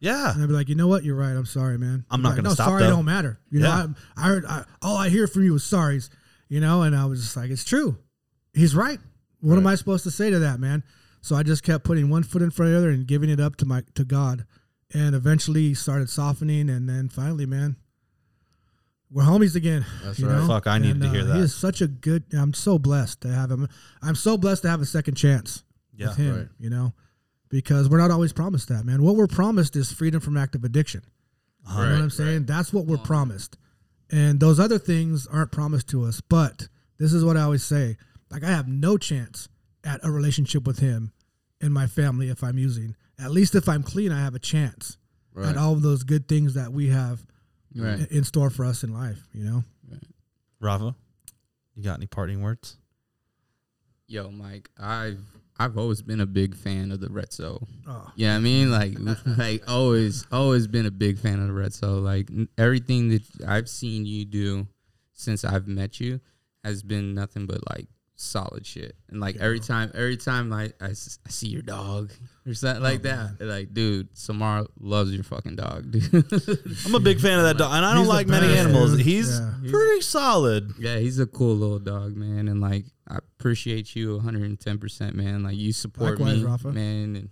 Yeah.
and I'd be like, you know what, you're right. I'm sorry, man.
I'm
He'd be
not
like,
gonna
no,
stop,
Sorry,
though."
don't matter. You
Yeah.
know, I, I heard I, all I hear from you is sorries. You know, and I was just like, it's true. He's right. What am I supposed to say to that, man? So I just kept putting one foot in front of the other and giving it up to my to God, and eventually he started softening, and then finally, man, we're homies again.
That's
you
right.
know?
Fuck, I needed
And, uh,
to hear that.
He is such a good. I'm so blessed to have him. I'm so blessed to have a second chance
Yeah,
with him.
right.
You know, because we're not always promised that, man. What we're promised is freedom from active addiction. You know what I'm saying? That's what we're promised, and those other things aren't promised to us. But this is what I always say: like I have no chance at a relationship with him and my family if I'm using. At least if I'm clean, I have a chance at
Right.
all of those good things that we have
Right.
in store for us in life. You know.
Rava, you got any parting words?
Yo, Mike, I've I've always been a big fan of the Red Soul.
Oh.
Yeah, I mean, like, like always, always been a big fan of the Red Soul. Like n- everything that I've seen you do since I've met you has been nothing but like solid shit. And like every time, every time like I, s- I see your dog or something
Oh,
like that, like dude, Samara loves your fucking dog, dude.
I'm a big fan of that dog, and I don't
He's the
like many
best,
animals.
dude.
He's
Yeah.
pretty solid.
Yeah, he's a cool little dog, man, and like I appreciate you 110, percent man. Like you support
Likewise,
me,
Rafa.
man, and, and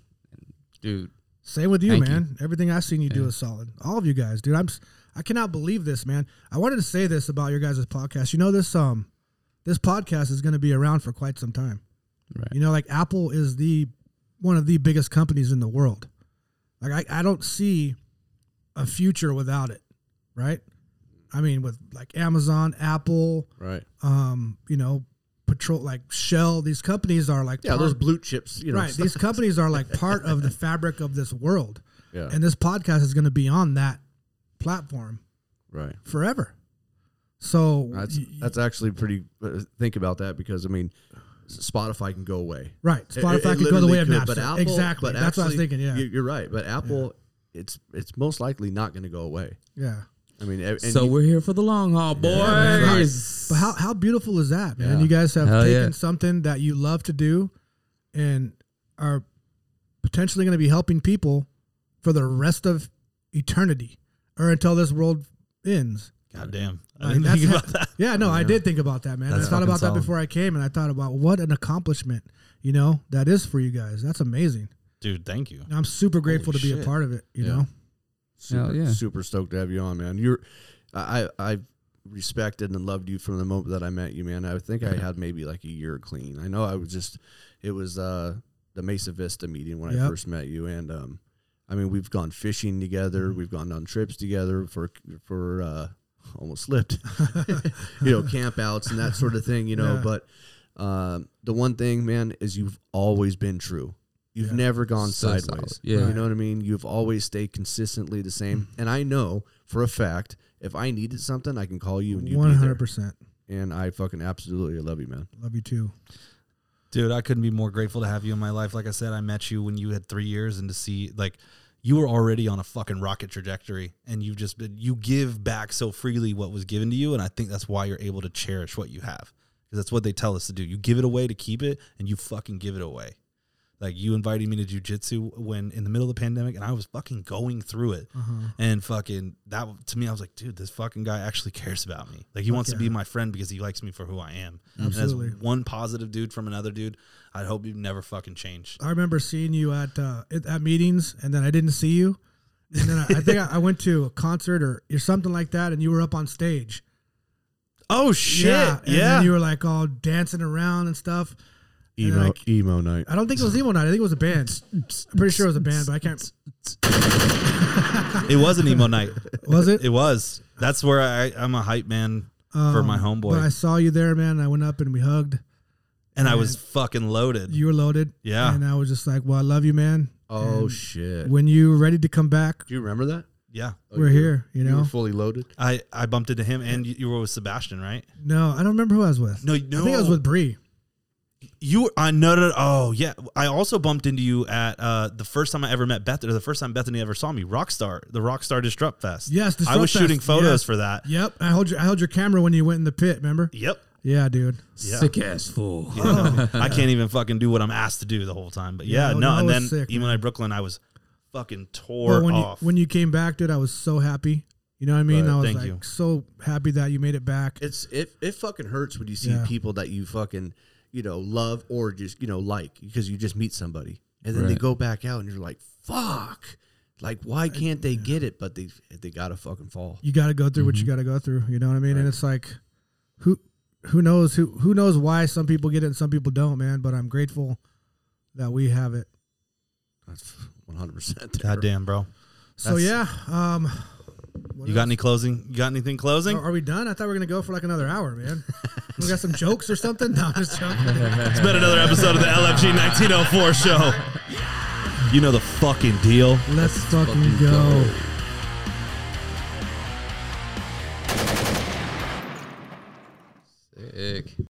dude,
Same with you,
Thank you.
man. Everything I've seen you do is solid. All of you guys, dude. I'm s- I cannot believe this, man. I wanted to say this about your guys' podcast. You know this um this podcast is going to be around for quite some time.
Right.
You know like Apple is the one of the biggest companies in the world. Like I, I don't see a future without it, right? I mean with like Amazon, Apple,
Right.
um, you know, Patrol like Shell, these companies are like
Yeah,
part-
those blue chips, you know.
right.
stuff.
These companies are like part of the fabric of this world.
Yeah.
And this podcast is going to be on that platform
right.
forever. So,
That's
y- y-
that's actually pretty. Uh, think about that because I mean, Spotify can go away.
right.
It-
Spotify
it
could go the
literally
way of
could,
Napster. exactly. That's what I was
actually,
thinking. Yeah.
you- you're right. But Apple, it's it's most likely not going to go away.
yeah.
I mean, a- and
so
you-
we're here for the long haul,
man, right.
boys.
But how, how beautiful is that, man?
Yeah.
You guys have
Hell
taken
yeah.
something that you love to do and are potentially going to be helping people for the rest of eternity or until this world ends.
God damn, I
Like,
didn't
that's
think
ha-
about that.
Yeah, no, I did think about that, man.
That's
I thought
fucking
about
solid.
that before I came, and I thought about what an accomplishment, you know, that is for you guys. That's amazing.
Dude, thank you.
And I'm super grateful
Holy
to be
shit.
a part of it, you
Yeah.
know.
super,
Hell yeah.
super stoked to have you on, man. You're, I I I've respected and loved you from the moment that I met you, man. I think I had maybe like a year clean. I know I was just, it was uh the Mesa Vista meeting when I
Yep.
first met you, and um, I mean we've gone fishing together,
Mm-hmm.
we've gone on trips together for for uh almost slipped, you know, campouts and that sort of thing, you know,
Yeah.
but. Um, the one thing, man, is you've always been true. You've never gone
So solid.
sideways.
Yeah.
You know what I mean? You've always stayed consistently the same.
Mm.
And I know for a fact if I needed something, I can call you and you'd
One
be there.
hundred percent.
And I fucking absolutely love you, man.
Love you too.
Dude, I couldn't be more grateful to have you in my life. Like I said, I met you when you had three years, and to see like you were already on a fucking rocket trajectory, and you've just been you give back so freely what was given to you, and I think that's why you're able to cherish what you have because that's what they tell us to do. You give it away to keep it, and you fucking give it away. Like you invited me to jujitsu when in the middle of the pandemic, and I was fucking going through it,
Mm-hmm.
and fucking that to me, I was like, dude, this fucking guy actually cares about me. Like he wants to be my friend because he likes me for who I am. And that's
Absolutely.
one positive dude from another dude, I'd hope you never fucking change.
I remember seeing you at uh, at- at meetings, and then I didn't see you. And then I, I think I, I went to a concert or, or something like that, and you were up on stage.
Oh shit! Yeah,
and then you were like all dancing around and stuff. And
Emo
like-
emo night.
I don't think it was emo night. I think it was a band. I'm pretty sure it was a band, but I can't.
it was an emo night.
Was it? Um,
It was. That's where I, I'm a hype man for my
But I
homeboy,
saw you there, man. And I went up and we hugged.
and I was fucking loaded.
You were loaded.
Yeah.
And I was just like, well, I love you, man.
Oh shit.
When you ready to come back,
Do you remember that? Oh,
yeah,
we're here. You
You were
know?
fully loaded.
I I bumped into him, and you, you were with Sebastian, right?
No, I don't remember who I was with.
No,
I think I was
no.
with Bree.
You were. I no, no, no. Oh yeah, I also bumped into you at uh the first time I ever met Beth, or the first time Bethany ever saw me. Rockstar, the Rockstar Disrupt Fest.
Yes, Disrupt
I was
Fest,
shooting photos
yes.
for that.
Yep. I held your I held your camera when you went in the pit, remember?
Yep.
Yeah, dude.
Yeah.
Sick ass fool.
I can't even fucking do what I'm asked to do the whole time. But yeah,
Oh. Yeah, no,
no,
that
and
was
then
sick,
even
man.
at Brooklyn, I was fucking tore
But when
off.
you when you came back, dude, I was so happy. You know what I mean?
Right,
I was
thank
like
you.
so happy that you made it back.
It's it it fucking hurts when you see
Yeah.
people that you fucking you know love or just you know like because you just meet somebody and then they
Right.
go back out and you're like fuck like why can't they get it but they they gotta fucking fall
you got to go through what you
Mm-hmm.
got to go through. You know what I mean? And it's like, who who knows who who knows why some people get it and some people don't, man. But I'm grateful that we have it.
that's 100 percent
God damn, bro.
So
That's-
yeah, um, what
You got
else?
any closing? You got anything closing?
Are, are we done? I thought we were gonna go for like another hour, man. we got some jokes or something. No, I'm just joking.
It's been another episode of the LFG 1904 show. You know the fucking deal.
Let's fucking,
fucking
go.
go. Sick.